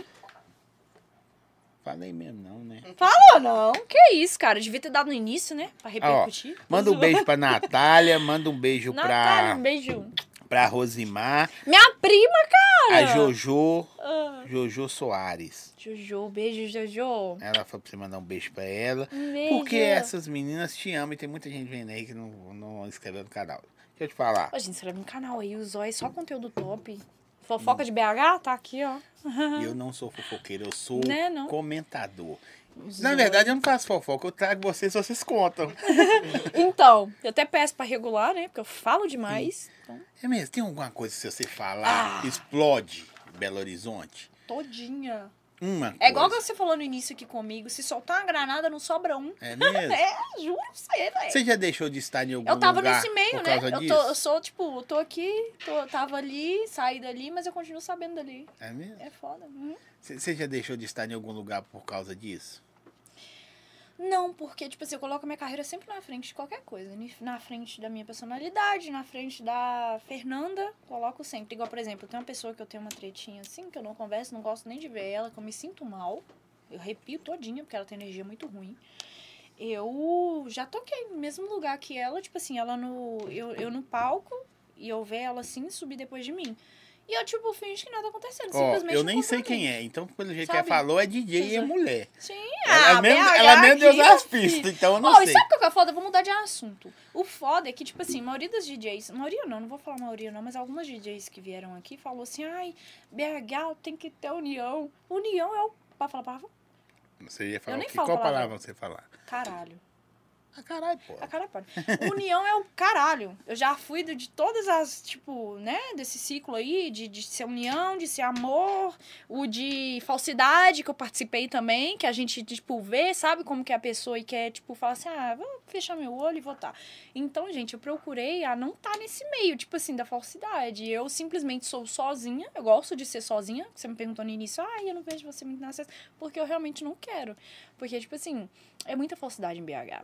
[SPEAKER 1] Falei mesmo, não, né?
[SPEAKER 2] Falou, não. Que isso, cara. Devia ter dado no início, né? Pra
[SPEAKER 1] Ó,
[SPEAKER 2] repercutir.
[SPEAKER 1] Manda um beijo pra Natália, manda um beijo
[SPEAKER 2] Natália, um
[SPEAKER 1] pra,
[SPEAKER 2] beijo.
[SPEAKER 1] pra Rosimar,
[SPEAKER 2] Minha prima,
[SPEAKER 1] a
[SPEAKER 2] cara.
[SPEAKER 1] Jojo,
[SPEAKER 2] Ah,
[SPEAKER 1] Jojo Soares.
[SPEAKER 2] Jojo, beijo, Jojo.
[SPEAKER 1] Ela falou pra você mandar um beijo pra ela.
[SPEAKER 2] Um beijo.
[SPEAKER 1] Porque essas meninas te amam e tem muita gente vendo aí que não, não inscreveu no canal. Deixa eu te falar.
[SPEAKER 2] Ó, gente, inscreve no um canal aí. O Zói, é só conteúdo top. Fofoca de BH, tá aqui, ó.
[SPEAKER 1] Eu não sou fofoqueiro, eu sou
[SPEAKER 2] Né, não?
[SPEAKER 1] comentador. Na verdade, eu não faço fofoca, eu trago vocês, vocês contam.
[SPEAKER 2] Então, eu até peço pra regular, né? Porque eu falo demais. Então,
[SPEAKER 1] É mesmo, tem alguma coisa que se você falar,
[SPEAKER 2] Ah.
[SPEAKER 1] explode Belo Horizonte?
[SPEAKER 2] Então, todinha.
[SPEAKER 1] Uma
[SPEAKER 2] É igual
[SPEAKER 1] coisa.
[SPEAKER 2] você falou no início aqui comigo. Se soltar uma granada, não sobra um.
[SPEAKER 1] É mesmo?
[SPEAKER 2] É, juro pra você, velho.
[SPEAKER 1] Você já deixou de estar em algum
[SPEAKER 2] Eu tava
[SPEAKER 1] lugar
[SPEAKER 2] nesse meio,
[SPEAKER 1] por
[SPEAKER 2] né?
[SPEAKER 1] causa
[SPEAKER 2] Eu,
[SPEAKER 1] disso?
[SPEAKER 2] tô, eu sou, tipo, eu tô aqui, tô, tava ali, saí dali, mas eu continuo sabendo dali.
[SPEAKER 1] É mesmo?
[SPEAKER 2] É foda. Uhum.
[SPEAKER 1] Você você já deixou de estar em algum lugar por causa disso?
[SPEAKER 2] Não, porque, tipo assim, eu coloco a minha carreira sempre na frente de qualquer coisa. ni- Na frente da minha personalidade, na frente da Fernanda, coloco sempre. Igual, por exemplo, tem uma pessoa que eu tenho uma tretinha assim, que eu não converso, não gosto nem de ver ela, que eu me sinto mal. Eu arrepio todinha, porque ela tem energia muito ruim. Eu já toquei no mesmo lugar que ela, tipo assim, ela no. Eu, eu no palco e eu ver ela assim subir depois de mim. E eu, tipo, finge que nada acontecendo.
[SPEAKER 1] Ó,
[SPEAKER 2] simplesmente
[SPEAKER 1] eu nem sei quem é, então pelo jeito que
[SPEAKER 2] Sabe?
[SPEAKER 1] ela falou, é DJ e é
[SPEAKER 2] Exato.
[SPEAKER 1] mulher.
[SPEAKER 2] Sim,
[SPEAKER 1] Ela é
[SPEAKER 2] ah,
[SPEAKER 1] mesmo,
[SPEAKER 2] BH
[SPEAKER 1] ela mesmo deu
[SPEAKER 2] aqui,
[SPEAKER 1] as
[SPEAKER 2] meu filho.
[SPEAKER 1] pistas, então eu não
[SPEAKER 2] Ó, e
[SPEAKER 1] sei.
[SPEAKER 2] sabe o que é foda? Eu Vou mudar de assunto. O foda é que, tipo assim, a maioria das DJs, maioria não, não vou falar maioria não, mas algumas DJs que vieram aqui falou assim, ai, BH tem que ter união. União é o... Pra falar palavra?
[SPEAKER 1] Você ia falar
[SPEAKER 2] é- Eu
[SPEAKER 1] o
[SPEAKER 2] nem
[SPEAKER 1] quê?
[SPEAKER 2] falo
[SPEAKER 1] Qual
[SPEAKER 2] palavrão.
[SPEAKER 1] palavra você ia falar?
[SPEAKER 2] Caralho.
[SPEAKER 1] Ah, caralho, pô.
[SPEAKER 2] A cara pode. União é o caralho. Eu já fui do- de todas as, tipo, né, desse ciclo aí, de, de ser união, de ser amor, o de falsidade que eu participei também, que a gente, tipo, vê, sabe como que é a pessoa e quer, tipo, falar assim, ah, vou fechar meu olho e votar. Então, gente, eu procurei a não estar nesse meio, tipo assim, da falsidade. Eu simplesmente sou sozinha, eu gosto de ser sozinha, que você me perguntou no início, ah, eu não vejo você muito na sexta, porque eu realmente não quero. Porque, tipo assim, é muita falsidade em BH.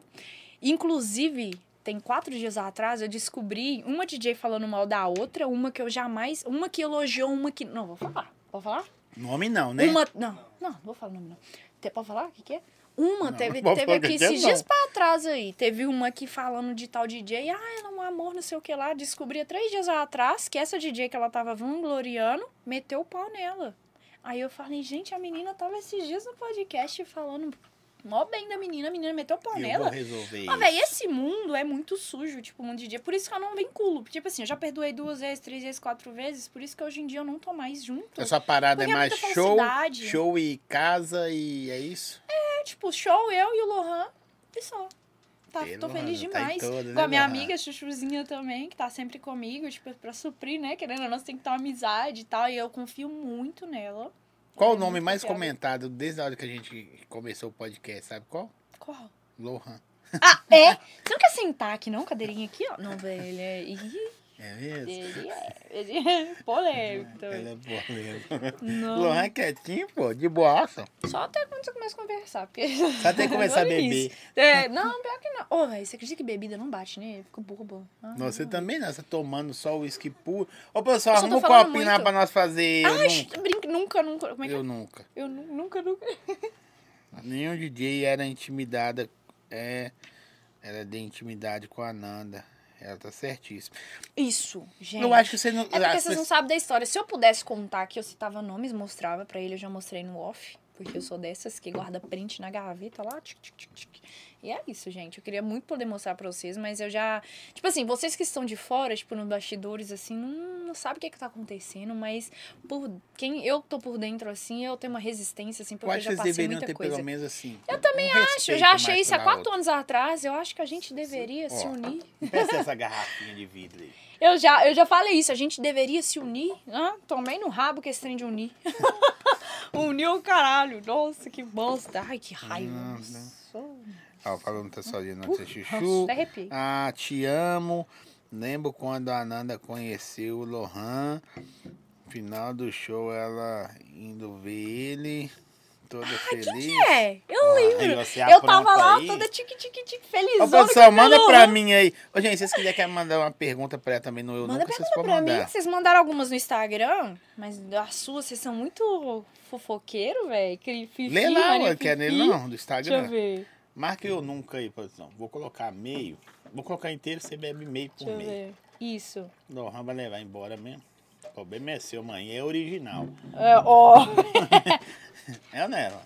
[SPEAKER 2] Inclusive, tem quatro dias atrás eu descobri uma DJ falando mal da outra, uma que eu jamais. Uma que elogiou, uma que. Não, vou falar. Vou falar?
[SPEAKER 1] Nome não, né?
[SPEAKER 2] Uma. Não, não, não vou falar o nome, não. Te, pode falar? O que, que é? Uma,
[SPEAKER 1] Não,
[SPEAKER 2] teve,
[SPEAKER 1] não pode
[SPEAKER 2] teve
[SPEAKER 1] falar
[SPEAKER 2] aqui
[SPEAKER 1] que que é,
[SPEAKER 2] esses
[SPEAKER 1] não.
[SPEAKER 2] dias pra trás aí. Teve uma aqui falando de tal DJ. Ah, ela é um amor, não sei o que lá. Descobri há três dias atrás que essa DJ que ela tava vangloriando meteu o pau nela. Aí eu falei, gente, a menina tava esses dias no podcast falando mó bem da menina. A menina meteu o pau
[SPEAKER 1] Eu
[SPEAKER 2] nela.
[SPEAKER 1] vou resolver
[SPEAKER 2] Ah,
[SPEAKER 1] É isso.
[SPEAKER 2] velho, esse mundo é muito sujo, tipo, o mundo de dia. Por isso que eu não vinculo. Porque, Tipo assim, eu já perdoei duas vezes, três vezes, quatro vezes. Por isso que hoje em dia eu não tô mais junto.
[SPEAKER 1] Essa parada é
[SPEAKER 2] Porque é
[SPEAKER 1] mais
[SPEAKER 2] muita
[SPEAKER 1] show,
[SPEAKER 2] falsidade.
[SPEAKER 1] show e casa e é isso?
[SPEAKER 2] É, tipo, show, eu e o Lohan e só. Tá,
[SPEAKER 1] Ei,
[SPEAKER 2] tô
[SPEAKER 1] Lohan,
[SPEAKER 2] feliz
[SPEAKER 1] tá em
[SPEAKER 2] demais.
[SPEAKER 1] todas,
[SPEAKER 2] Com
[SPEAKER 1] né,
[SPEAKER 2] a minha
[SPEAKER 1] Lohan?
[SPEAKER 2] amiga, Chuchuzinha também, que tá sempre comigo, tipo, pra suprir, né? Querendo ou não, você tem que ter uma amizade e tal. E eu confio muito nela.
[SPEAKER 1] Qual o
[SPEAKER 2] Ela é
[SPEAKER 1] nome
[SPEAKER 2] muito
[SPEAKER 1] mais
[SPEAKER 2] confiável.
[SPEAKER 1] comentado desde a hora que a gente começou o podcast, sabe qual?
[SPEAKER 2] Qual?
[SPEAKER 1] Lohan.
[SPEAKER 2] Ah, é? Você não quer sentar aqui, não? Cadeirinha aqui, ó. Não, velho, ele é... Ih,
[SPEAKER 1] É mesmo?
[SPEAKER 2] Ele é... Ele é polêmico.
[SPEAKER 1] Ela é boa mesmo.
[SPEAKER 2] Não.
[SPEAKER 1] Lohan é quietinho, pô, de boaça.
[SPEAKER 2] Só até quando você começa a conversar, porque...
[SPEAKER 1] Só até começar a
[SPEAKER 2] Adoro
[SPEAKER 1] beber.
[SPEAKER 2] isso. É, não, pior que não. Ô, velho, você acredita que bebida não bate, né? Eu fico bobo. Ah,
[SPEAKER 1] Não, Você
[SPEAKER 2] não.
[SPEAKER 1] também, né? Você tomando só o uísque puro. Ô, pessoal,
[SPEAKER 2] Eu só tô
[SPEAKER 1] arruma um
[SPEAKER 2] falando
[SPEAKER 1] copinho lá
[SPEAKER 2] muito.
[SPEAKER 1] pra nós fazer. Eu
[SPEAKER 2] Ai, sh- brinca, nunca, nunca. Como é
[SPEAKER 1] nunca-
[SPEAKER 2] que é?
[SPEAKER 1] Eu nunca.
[SPEAKER 2] Eu nu- nunca, nunca.
[SPEAKER 1] Nenhum DJ era intimidada. É, era de intimidade com a Nanda. Ela tá certíssima.
[SPEAKER 2] Isso, gente.
[SPEAKER 1] Eu acho que você não.
[SPEAKER 2] É porque
[SPEAKER 1] as
[SPEAKER 2] vocês não
[SPEAKER 1] pessoas-
[SPEAKER 2] sabem da história. Se eu pudesse contar que eu citava nomes, mostrava pra ele, eu já mostrei no off. Porque eu sou dessas que guarda print na gaveta lá. Tic, tic, tic, tic. E é isso, gente. Eu queria muito poder mostrar pra vocês, mas eu já. Tipo assim, vocês que estão de fora, tipo, nos bastidores, assim, não, não sabe o que, é que tá acontecendo, mas por quem eu tô por dentro, assim, eu tenho uma resistência, assim,
[SPEAKER 1] Eu
[SPEAKER 2] porque eu,
[SPEAKER 1] acho que
[SPEAKER 2] já
[SPEAKER 1] vocês
[SPEAKER 2] passei
[SPEAKER 1] deveriam
[SPEAKER 2] muita
[SPEAKER 1] ter
[SPEAKER 2] coisa.
[SPEAKER 1] pelo menos assim.
[SPEAKER 2] Eu também acho, eu já achei isso há quatro anos atrás. Eu acho que a gente deveria
[SPEAKER 1] Ó.
[SPEAKER 2] se unir.
[SPEAKER 1] anos. Pensa essa garrafinha de vidro aí.
[SPEAKER 2] Eu já, eu já falei isso, a gente deveria se unir. Ah, tomei no rabo que esse trem de unir. unir o caralho. Nossa, que bosta. Ai, que raiva.
[SPEAKER 1] Não, né?
[SPEAKER 2] Nossa,
[SPEAKER 1] Ó, falando que tá sozinha no seu
[SPEAKER 2] Nossa,
[SPEAKER 1] chuchu.
[SPEAKER 2] até arrepiei.
[SPEAKER 1] Ah, te amo. Lembro quando a Ananda conheceu o Lohan. Final do show, ela indo ver ele. toda feliz.
[SPEAKER 2] É, eu
[SPEAKER 1] Ah,
[SPEAKER 2] lembro.
[SPEAKER 1] Aí você
[SPEAKER 2] Eu tava
[SPEAKER 1] apronta
[SPEAKER 2] lá
[SPEAKER 1] aí.
[SPEAKER 2] toda né, tique, tique, tique,
[SPEAKER 1] Ô,
[SPEAKER 2] felizona.
[SPEAKER 1] produção,
[SPEAKER 2] com o meu
[SPEAKER 1] manda
[SPEAKER 2] look.
[SPEAKER 1] pra mim aí. Ô, gente, se vocês quiserem mandar uma pergunta pra ela também no Eu
[SPEAKER 2] Manda
[SPEAKER 1] Nunca, vocês
[SPEAKER 2] pergunta
[SPEAKER 1] podem
[SPEAKER 2] pra mim,
[SPEAKER 1] mandar.
[SPEAKER 2] que vocês mandaram algumas no Instagram, mas as suas, vocês são muito fofoqueiro, velho.
[SPEAKER 1] Lê lá, ué, quer nele não, do
[SPEAKER 2] né, Deixa eu
[SPEAKER 1] Instagram.
[SPEAKER 2] ver,
[SPEAKER 1] Marca Eu Nunca aí, produção. Vou colocar meio. Vou colocar inteiro, você bebe meio por
[SPEAKER 2] deixa eu
[SPEAKER 1] meio.
[SPEAKER 2] ver. Isso.
[SPEAKER 1] Não, vai levar embora mesmo. O problema é seu, mãe. É original.
[SPEAKER 2] É, ó.
[SPEAKER 1] É ou não é? Ela?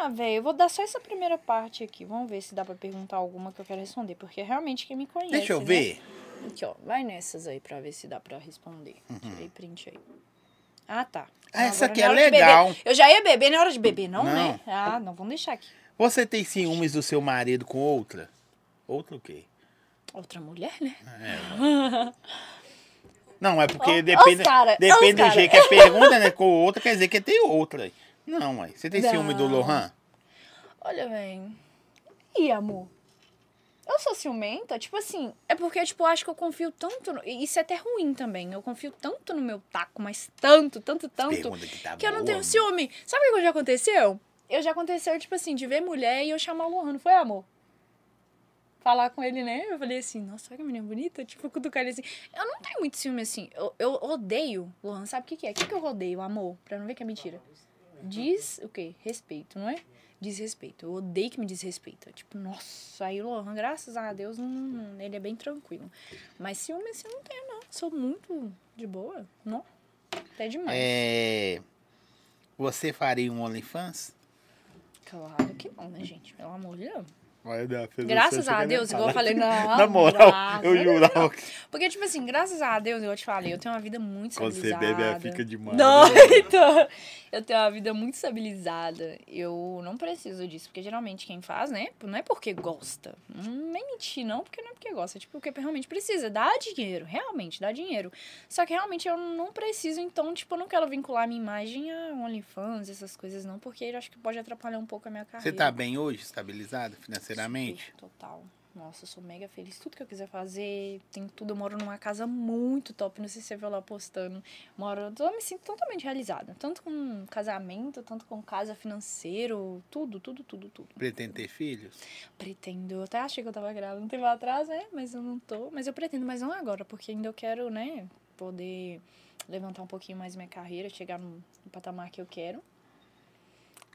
[SPEAKER 2] Ah, velho, eu vou dar só essa primeira parte aqui. Vamos ver se dá pra perguntar alguma que eu quero responder, porque é realmente quem me conhece.
[SPEAKER 1] Deixa eu
[SPEAKER 2] né?
[SPEAKER 1] ver.
[SPEAKER 2] Aqui, ó. Vai nessas aí pra ver se dá pra responder. Tirei print aí. Ah, tá.
[SPEAKER 1] Uhum. Ah, essa
[SPEAKER 2] agora
[SPEAKER 1] aqui
[SPEAKER 2] na
[SPEAKER 1] é
[SPEAKER 2] hora de
[SPEAKER 1] legal.
[SPEAKER 2] beber. Eu já ia beber na hora de beber, não,
[SPEAKER 1] Não.
[SPEAKER 2] né? Ah, não, vamos deixar aqui.
[SPEAKER 1] Você tem ciúmes do seu marido com outra? Outra o quê?
[SPEAKER 2] Outra mulher, né?
[SPEAKER 1] Não, é porque
[SPEAKER 2] Ó,
[SPEAKER 1] depende,
[SPEAKER 2] os cara,
[SPEAKER 1] depende
[SPEAKER 2] os
[SPEAKER 1] do
[SPEAKER 2] cara.
[SPEAKER 1] jeito que é pergunta, né? Com outra quer dizer que tem outra. aí. Não, mãe. Você tem ciúme do
[SPEAKER 2] Não.
[SPEAKER 1] Lohan?
[SPEAKER 2] Olha, velho. Ih, amor. Eu sou ciumenta, tipo assim, é porque, tipo, eu acho que eu confio tanto. No... e Isso é até ruim também. Eu confio tanto no meu taco, mas tanto, tanto, tanto.
[SPEAKER 1] Pergunta que tá
[SPEAKER 2] Que eu não
[SPEAKER 1] boa,
[SPEAKER 2] tenho
[SPEAKER 1] mãe.
[SPEAKER 2] ciúme. Sabe o que já aconteceu? Eu já aconteceu, tipo assim, de ver mulher e eu chamar o Lohan, não foi, amor? Falar com ele, né? Eu falei assim, nossa, olha que menina bonita. Tipo, cutucar ele assim. Eu não tenho muito ciúme, assim. Eu, eu odeio, Lohan, sabe o que, que é? O que, que eu odeio? Amor, pra não ver que é mentira. Diz, o quê? Respeito, não é? Desrespeito. Eu odeio que me desrespeita. Tipo, nossa, aí o Lohan, graças a Deus, não- não- ele é bem tranquilo. Mas ciúme, assim, eu não tenho, não. Sou muito de boa. Não. Até demais.
[SPEAKER 1] É... Você faria um OnlyFans?
[SPEAKER 2] Claro que não, né, gente? Pelo amor de Deus.
[SPEAKER 1] Vai dar, fez
[SPEAKER 2] Graças
[SPEAKER 1] você
[SPEAKER 2] a
[SPEAKER 1] chegar
[SPEAKER 2] Deus,
[SPEAKER 1] na
[SPEAKER 2] igual eu
[SPEAKER 1] fala.
[SPEAKER 2] falei, não.
[SPEAKER 1] Na moral, eu
[SPEAKER 2] graças a Deus,
[SPEAKER 1] jurava
[SPEAKER 2] não.
[SPEAKER 1] que
[SPEAKER 2] Porque, tipo assim, graças a Deus, igual eu te falei, eu tenho uma vida muito
[SPEAKER 1] quando você
[SPEAKER 2] estabilizada.
[SPEAKER 1] bebe, ela fica demais.
[SPEAKER 2] Não,
[SPEAKER 1] né?
[SPEAKER 2] então, eu tenho uma vida muito estabilizada. Eu não preciso disso, porque geralmente quem faz, né? Não é porque gosta. Hum, Nem mentir, não, porque não é porque gosta. É tipo, porque realmente precisa. Dá dinheiro, realmente, dá dinheiro. Só que realmente eu não preciso, então, tipo, eu não quero vincular minha imagem a OnlyFans, essas coisas, não, porque eu acho que pode atrapalhar um pouco a minha carreira.
[SPEAKER 1] Você tá bem hoje, estabilizada financeiramente?
[SPEAKER 2] Super, total. Nossa, eu sou mega feliz. Tudo que eu quiser fazer, tem tudo. Eu moro numa casa muito top. Não sei se você viu lá postando. Moro, eu me sinto totalmente realizada. Tanto com casamento, tanto com casa financeiro, tudo, tudo, tudo, tudo.
[SPEAKER 1] Pretende ter filhos?
[SPEAKER 2] Pretendo. Eu até achei que eu tava grávida um tempo atrás, né? Mas eu não tô. Mas eu pretendo, mas não agora, porque ainda eu quero, né? Poder levantar um pouquinho mais minha carreira, chegar no, no patamar que eu quero.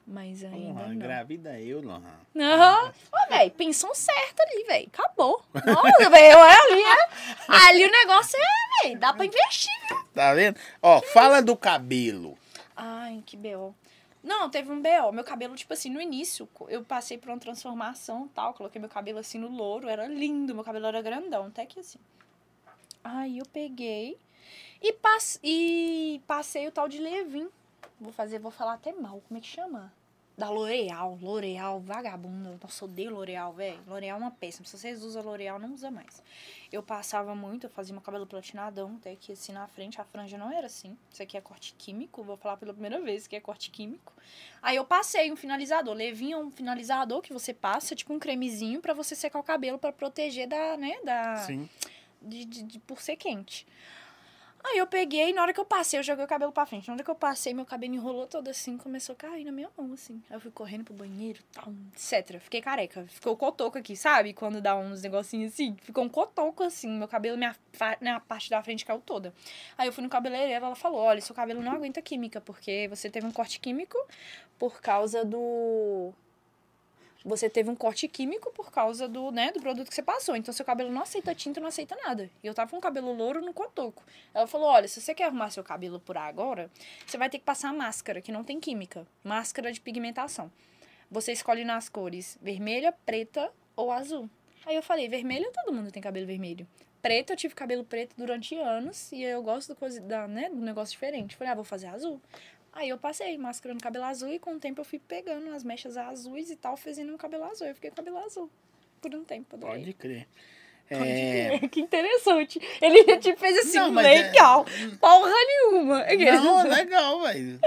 [SPEAKER 2] Mas ainda
[SPEAKER 1] Lohan,
[SPEAKER 2] não.
[SPEAKER 1] engravida eu, Lohan.
[SPEAKER 2] Aham. Ô, velho, pensão certa ali, velho. Acabou. Nossa, velho, é ali, é. Ali o negócio é, velho, dá pra investir.
[SPEAKER 1] Tá vendo? Ó, fala do cabelo.
[SPEAKER 2] Ai, que B.O. Não, teve um B.O. Meu cabelo, tipo assim, no início, co- eu passei por uma transformação e tal. Coloquei meu cabelo assim no louro, era lindo, meu cabelo era grandão, até que assim. Aí eu peguei e, pass... e passei o tal de Levin. Vou fazer, vou falar até mal, como é que chama? Da L'Oreal, L'Oreal, vagabunda. Nossa, eu odeio L'Oreal, velho. L'Oreal é uma péssima. Se vocês usam L'Oreal, não usa mais. Eu passava muito, eu fazia meu cabelo platinadão, até que assim na frente a franja não era assim. Isso aqui é corte químico, vou falar pela primeira vez que é corte químico. Aí eu passei um finalizador. Levinha é um finalizador que você passa, tipo um cremezinho pra você secar o cabelo pra proteger da, né, da
[SPEAKER 1] Sim.
[SPEAKER 2] de, de- de- por ser quente. Aí eu peguei, na hora que eu passei, eu joguei o cabelo pra frente. Na hora que eu passei, meu cabelo enrolou todo assim, começou a cair na minha mão, assim. Aí eu fui correndo pro banheiro, tal, etc. Fiquei careca. Ficou cotoco aqui, sabe? Quando dá uns negocinhos assim. Ficou um cotoco assim. Meu cabelo, minha, fa- minha parte da frente caiu toda. Aí eu fui no cabeleireiro, ela falou: olha, seu cabelo não aguenta química, porque você teve um corte químico por causa do você teve um corte químico por causa do, né, do produto que você passou. Então, seu cabelo não aceita tinta, não aceita nada. E eu tava com o cabelo louro no cotoco. Ela falou, olha, se você quer arrumar seu cabelo por agora, você vai ter que passar máscara, que não tem química. Máscara de pigmentação. Você escolhe nas cores vermelha, preta ou azul. Aí eu falei, vermelha todo mundo tem cabelo vermelho. Preto, eu tive cabelo preto durante anos e eu gosto do, coisa, da, né, do negócio diferente. Falei, ah, vou fazer azul. Aí eu passei máscara no cabelo azul e com o tempo eu fui pegando as mechas azuis e tal, fazendo no cabelo azul. Eu fiquei com o cabelo azul por um tempo. adorei.
[SPEAKER 1] Pode crer.
[SPEAKER 2] Pode
[SPEAKER 1] É,
[SPEAKER 2] crer, que interessante. Ele te fez assim,
[SPEAKER 1] Não, mas é-
[SPEAKER 2] legal. Porra nenhuma. É que-
[SPEAKER 1] Não, legal, velho.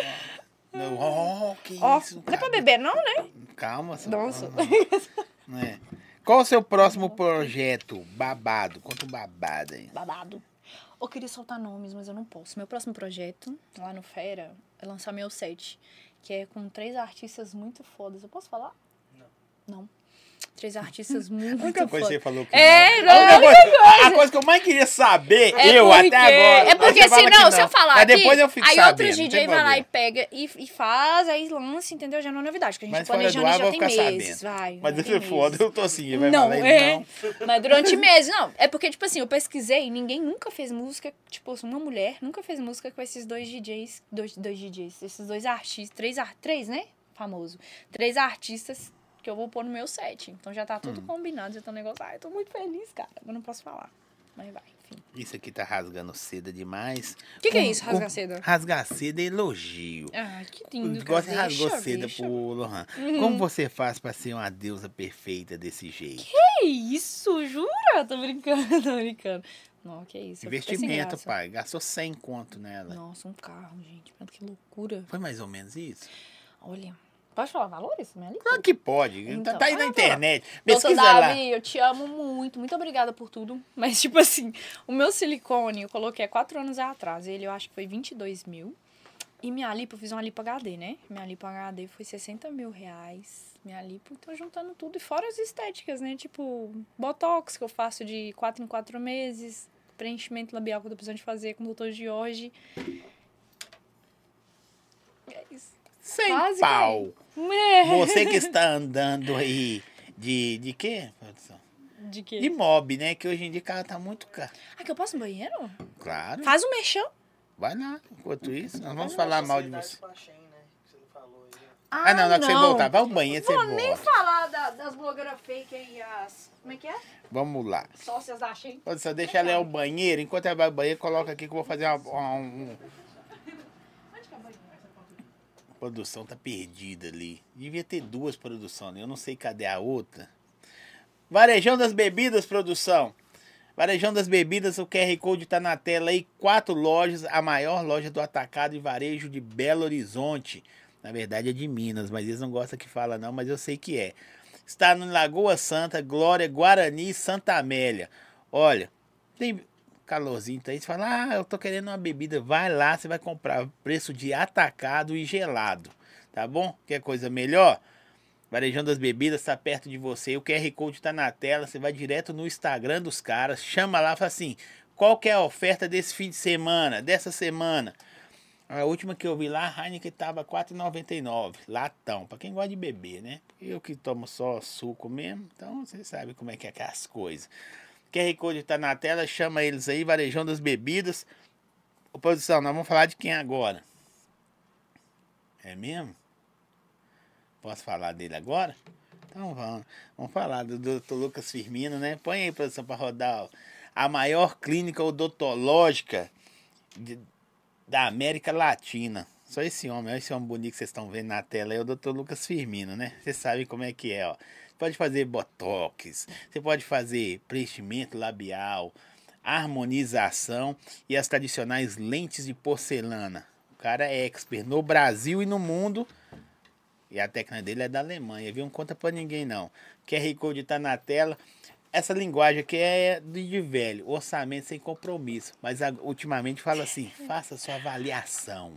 [SPEAKER 1] Não, ó, que
[SPEAKER 2] Ó,
[SPEAKER 1] isso.
[SPEAKER 2] não é pra
[SPEAKER 1] cara.
[SPEAKER 2] beber, não, né?
[SPEAKER 1] Calma, só.
[SPEAKER 2] Nossa.
[SPEAKER 1] Não é. Qual o seu próximo projeto? Babado. Conta um babado aí.
[SPEAKER 2] Babado. Eu queria soltar nomes, mas eu não posso. Meu próximo projeto, lá no Fera, é lançar meu set, que é com três artistas muito fodas. Eu posso falar?
[SPEAKER 4] Não.
[SPEAKER 2] Não. Três artistas muito
[SPEAKER 1] A única coisa que
[SPEAKER 2] fodas.
[SPEAKER 1] você falou que
[SPEAKER 2] É,
[SPEAKER 1] não. A única
[SPEAKER 2] não,
[SPEAKER 1] coisa, a coisa que eu mais queria saber,
[SPEAKER 2] É
[SPEAKER 1] eu
[SPEAKER 2] porque-
[SPEAKER 1] até agora.
[SPEAKER 2] É porque
[SPEAKER 1] Aí você fala
[SPEAKER 2] senão,
[SPEAKER 1] que
[SPEAKER 2] se eu
[SPEAKER 1] não.
[SPEAKER 2] falar
[SPEAKER 1] Mas
[SPEAKER 2] aqui,
[SPEAKER 1] depois eu fico
[SPEAKER 2] aí
[SPEAKER 1] sabendo.
[SPEAKER 2] outro
[SPEAKER 1] não tem
[SPEAKER 2] DJ vai lá e
[SPEAKER 1] problema.
[SPEAKER 2] pega e, e faz, aí lança, entendeu? Já não é novidade, porque a gente
[SPEAKER 1] Mas fora do
[SPEAKER 2] planejando
[SPEAKER 1] ar, eu
[SPEAKER 2] já
[SPEAKER 1] vou
[SPEAKER 2] tem
[SPEAKER 1] ficar
[SPEAKER 2] meses, vai.
[SPEAKER 1] Mas
[SPEAKER 2] já
[SPEAKER 1] isso é
[SPEAKER 2] tem
[SPEAKER 1] foda,
[SPEAKER 2] meses.
[SPEAKER 1] eu tô assim, vai
[SPEAKER 2] Não,
[SPEAKER 1] falar isso,
[SPEAKER 2] é.
[SPEAKER 1] não.
[SPEAKER 2] Mas durante meses, não. É porque, tipo assim, eu pesquisei e ninguém nunca fez música, tipo, uma mulher nunca fez música com esses dois DJs, dois, dois DJs, esses dois artistas, três, ar- três, né? Famoso. Três artistas que eu vou pôr no meu set. Então já tá
[SPEAKER 1] Hum.
[SPEAKER 2] tudo combinado, já tá um negócio. Ah, eu tô muito feliz, cara. Eu não posso falar. Mas vai, enfim.
[SPEAKER 1] Isso aqui tá rasgando seda demais.
[SPEAKER 2] O que, que é
[SPEAKER 1] Com-
[SPEAKER 2] isso, rasga
[SPEAKER 1] com-
[SPEAKER 2] cedo?
[SPEAKER 1] Rasgar seda é elogio.
[SPEAKER 2] Ah, que lindo.
[SPEAKER 1] Igual você
[SPEAKER 2] cara.
[SPEAKER 1] rasgou
[SPEAKER 2] Deixa eu ver,
[SPEAKER 1] seda
[SPEAKER 2] deixa
[SPEAKER 1] pro
[SPEAKER 2] eu ver. Uhum.
[SPEAKER 1] Lohan. Como você faz pra ser uma deusa perfeita desse jeito?
[SPEAKER 2] Que isso, jura? Tô brincando, tô brincando. Não, que isso. eu fiquei sem
[SPEAKER 1] Investimento,
[SPEAKER 2] graça.
[SPEAKER 1] pai. Gastou 100 conto nela.
[SPEAKER 2] Nossa, um carro, gente. Mas Que loucura.
[SPEAKER 1] Foi mais ou menos isso?
[SPEAKER 2] Olha, pode falar valores? Minha língua?
[SPEAKER 1] Claro que pode. tá-
[SPEAKER 2] Então,
[SPEAKER 1] tá aí na
[SPEAKER 2] ah,
[SPEAKER 1] internet.
[SPEAKER 2] Doutor
[SPEAKER 1] Pesquisa lá.
[SPEAKER 2] Davi, eu te amo muito, muito obrigada por tudo. Mas, tipo assim, o meu silicone eu coloquei há quatro anos atrás. Ele eu acho que foi 22 mil. E minha lipo, eu fiz uma lipo HD, né? Minha lipo HD foi 60 mil reais. Minha lipo, então juntando tudo. E fora as estéticas, né? Tipo, botox que eu faço de quatro em quatro meses. Preenchimento labial que eu tô precisando de fazer com o doutor Jorge. É isso.
[SPEAKER 1] Sem
[SPEAKER 2] Quase
[SPEAKER 1] pau.
[SPEAKER 2] É.
[SPEAKER 1] Você que está andando aí de, de quê, produção?
[SPEAKER 2] De quê?
[SPEAKER 1] De mob, né? Que hoje em dia o carro tá muito caro.
[SPEAKER 2] Ah, que eu posso no banheiro?
[SPEAKER 1] Claro.
[SPEAKER 2] Faz um mexão.
[SPEAKER 1] Vai lá. Enquanto isso, nós
[SPEAKER 4] Mas
[SPEAKER 1] vamos
[SPEAKER 4] é
[SPEAKER 1] falar
[SPEAKER 4] uma
[SPEAKER 1] mal de
[SPEAKER 4] sociedade
[SPEAKER 1] você.
[SPEAKER 4] com a Shein, né? Que você não falou aí, né?
[SPEAKER 1] Ah, não, na hora que você voltar, vai ao banheiro, você
[SPEAKER 2] Vou nem
[SPEAKER 1] volta.
[SPEAKER 2] falar da- das blogueiras fake aí, as. Como é que é?
[SPEAKER 1] Vamos lá.
[SPEAKER 2] Sócias da Shein.
[SPEAKER 1] Produção, deixa ela ir ao banheiro. Enquanto ela vai ao banheiro, coloca aqui que eu vou fazer uma- uma- um...
[SPEAKER 2] Onde que é o banheiro?
[SPEAKER 1] A produção tá perdida ali. Devia ter duas produções, né? Eu não sei cadê a outra. Varejão das Bebidas, produção. Varejão das Bebidas, o QR Code tá na tela aí. Quatro lojas, a maior loja do atacado e varejo de Belo Horizonte. Na verdade é de Minas, mas eles não gostam que fala não, mas eu sei que é. Está no Lagoa Santa, Glória, Guarani e Santa Amélia. Olha, tem calorzinho, tá aí você fala, ah, eu tô querendo uma bebida. Vai lá, você vai comprar preço de atacado e gelado, tá bom? Quer coisa melhor? Varejão das Bebidas tá perto de você, o QR Code tá na tela, você vai direto no Instagram dos caras, chama lá, fala assim, qual que é a oferta desse fim de semana, dessa semana? A última que eu vi lá, a Heineken tava R$4,99, latão, pra quem gosta de beber, né? Eu que tomo só suco mesmo, então você sabe como é que é que é as coisas. QR Code tá na tela, chama eles aí, Varejão das Bebidas. Ô, produção, nós vamos falar de quem agora? É mesmo? Posso falar dele agora? Então vamos, vamos falar do Dr. Lucas Firmino, né? Põe aí, produção, para rodar. ó. A maior clínica odontológica de- da América Latina. Só esse homem, olha esse homem bonito que vocês estão vendo na tela, é o Dr. Lucas Firmino, né? Vocês sabem como é que é, ó. Você pode fazer botox, você pode fazer preenchimento labial, harmonização e as tradicionais lentes de porcelana. O cara é expert no Brasil e no mundo. E a técnica dele é da Alemanha, viu? Não conta pra ninguém, não. QR Code tá na tela. Essa linguagem aqui é de de velho, orçamento sem compromisso. Mas a- ultimamente fala assim, faça sua avaliação.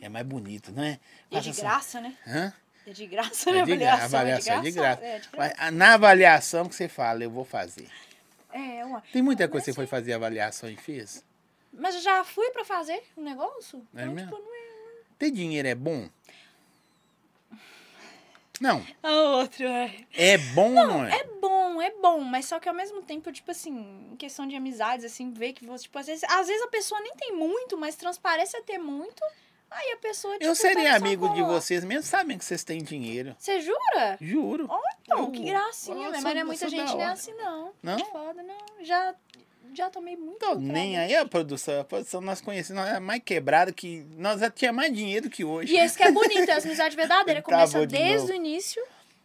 [SPEAKER 1] É mais bonito, não é?
[SPEAKER 2] E de
[SPEAKER 1] Faça sua-
[SPEAKER 2] graça, né?
[SPEAKER 1] Hã?
[SPEAKER 2] É de graça,
[SPEAKER 1] É
[SPEAKER 2] né?
[SPEAKER 1] de graça, avaliação é de graça. Mas, ah, na avaliação que você fala, eu vou fazer.
[SPEAKER 2] É, ué.
[SPEAKER 1] Tem muita coisa que você foi fazer avaliação e fez?
[SPEAKER 2] Mas eu já fui pra fazer um negócio?
[SPEAKER 1] É
[SPEAKER 2] então,
[SPEAKER 1] mesmo?
[SPEAKER 2] tipo, não é.
[SPEAKER 1] Ter dinheiro é bom? Não.
[SPEAKER 2] A outra, é.
[SPEAKER 1] É bom ou não é?
[SPEAKER 2] É bom, é bom, mas só que ao mesmo tempo, tipo assim, em questão de amizades, assim, ver que você, tipo, às vezes, às vezes a pessoa nem tem muito, mas transparece a ter muito, aí a pessoa, tipo,
[SPEAKER 1] Eu seria
[SPEAKER 2] pega só
[SPEAKER 1] amigo de
[SPEAKER 2] cola.
[SPEAKER 1] vocês mesmo sabendo que vocês têm dinheiro.
[SPEAKER 2] Você jura?
[SPEAKER 1] Juro.
[SPEAKER 2] Então,
[SPEAKER 1] Eu-
[SPEAKER 2] que gracinha,
[SPEAKER 1] eu
[SPEAKER 2] mas
[SPEAKER 1] sou-
[SPEAKER 2] não é
[SPEAKER 1] eu
[SPEAKER 2] muita
[SPEAKER 1] sou da
[SPEAKER 2] gente não é
[SPEAKER 1] hora.
[SPEAKER 2] assim, não.
[SPEAKER 1] Não?
[SPEAKER 2] Foda, não. Já, já tomei muito.
[SPEAKER 1] Tô
[SPEAKER 2] trago.
[SPEAKER 1] nem aí a produção. A produção nós conhecemos, nós é mais quebrado que. Nós já tinha mais dinheiro que hoje.
[SPEAKER 2] E esse que é bonito, é as amizades verdadeiras.
[SPEAKER 1] Tá
[SPEAKER 2] Começa
[SPEAKER 1] bom de
[SPEAKER 2] desde
[SPEAKER 1] novo.
[SPEAKER 2] o início.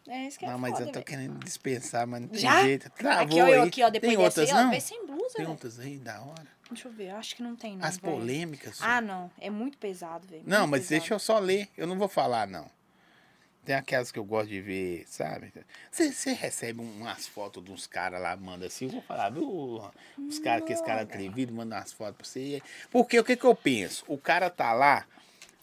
[SPEAKER 2] É isso que é
[SPEAKER 1] não, mas
[SPEAKER 2] foda,
[SPEAKER 1] eu tô
[SPEAKER 2] velho.
[SPEAKER 1] querendo dispensar, mas não tem
[SPEAKER 2] Já?
[SPEAKER 1] jeito. Travou
[SPEAKER 2] Aqui, ó, eu
[SPEAKER 1] aí.
[SPEAKER 2] aqui, ó, depois
[SPEAKER 1] tem
[SPEAKER 2] dessa
[SPEAKER 1] outras,
[SPEAKER 2] aí, ó,
[SPEAKER 1] não?
[SPEAKER 2] vem sem blusa, né?
[SPEAKER 1] Tem
[SPEAKER 2] velho.
[SPEAKER 1] outras aí, da hora.
[SPEAKER 2] Deixa eu ver, eu acho que não tem, não.
[SPEAKER 1] As
[SPEAKER 2] velho.
[SPEAKER 1] polêmicas.
[SPEAKER 2] Ah, não, é muito pesado, velho.
[SPEAKER 1] Não,
[SPEAKER 2] muito
[SPEAKER 1] mas
[SPEAKER 2] pesado.
[SPEAKER 1] deixa eu só ler. Eu não vou falar, não. Tem aquelas que eu gosto de ver, sabe? Você recebe um- umas fotos de uns caras lá, manda assim, eu vou falar, viu? Os caras, que esse cara é
[SPEAKER 2] Não,
[SPEAKER 1] atrevido, manda umas fotos pra você. Porque o que que eu penso? O cara tá lá,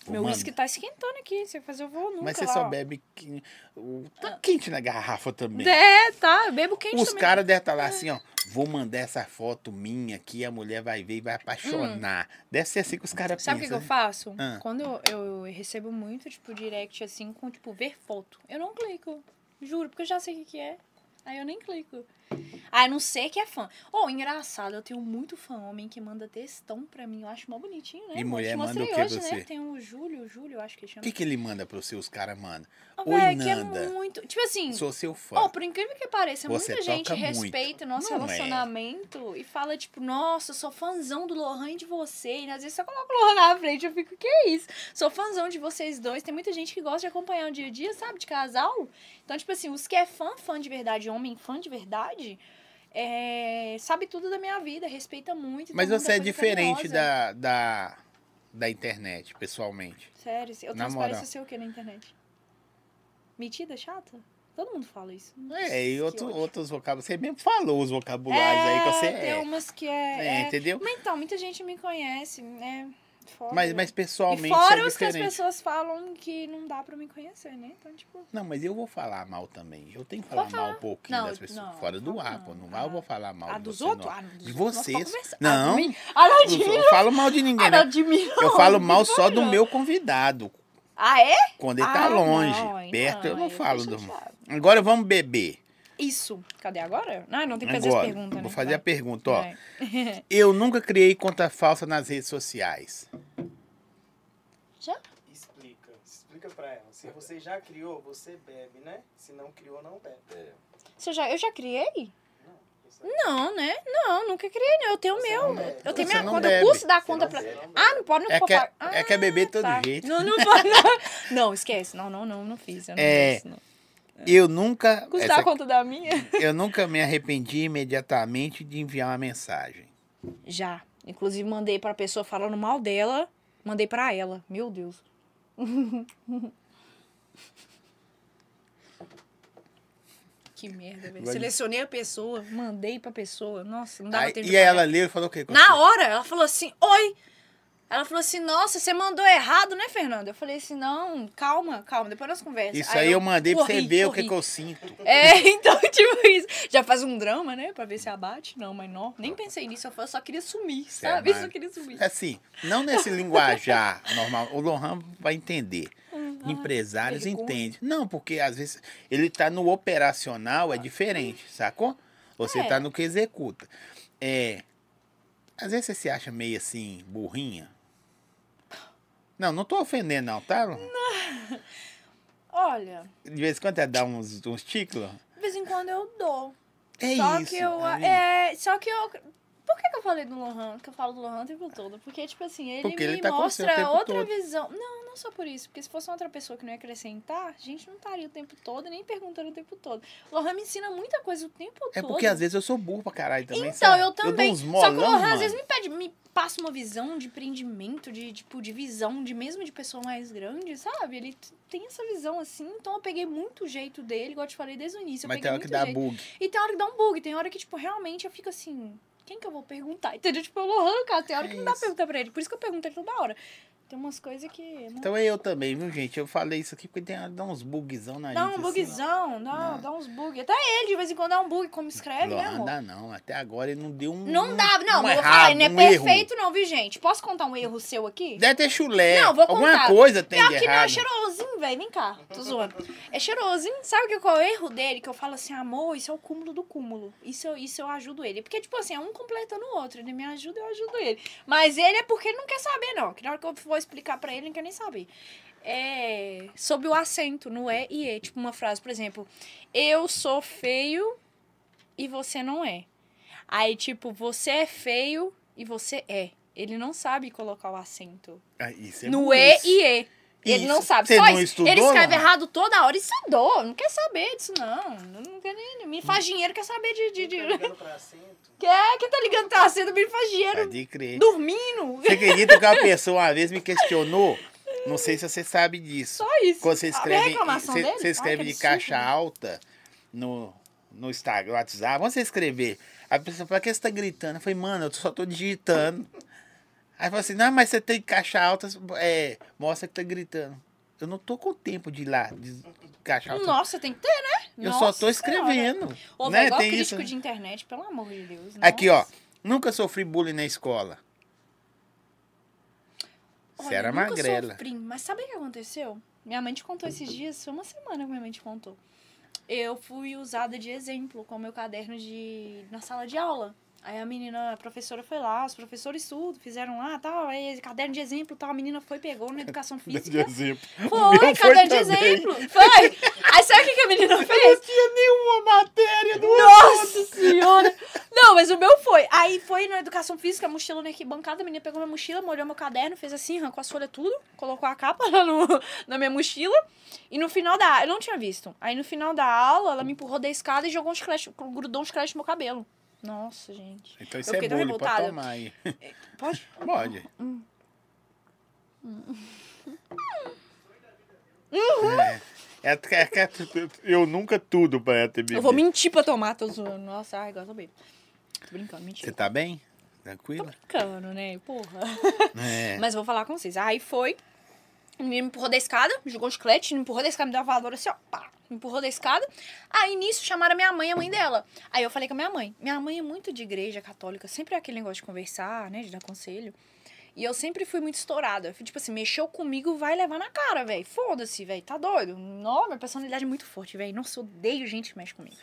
[SPEAKER 2] Meu
[SPEAKER 1] Mano,
[SPEAKER 2] uísque tá esquentando aqui. Se eu fazer, eu vou nunca
[SPEAKER 1] Mas você
[SPEAKER 2] lá,
[SPEAKER 1] só
[SPEAKER 2] ó.
[SPEAKER 1] bebe. que- o- Tá quente na garrafa também.
[SPEAKER 2] É, tá. Eu bebo quente
[SPEAKER 1] Os
[SPEAKER 2] também. É.
[SPEAKER 1] caras devem estar lá assim, ó. Vou mandar essa foto minha aqui, a mulher vai ver e vai apaixonar. Deve ser assim que os caras pensam.
[SPEAKER 2] Hum. Sabe o que, que eu
[SPEAKER 1] né?
[SPEAKER 2] faço?
[SPEAKER 1] Ah.
[SPEAKER 2] Quando eu, eu recebo muito, tipo, direct assim, com, tipo, ver foto. Eu não clico. Juro, porque eu já sei o que, que é. Aí eu nem clico. Ah, a não ser que é fã. Ou, engraçado, eu tenho muito fã homem que manda textão pra mim. Eu acho mó bonitinho, né?
[SPEAKER 1] E
[SPEAKER 2] Eu
[SPEAKER 1] mulher
[SPEAKER 2] te
[SPEAKER 1] manda
[SPEAKER 2] mostrei
[SPEAKER 1] o quê pra
[SPEAKER 2] hoje,
[SPEAKER 1] você?
[SPEAKER 2] né? Tem o Júlio, o Júlio, eu acho que ele
[SPEAKER 1] O
[SPEAKER 2] chama.
[SPEAKER 1] que, que ele manda pra você, os caras mandam?
[SPEAKER 2] Ah,
[SPEAKER 1] Oi,
[SPEAKER 2] véi, que é
[SPEAKER 1] Nanda.
[SPEAKER 2] muito. Tipo assim,
[SPEAKER 1] Sou seu fã.
[SPEAKER 2] Ó, por incrível que pareça,
[SPEAKER 1] Você
[SPEAKER 2] muita gente
[SPEAKER 1] toca muito.
[SPEAKER 2] respeita o nosso
[SPEAKER 1] Não é.
[SPEAKER 2] relacionamento e fala, tipo, nossa, eu sou fãzão do Lohan e de você. E às vezes só coloca o Lohan na frente, eu fico, que é isso? Sou fãzão de vocês dois. Tem muita gente que gosta de acompanhar o dia a dia, sabe, de casal. Então, tipo assim, os que é fã, fã de verdade, homem, fã de verdade, é, sabe tudo da minha vida, respeita muito. e
[SPEAKER 1] Mas
[SPEAKER 2] tem muita
[SPEAKER 1] você é
[SPEAKER 2] coisa
[SPEAKER 1] diferente
[SPEAKER 2] carinhosa.
[SPEAKER 1] da, da, da internet, pessoalmente.
[SPEAKER 2] Sério, eu
[SPEAKER 1] Na
[SPEAKER 2] transpareço
[SPEAKER 1] moral.
[SPEAKER 2] ser o que na internet? Metida, chata? Todo mundo fala isso.
[SPEAKER 1] É, e
[SPEAKER 2] Que
[SPEAKER 1] outro,
[SPEAKER 2] ódio.
[SPEAKER 1] outros vocábulos. Você mesmo falou os vocabulários aí que você
[SPEAKER 2] tem
[SPEAKER 1] é.
[SPEAKER 2] umas que
[SPEAKER 1] É,
[SPEAKER 2] é. é.
[SPEAKER 1] Entendeu?
[SPEAKER 2] Mas então, muita gente me conhece, né? Fora.
[SPEAKER 1] Mas, mas
[SPEAKER 2] e
[SPEAKER 1] pessoalmente
[SPEAKER 2] fora
[SPEAKER 1] você é
[SPEAKER 2] os que as
[SPEAKER 1] diferente.
[SPEAKER 2] pessoas falam que não dá pra me conhecer, né? Então, tipo.
[SPEAKER 1] Não, mas eu vou falar mal também. Eu tenho que falar
[SPEAKER 2] Pode
[SPEAKER 1] mal
[SPEAKER 2] falar.
[SPEAKER 1] um pouquinho
[SPEAKER 2] Não,
[SPEAKER 1] das pessoas.
[SPEAKER 2] não,
[SPEAKER 1] Fora do
[SPEAKER 2] fala
[SPEAKER 1] ar,
[SPEAKER 2] não.
[SPEAKER 1] pô. Não vai, eu vou falar mal.
[SPEAKER 2] ah,
[SPEAKER 1] de
[SPEAKER 2] dos
[SPEAKER 1] você,
[SPEAKER 2] outros?
[SPEAKER 1] não.
[SPEAKER 2] Ah, não, dos
[SPEAKER 1] De
[SPEAKER 2] outros nós
[SPEAKER 1] vocês.
[SPEAKER 2] conversa-
[SPEAKER 1] Não.
[SPEAKER 2] Ah, de mim? Ah, não,
[SPEAKER 1] Eu
[SPEAKER 2] de mim.
[SPEAKER 1] não falo mal de
[SPEAKER 2] Ah,
[SPEAKER 1] ninguém, né?
[SPEAKER 2] não, de mim.
[SPEAKER 1] Eu
[SPEAKER 2] não.
[SPEAKER 1] falo mal só do
[SPEAKER 2] não.
[SPEAKER 1] meu convidado.
[SPEAKER 2] Ah, é?
[SPEAKER 1] Quando ele tá
[SPEAKER 2] Ah,
[SPEAKER 1] longe.
[SPEAKER 2] não, aí
[SPEAKER 1] perto eu não
[SPEAKER 2] aí
[SPEAKER 1] falo
[SPEAKER 2] tô
[SPEAKER 1] do.
[SPEAKER 2] chateada.
[SPEAKER 1] Agora vamos beber.
[SPEAKER 2] Isso. Cadê agora? Ah, não, tem que fazer
[SPEAKER 1] Agora.
[SPEAKER 2] as perguntas, né?
[SPEAKER 1] Vou fazer a
[SPEAKER 2] Vai.
[SPEAKER 1] pergunta, ó.
[SPEAKER 2] Vai.
[SPEAKER 1] Eu nunca criei conta falsa nas redes sociais.
[SPEAKER 2] Já?
[SPEAKER 4] Explica. Explica pra ela. Se você já criou, você bebe, né? Se não criou, não bebe.
[SPEAKER 3] É.
[SPEAKER 2] Você já, eu já criei?
[SPEAKER 4] Não. Isso aí.
[SPEAKER 2] Não, né? Não, nunca criei, não. Eu tenho o
[SPEAKER 4] Você
[SPEAKER 2] meu.
[SPEAKER 4] não bebe.
[SPEAKER 2] Eu tenho
[SPEAKER 1] Você
[SPEAKER 2] minha
[SPEAKER 1] não
[SPEAKER 2] conta.
[SPEAKER 1] bebe.
[SPEAKER 2] O custo da
[SPEAKER 4] Você
[SPEAKER 2] conta
[SPEAKER 4] não
[SPEAKER 2] pra.
[SPEAKER 4] bebe, não
[SPEAKER 2] Ah,
[SPEAKER 4] bebe.
[SPEAKER 2] não pode, não
[SPEAKER 1] É
[SPEAKER 2] pode
[SPEAKER 1] que é-
[SPEAKER 2] pagar.
[SPEAKER 1] é que é beber de todo
[SPEAKER 2] tá.
[SPEAKER 1] jeito.
[SPEAKER 2] Não, não pode, não. Não, esquece. Não, não, não, não fiz. Eu não
[SPEAKER 1] É.
[SPEAKER 2] fiz, não.
[SPEAKER 1] Eu nunca.
[SPEAKER 2] Custar
[SPEAKER 1] essa-
[SPEAKER 2] a conta da minha?
[SPEAKER 1] eu nunca me arrependi imediatamente de enviar uma mensagem.
[SPEAKER 2] Já. Inclusive, mandei pra pessoa falando mal dela. Mandei pra ela. Meu Deus. que merda, velho.
[SPEAKER 1] Vai-
[SPEAKER 2] Selecionei a pessoa, mandei pra pessoa. Nossa, não dava
[SPEAKER 1] Aí,
[SPEAKER 2] tempo
[SPEAKER 1] e
[SPEAKER 2] pra
[SPEAKER 1] aí
[SPEAKER 2] ler.
[SPEAKER 1] ela leu e falou o quê? com você?
[SPEAKER 2] Na hora, ela falou assim, oi. Ela falou assim, nossa, você mandou errado, né, Fernanda? Eu falei assim, não, calma, calma, depois nós conversamos.
[SPEAKER 1] Isso aí eu mandei pra você
[SPEAKER 2] corri,
[SPEAKER 1] ver o que,
[SPEAKER 2] corri.
[SPEAKER 1] que eu sinto.
[SPEAKER 2] É, então, tipo isso. Já faz um drama, né, pra ver se abate. Não, mas não, nem pensei nisso, eu só queria sumir,
[SPEAKER 1] Você é
[SPEAKER 2] sabe?
[SPEAKER 1] mais-
[SPEAKER 2] Só queria sumir.
[SPEAKER 1] Assim, não nesse linguajar normal. O Lohan vai entender.
[SPEAKER 2] Uhum.
[SPEAKER 1] Empresários
[SPEAKER 2] vergonha.
[SPEAKER 1] entendem. Não, porque às vezes ele tá no operacional, é diferente, sacou? Você
[SPEAKER 2] É.
[SPEAKER 1] tá no que executa. É. Às vezes você se acha meio assim, burrinha. Não, não tô ofendendo, não, tá?
[SPEAKER 2] Olha,
[SPEAKER 1] De vez em quando é dar uns, uns ticlos.
[SPEAKER 2] de vez em quando eu dou.
[SPEAKER 1] É
[SPEAKER 2] só
[SPEAKER 1] isso.
[SPEAKER 2] que eu.
[SPEAKER 1] tá vendo?
[SPEAKER 2] É, só que eu. Por que, que eu falei do Lohan? Que eu falo do Lohan o tempo todo? Porque, tipo assim, ele
[SPEAKER 1] Porque
[SPEAKER 2] me
[SPEAKER 1] ele tá com você o
[SPEAKER 2] mostra
[SPEAKER 1] tempo
[SPEAKER 2] outra
[SPEAKER 1] todo.
[SPEAKER 2] visão. Não, não só por isso. Porque se fosse uma outra pessoa que não ia acrescentar, a gente não estaria o tempo todo e nem perguntando o tempo todo. O Lohan me ensina muita coisa o tempo
[SPEAKER 1] É
[SPEAKER 2] todo.
[SPEAKER 1] porque às vezes eu sou burro pra caralho também.
[SPEAKER 2] Então,
[SPEAKER 1] sabe?
[SPEAKER 2] eu também.
[SPEAKER 1] dou uns molão,
[SPEAKER 2] Só que o Lohan às
[SPEAKER 1] mano.
[SPEAKER 2] vezes me pede, me passa uma visão de empreendimento, de tipo, de visão, de mesmo de pessoa mais grande, sabe? Ele t- tem essa visão assim, então eu peguei muito o jeito dele, igual eu te falei desde o início. eu
[SPEAKER 1] Mas
[SPEAKER 2] peguei
[SPEAKER 1] tem hora que
[SPEAKER 2] muito
[SPEAKER 1] dá
[SPEAKER 2] jeito.
[SPEAKER 1] bug.
[SPEAKER 2] E tem hora que dá um bug, tem hora que, tipo, realmente eu fico assim, quem que eu vou perguntar? Entendeu? Tipo, eu Lohan, cara, tem hora que não dá pra
[SPEAKER 1] Isso.
[SPEAKER 2] perguntar pra ele. Por isso que eu pergunto ele toda hora. Tem umas coisas que. Não,
[SPEAKER 1] Então é eu também, viu, gente? Eu falei isso aqui porque tem hora que dá uns bugzão na
[SPEAKER 2] dá
[SPEAKER 1] gente.
[SPEAKER 2] um
[SPEAKER 1] assim.
[SPEAKER 2] bugzão, dá,
[SPEAKER 1] Não.
[SPEAKER 2] dá uns bug. Até ele, de vez em quando, dá um bug, como escreve, né,
[SPEAKER 1] Não
[SPEAKER 2] amor?
[SPEAKER 1] dá não, até agora ele não deu um.
[SPEAKER 2] Não dá, não,
[SPEAKER 1] um
[SPEAKER 2] mas
[SPEAKER 1] errado,
[SPEAKER 2] eu vou falar, ele não
[SPEAKER 1] um
[SPEAKER 2] é
[SPEAKER 1] erro.
[SPEAKER 2] perfeito, não, viu, gente? Posso contar um erro seu aqui?
[SPEAKER 1] Deve ter chulé.
[SPEAKER 2] Não, vou
[SPEAKER 1] Alguma
[SPEAKER 2] contar.
[SPEAKER 1] coisa tem
[SPEAKER 2] Pior
[SPEAKER 1] de
[SPEAKER 2] que não,
[SPEAKER 1] errado.
[SPEAKER 2] é cheirosinho, velho. Vem cá, tô zoando. É cheirosinho. Sabe que qual é o erro dele? Que eu falo assim, amor, isso é o cúmulo do cúmulo. Isso, eu- isso eu ajudo ele. Porque, tipo assim, é um completando o outro. Ele me ajuda, eu ajudo ele. Mas ele é porque ele não quer saber, não. Que na hora que eu for explicar pra ele, ele não quer nem saber. É. Sobre o acento no é e e. Tipo, uma frase, por exemplo, eu sou feio e você não é. Aí, tipo, você é feio e você é. Ele não sabe colocar o acento.
[SPEAKER 1] Ah, isso é
[SPEAKER 2] no
[SPEAKER 1] burrice.
[SPEAKER 2] E e E. Ele
[SPEAKER 1] Isso.
[SPEAKER 2] não sabe.
[SPEAKER 1] Você
[SPEAKER 2] Só
[SPEAKER 1] não
[SPEAKER 2] isso.
[SPEAKER 1] estudou,
[SPEAKER 2] ele escreve
[SPEAKER 1] Lohan?
[SPEAKER 2] errado toda hora. Estudou. Não quer saber disso, não. Não, não quer nem. Me faz dinheiro, quer saber de. de,
[SPEAKER 4] Quem
[SPEAKER 2] de...
[SPEAKER 4] tá ligando pra acento?
[SPEAKER 2] Quer? Quem tá ligando tá cedo, me faz dinheiro.
[SPEAKER 1] Pode crer.
[SPEAKER 2] Dormindo.
[SPEAKER 1] Você acredita que uma pessoa uma vez me questionou? Não sei se você sabe disso.
[SPEAKER 2] Só isso.
[SPEAKER 1] Quando você
[SPEAKER 2] Abre é a
[SPEAKER 1] escreve,
[SPEAKER 2] reclamação
[SPEAKER 1] você,
[SPEAKER 2] dele.
[SPEAKER 1] você escreve
[SPEAKER 2] Ai, que
[SPEAKER 1] de caixa
[SPEAKER 2] absurdo.
[SPEAKER 1] alta no, no Instagram, no WhatsApp, vamos você escrever. A pessoa fala, pra que você tá gritando? Eu falei, mano, eu só tô digitando. Aí fala assim, não, mas você tem caixa alta, é, mostra que tá gritando. Eu não tô com tempo de ir lá, de caixa alta.
[SPEAKER 2] Nossa, tem que ter, né?
[SPEAKER 1] eu
[SPEAKER 2] Nossa
[SPEAKER 1] só tô
[SPEAKER 2] Senhora.
[SPEAKER 1] escrevendo.
[SPEAKER 2] Ou
[SPEAKER 1] né?
[SPEAKER 2] né? igual
[SPEAKER 1] Tem
[SPEAKER 2] crítico
[SPEAKER 1] isso, né?
[SPEAKER 2] de internet, pelo amor de Deus. né?
[SPEAKER 1] Aqui, ó.
[SPEAKER 2] nossa.
[SPEAKER 1] Nunca sofri bullying na escola. Você
[SPEAKER 2] Olha,
[SPEAKER 1] era
[SPEAKER 2] eu nunca
[SPEAKER 1] magrela.
[SPEAKER 2] sofri, mas sabe o que aconteceu? Minha mãe te contou esses dias, foi uma semana que minha mãe te contou. Eu fui usada de exemplo com o meu caderno de na sala de aula. Aí a menina, a professora foi lá, os professores tudo, fizeram lá, tal, aí caderno de exemplo, tal, a menina foi, pegou na educação física.
[SPEAKER 1] exemplo. O meu foi
[SPEAKER 2] Foi, caderno de
[SPEAKER 1] também.
[SPEAKER 2] exemplo. Foi. Aí sabe o que que a menina fez?
[SPEAKER 1] tinha nenhuma matéria do
[SPEAKER 2] Nossa senhora! Não, mas o meu foi. Aí foi na educação física, mochila na arquibancada, a menina pegou minha mochila, molhou meu caderno, fez assim, arrancou as folhas tudo, colocou a capa lá no, na minha mochila. E no final da eu não tinha visto. Aí no final da aula, ela me empurrou da escada e jogou um chiclete, grudou um chiclete no meu cabelo. Nossa, gente.
[SPEAKER 1] Então isso
[SPEAKER 2] Eu
[SPEAKER 1] é
[SPEAKER 2] fiquei tão
[SPEAKER 1] bullying, pode
[SPEAKER 2] revoltada. É,
[SPEAKER 1] tomar aí.
[SPEAKER 2] Pode?
[SPEAKER 1] Pode. É, é, é, eu nunca tudo pra ela ter
[SPEAKER 2] Eu
[SPEAKER 1] bebido.
[SPEAKER 2] vou mentir pra tomar, tô zoando. Nossa, ai, agora tô bem. Tô brincando,
[SPEAKER 1] Você
[SPEAKER 2] mentira.
[SPEAKER 1] tá bem?
[SPEAKER 2] Tô
[SPEAKER 1] Tranquila?
[SPEAKER 2] brincando, né? Porra.
[SPEAKER 1] É.
[SPEAKER 2] Mas eu vou falar com vocês. Aí foi. O menino me empurrou da escada, jogou um chiclete, me empurrou da escada, me deu uma voadora assim, ó. Pá, me empurrou da escada. Aí nisso chamaram a minha mãe e a mãe dela. Aí eu falei com a minha mãe. Minha mãe é muito de igreja católica, sempre é aquele negócio de conversar, né? De dar conselho. E eu sempre fui muito estourada. Eu fui, tipo assim, mexeu comigo, vai levar na cara, velho. Foda-se, velho. Tá doido? Não, minha personalidade é muito forte, velho. Nossa, eu odeio gente que mexe comigo.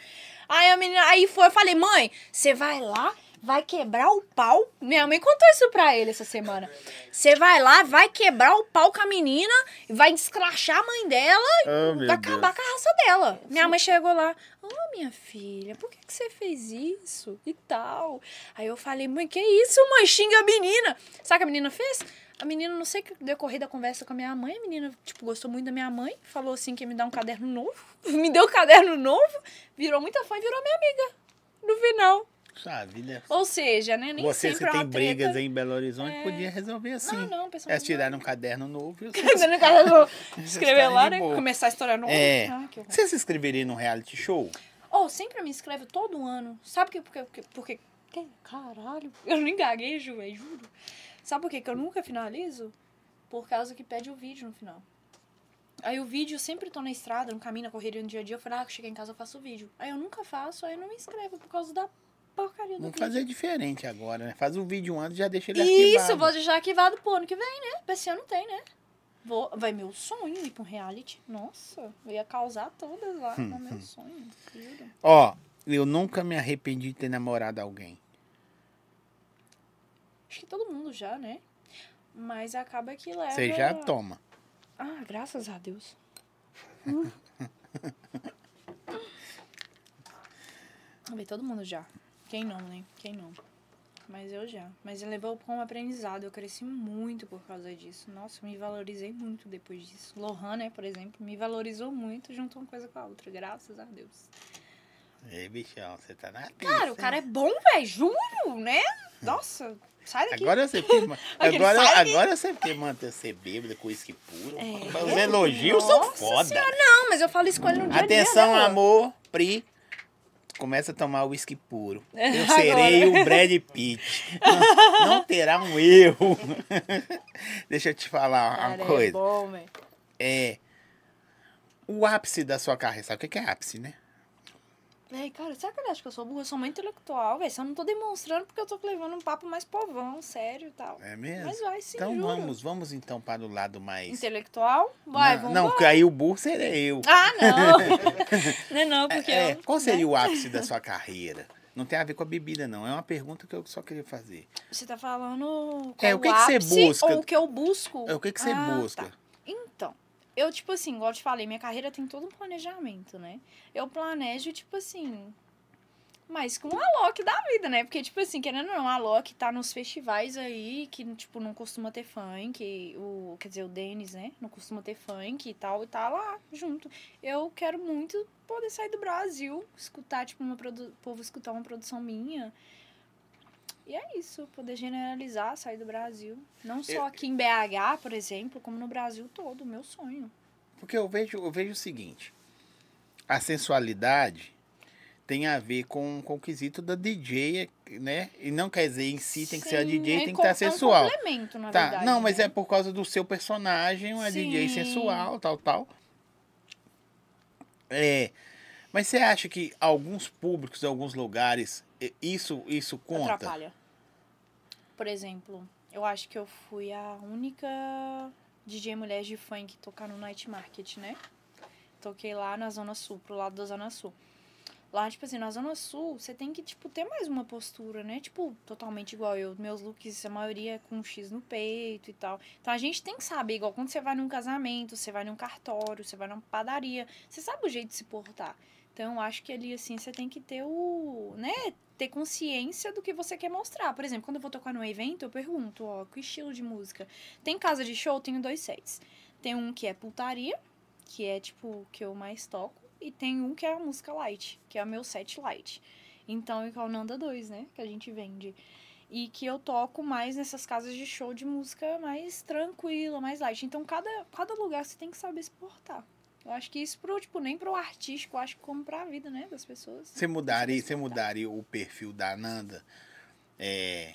[SPEAKER 2] Aí a menina, aí foi, eu falei, mãe, você vai lá, vai quebrar o pau. Minha mãe contou isso pra ele essa semana. Você vai lá, vai quebrar o pau com a menina, vai escrachar a mãe dela,
[SPEAKER 1] Oh, meu
[SPEAKER 2] vai acabar com a raça dela. Minha mãe chegou lá, ô minha filha, por que, que você fez isso e tal? Aí eu falei, mãe, que isso, mãe, xinga a menina. Sabe o que a menina fez? A menina, não sei o que decorrer da conversa com a minha mãe, a menina, tipo, gostou muito da minha mãe, falou assim que ia me dar um caderno novo, me deu um caderno novo, virou muita fã e virou minha amiga. No final.
[SPEAKER 1] Deus. Sua vida.
[SPEAKER 2] Ou seja, né? Nem
[SPEAKER 1] Vocês
[SPEAKER 2] sempre
[SPEAKER 1] que
[SPEAKER 2] é uma
[SPEAKER 1] têm brigas
[SPEAKER 2] treta.
[SPEAKER 1] aí em Belo Horizonte
[SPEAKER 2] É.
[SPEAKER 1] podia resolver assim.
[SPEAKER 2] Não, não, pessoal.
[SPEAKER 1] É tirar um caderno novo. e vocês-
[SPEAKER 2] Você não quer resolver.
[SPEAKER 1] vocês
[SPEAKER 2] escrever
[SPEAKER 1] estarem
[SPEAKER 2] lá,
[SPEAKER 1] de
[SPEAKER 2] né?
[SPEAKER 1] boa.
[SPEAKER 2] Começar a estourar no
[SPEAKER 1] É.
[SPEAKER 2] Ah, que horror.
[SPEAKER 1] Você se inscreveria num reality show?
[SPEAKER 2] Oh, sempre me inscrevo todo ano. Sabe por quê? Porque, porque, que- caralho, eu nem gaguejo, velho, juro. Sabe por quê que eu nunca finalizo? Por causa que pede o vídeo no final. Aí o vídeo, eu sempre tô na estrada, no caminho, na correria, no dia a dia. Eu falei, ah, cheguei em casa, eu faço o vídeo. Aí eu nunca faço, aí eu não me inscrevo por causa da porcaria do
[SPEAKER 1] Vamos
[SPEAKER 2] vídeo.
[SPEAKER 1] fazer diferente agora, né? Faz o vídeo antes e já deixa ele
[SPEAKER 2] Isso, eu
[SPEAKER 1] arquivado.
[SPEAKER 2] vou deixar arquivado pro ano que vem, né? Pra Esse ano tem, né? Vou, vai meu sonho ir pra um reality. Nossa, eu ia causar todas lá. é meu sonho, juro.
[SPEAKER 1] Ó, eu nunca me arrependi de ter namorado alguém.
[SPEAKER 2] Acho que todo mundo já, né? Mas acaba que leva.
[SPEAKER 1] Você já toma.
[SPEAKER 2] Ah, graças a Deus. Bem, todo mundo já. Quem não, né? Quem não? Mas eu já. Mas levou como aprendizado. Eu cresci muito por causa disso. Nossa, eu me valorizei muito depois disso. Lohan, né, por exemplo, me valorizou muito, juntou uma coisa com a outra. Graças a Deus.
[SPEAKER 1] Ei, bichão, você tá na pista.
[SPEAKER 2] Cara, o
[SPEAKER 1] hein?
[SPEAKER 2] cara é bom, velho. Juro, né? Nossa, sai daqui.
[SPEAKER 1] Agora você firma.
[SPEAKER 2] Aquele
[SPEAKER 1] agora,
[SPEAKER 2] sabe?
[SPEAKER 1] agora você quer manter você bêbado com uísque puro.
[SPEAKER 2] É.
[SPEAKER 1] Os elogios são
[SPEAKER 2] Nossa
[SPEAKER 1] foda.
[SPEAKER 2] Senhora, não, mas eu falo isso com ele no dia a
[SPEAKER 1] Atenção,
[SPEAKER 2] dia, né,
[SPEAKER 1] amor, Pri. Começa a tomar uísque puro.
[SPEAKER 2] É,
[SPEAKER 1] Eu
[SPEAKER 2] agora.
[SPEAKER 1] serei o Brad Pitt. Não, não terá um erro. Deixa eu te falar
[SPEAKER 2] Cara,
[SPEAKER 1] uma coisa.
[SPEAKER 2] É bom, velho.
[SPEAKER 1] É. O ápice da sua carreira. Sabe o que que é ápice, né?
[SPEAKER 2] Véi, cara, será que ele acha que eu sou burra? Eu sou muito intelectual, velho. Só não tô demonstrando porque eu tô levando um papo mais povão, sério e tal.
[SPEAKER 1] É mesmo?
[SPEAKER 2] Mas vai, sim,
[SPEAKER 1] então
[SPEAKER 2] juro.
[SPEAKER 1] vamos, vamos então para o lado mais.
[SPEAKER 2] Intelectual? Vai,
[SPEAKER 1] não,
[SPEAKER 2] vamos
[SPEAKER 1] não, porque aí o burro seria eu.
[SPEAKER 2] Ah, não. não é não, porque
[SPEAKER 1] É,
[SPEAKER 2] eu...
[SPEAKER 1] qual seria o ápice da sua carreira? Não tem a ver com a bebida, não. É uma pergunta que eu só queria fazer.
[SPEAKER 2] Você tá falando
[SPEAKER 1] É,
[SPEAKER 2] qual
[SPEAKER 1] o que que você
[SPEAKER 2] ápice
[SPEAKER 1] busca?
[SPEAKER 2] Ou o que eu busco?
[SPEAKER 1] É, o que, que você
[SPEAKER 2] Ah,
[SPEAKER 1] busca?
[SPEAKER 2] tá. Então, eu, tipo assim, igual eu te falei, minha carreira tem todo um planejamento, né? Eu planejo, tipo assim, mais com a Loki da vida, né? Porque, tipo assim, querendo ou não, a Loki tá nos festivais aí que, tipo, não costuma ter funk. O, quer dizer, o Denis, né? Não costuma ter funk e tal, e tá lá junto. Eu quero muito poder sair do Brasil, escutar, tipo, uma produ... o povo escutar uma produção minha. E é isso, poder generalizar, sair do Brasil. Não só
[SPEAKER 1] Eu-
[SPEAKER 2] aqui em BH, por exemplo, como no Brasil todo, meu sonho.
[SPEAKER 1] Porque eu vejo, eu vejo o seguinte: a sensualidade tem a ver com, com o quesito da DJ né? E não quer dizer em si tem que ser a
[SPEAKER 2] Sim,
[SPEAKER 1] DJ,
[SPEAKER 2] é
[SPEAKER 1] tem que
[SPEAKER 2] com-
[SPEAKER 1] estar
[SPEAKER 2] é um
[SPEAKER 1] sensual.
[SPEAKER 2] complemento, na
[SPEAKER 1] Tá,
[SPEAKER 2] verdade,
[SPEAKER 1] não, mas
[SPEAKER 2] né?
[SPEAKER 1] é por causa do seu personagem, uma DJ
[SPEAKER 2] Sim.
[SPEAKER 1] sensual, tal, tal. É. Mas você acha que alguns públicos, alguns lugares, e- isso isso conta?
[SPEAKER 2] Atrapalha. Por exemplo, eu acho que eu fui a única DJ mulher de funk tocar no Night Market, né? Toquei lá na Zona Sul, pro lado da Zona Sul. Lá, tipo assim, na Zona Sul, você tem que, tipo, ter mais uma postura, né? Tipo, totalmente igual eu. Meus looks, a maioria é com um X no peito e tal. Então a gente tem que saber, igual quando você vai num casamento, você vai num cartório, você vai numa padaria, você sabe o jeito de se portar. Então eu acho que ali, assim, você tem que ter o. né? ter consciência do que você quer mostrar. Por exemplo, quando eu vou tocar num evento, eu pergunto, ó, que estilo de música? Tem casa de show, eu tenho dois sets. Tem um que é putaria, que é tipo o que eu mais toco, e tem um que é a música light, que é o meu set light. Então, igual Nanda 2, né, que a gente vende. E que eu toco mais nessas casas de show de música mais tranquila, mais light. Então, cada, cada lugar você tem que saber exportar. Eu acho que isso pro, tipo, nem pro artístico, eu acho que como pra vida, né, das pessoas.
[SPEAKER 1] Você
[SPEAKER 2] Tem
[SPEAKER 1] mudaria,
[SPEAKER 2] que saber
[SPEAKER 1] você mudaria o perfil da Nanda? É,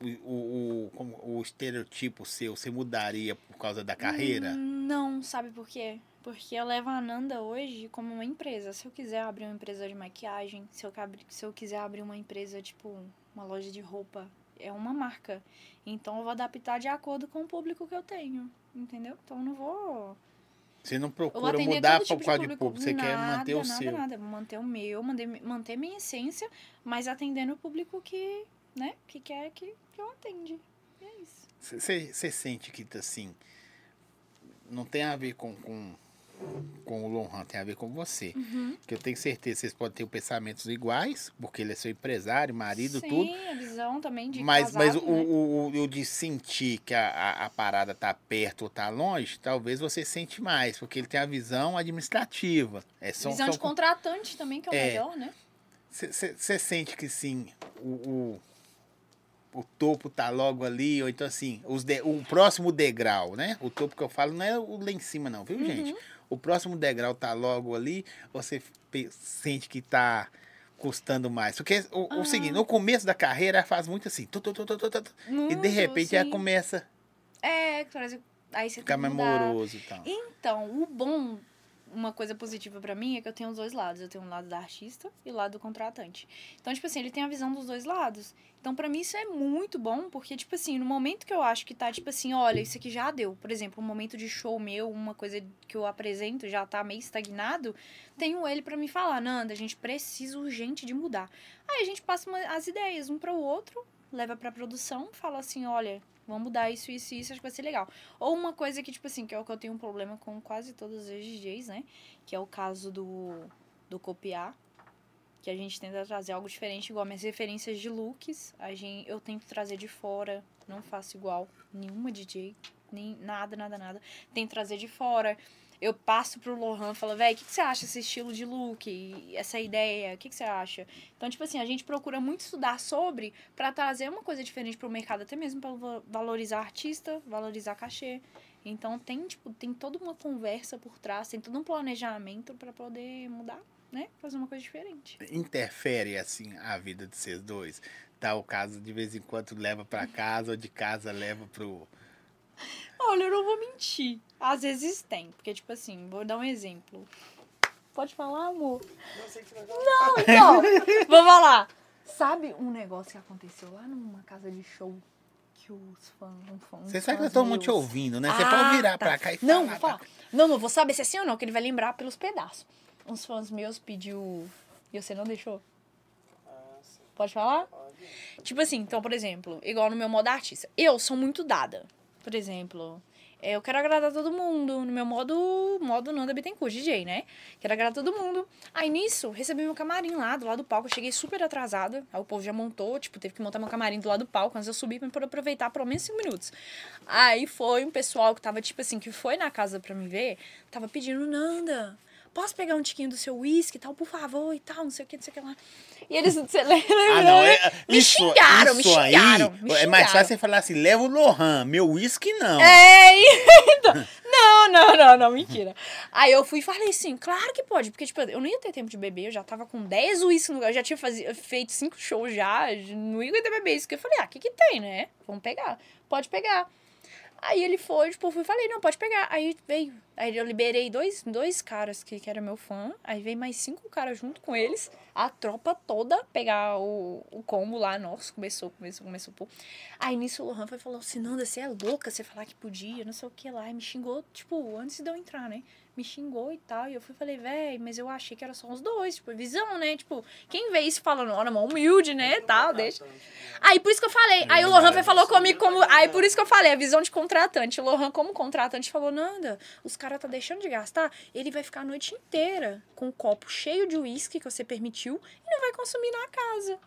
[SPEAKER 1] o- o, o, como- o estereotipo seu, você mudaria por causa da carreira?
[SPEAKER 2] Hum, Não, sabe por quê? Porque eu levo a Ananda hoje como uma empresa. Se eu quiser abrir uma empresa de maquiagem, se eu, cabri- se eu quiser abrir uma empresa, tipo, uma loja de roupa, é uma marca. Então eu vou adaptar de acordo com o público que eu tenho. Entendeu? Então eu não vou.
[SPEAKER 1] Você não
[SPEAKER 2] Eu vou
[SPEAKER 1] procura
[SPEAKER 2] atender
[SPEAKER 1] mudar
[SPEAKER 2] todo
[SPEAKER 1] por
[SPEAKER 2] tipo
[SPEAKER 1] causa
[SPEAKER 2] de
[SPEAKER 1] de
[SPEAKER 2] público.
[SPEAKER 1] público, você quer
[SPEAKER 2] Nada,
[SPEAKER 1] manter o
[SPEAKER 2] nada,
[SPEAKER 1] seu.
[SPEAKER 2] Nada, Vou manter o meu, manter, manter minha essência, mas atendendo o público que, né, que quer que, que eu atende. E é isso.
[SPEAKER 1] Você sente que, tá assim, não tem a ver com, com, com o Lohan, tem a ver com você. Que eu tenho certeza, vocês podem ter pensamentos iguais, porque ele é seu empresário, marido,
[SPEAKER 2] Sim,
[SPEAKER 1] tudo.
[SPEAKER 2] a visão também de
[SPEAKER 1] mas mas
[SPEAKER 2] casado,
[SPEAKER 1] o,
[SPEAKER 2] né?
[SPEAKER 1] o, o- eu de sentir que a, a, a parada tá perto ou tá longe, talvez você sente mais, porque ele tem a visão administrativa. É só,
[SPEAKER 2] Visão
[SPEAKER 1] só
[SPEAKER 2] de um contratante também, que é o
[SPEAKER 1] É.
[SPEAKER 2] melhor, né?
[SPEAKER 1] Você sente que sim, o, o, o topo tá logo ali, ou então assim, os de- o próximo degrau, né? O topo que eu falo não é o lá em cima, não,
[SPEAKER 2] Uhum.
[SPEAKER 1] viu, gente? O próximo degrau tá logo ali, você pe- sente que tá custando mais. Porque o, o
[SPEAKER 2] Ah.
[SPEAKER 1] seguinte, no começo da carreira ela faz muito assim, tu, tu, tu, tu, tu, tu, tu, e de
[SPEAKER 2] Muito,
[SPEAKER 1] repente ela
[SPEAKER 2] Uhum, sim.
[SPEAKER 1] começa
[SPEAKER 2] É, por exemplo, aí você
[SPEAKER 1] a ficar
[SPEAKER 2] tem
[SPEAKER 1] mais
[SPEAKER 2] que mudar.
[SPEAKER 1] moroso e tal.
[SPEAKER 2] Então, o bom, uma coisa positiva pra mim é que eu tenho os dois lados. Eu tenho um lado da artista e o lado do contratante. Então, tipo assim, ele tem a visão dos dois lados. Então, pra mim, isso é muito bom, porque, tipo assim, no momento que eu acho que tá, tipo assim, olha, isso aqui já deu. Por exemplo, um momento de show meu, uma coisa que eu apresento já tá meio estagnado, tenho ele pra me falar, Nanda, a gente precisa urgente de mudar. Aí a gente passa uma- as ideias um para o outro, leva pra produção, fala assim, olha, vamos mudar isso, isso e isso, acho que vai ser legal. Ou uma coisa que, tipo assim, que é o que eu tenho um problema com quase todos os DJs, né? Que é o caso do, do copiar. Que a gente tenta trazer algo diferente, igual minhas referências de looks. A gente, eu tento trazer de fora, não faço igual nenhuma DJ, nem nada, nada, nada. Tento trazer de fora. Eu passo pro Lohan e falo, véi, o que, que você acha desse estilo de look? E Essa ideia, o que, que você acha? Então, tipo assim, a gente procura muito estudar sobre para trazer uma coisa diferente pro mercado, até mesmo para valorizar artista, valorizar cachê. Então tem, tipo, tem toda uma conversa por trás, tem todo um planejamento para poder mudar, né? Fazer uma coisa diferente.
[SPEAKER 1] interfere assim a vida de vocês dois? Tá, o caso de vez em quando leva pra casa ou de casa leva pro
[SPEAKER 2] Hum, Olha, eu não vou mentir. Às vezes tem, porque tipo assim, vou dar um exemplo. Pode falar, amor?
[SPEAKER 4] Não sei o que você vai falar.
[SPEAKER 2] Então, vou falar. Sabe um negócio que aconteceu lá numa casa de show que os fãs, um fã,
[SPEAKER 1] Você
[SPEAKER 2] uns
[SPEAKER 1] sabe que
[SPEAKER 2] fãs
[SPEAKER 1] todo mundo te
[SPEAKER 2] meus-
[SPEAKER 1] ouvindo, né? Você
[SPEAKER 2] Ah,
[SPEAKER 1] pode virar
[SPEAKER 2] tá.
[SPEAKER 1] pra cá e
[SPEAKER 2] Não,
[SPEAKER 1] falar.
[SPEAKER 2] vou falar. Não, não vou saber se é assim ou não, que ele vai lembrar pelos pedaços. Uns fãs meus pediu. E você não deixou?
[SPEAKER 4] Ah, sim.
[SPEAKER 2] Pode falar?
[SPEAKER 4] Pode.
[SPEAKER 2] Tipo assim, então, por exemplo, igual no meu modo artista. Eu sou muito dada. Por exemplo, é, eu quero agradar todo mundo. No meu modo, modo Nanda Bittencourt, DJ, né? Quero agradar todo mundo. Aí nisso, recebi meu camarim lá, do lado do palco. Eu cheguei super atrasada. Aí o povo já montou, tipo, teve que montar meu camarim do lado do palco antes de eu subir pra poder aproveitar pelo menos cinco minutos. Aí foi um pessoal que tava, tipo assim, que foi na casa pra me ver, tava pedindo, Nanda, posso pegar um tiquinho do seu uísque e tal, por favor, e tal, não sei o que, não sei o que lá. E eles, você lembra?
[SPEAKER 1] Ah, não, é,
[SPEAKER 2] Me
[SPEAKER 1] isso,
[SPEAKER 2] xingaram, me
[SPEAKER 1] isso aí,
[SPEAKER 2] xingaram, me
[SPEAKER 1] É mais
[SPEAKER 2] xingaram.
[SPEAKER 1] fácil você falar assim, leva o Lohan, meu uísque não.
[SPEAKER 2] É, e- É, então, não, não. Não, não, não, mentira. Aí eu fui e falei assim, claro que pode, porque, tipo, eu não ia ter tempo de beber, eu já tava com 10 uísques no lugar, eu já tinha fazi- feito cinco shows já, eu não ia aguentar beber isso. que eu falei, ah, o que que tem, né? Vamos pegar, pode pegar. Aí ele foi, tipo, eu fui e falei, não, pode pegar. Aí veio, aí eu liberei dois, dois caras que, que eram meu fã, aí veio mais cinco caras junto com eles, a tropa toda pegar o, o combo lá, nossa, começou, começou, comeou pô. Aí nisso o Lohan foi e falou assim, Nanda, você é louca, você falar que podia, não sei o que lá. E me xingou, tipo, antes de eu entrar, né? Me xingou e tal. E eu fui e falei, véi, mas eu achei que era só os dois, tipo, visão, né? Tipo, quem vê isso falando, ó, na mão humilde,
[SPEAKER 4] É
[SPEAKER 2] né? Tal, deixa. Aí por isso que eu falei. Aí o Lohan foi- falou comigo
[SPEAKER 1] é
[SPEAKER 2] como. Aí por isso que eu falei, a visão de contratante. O Lohan, como contratante, falou: Nanda, os caras tá deixando de gastar. Ele vai ficar a noite inteira com um copo cheio de uísque que você permitiu e não vai consumir na casa.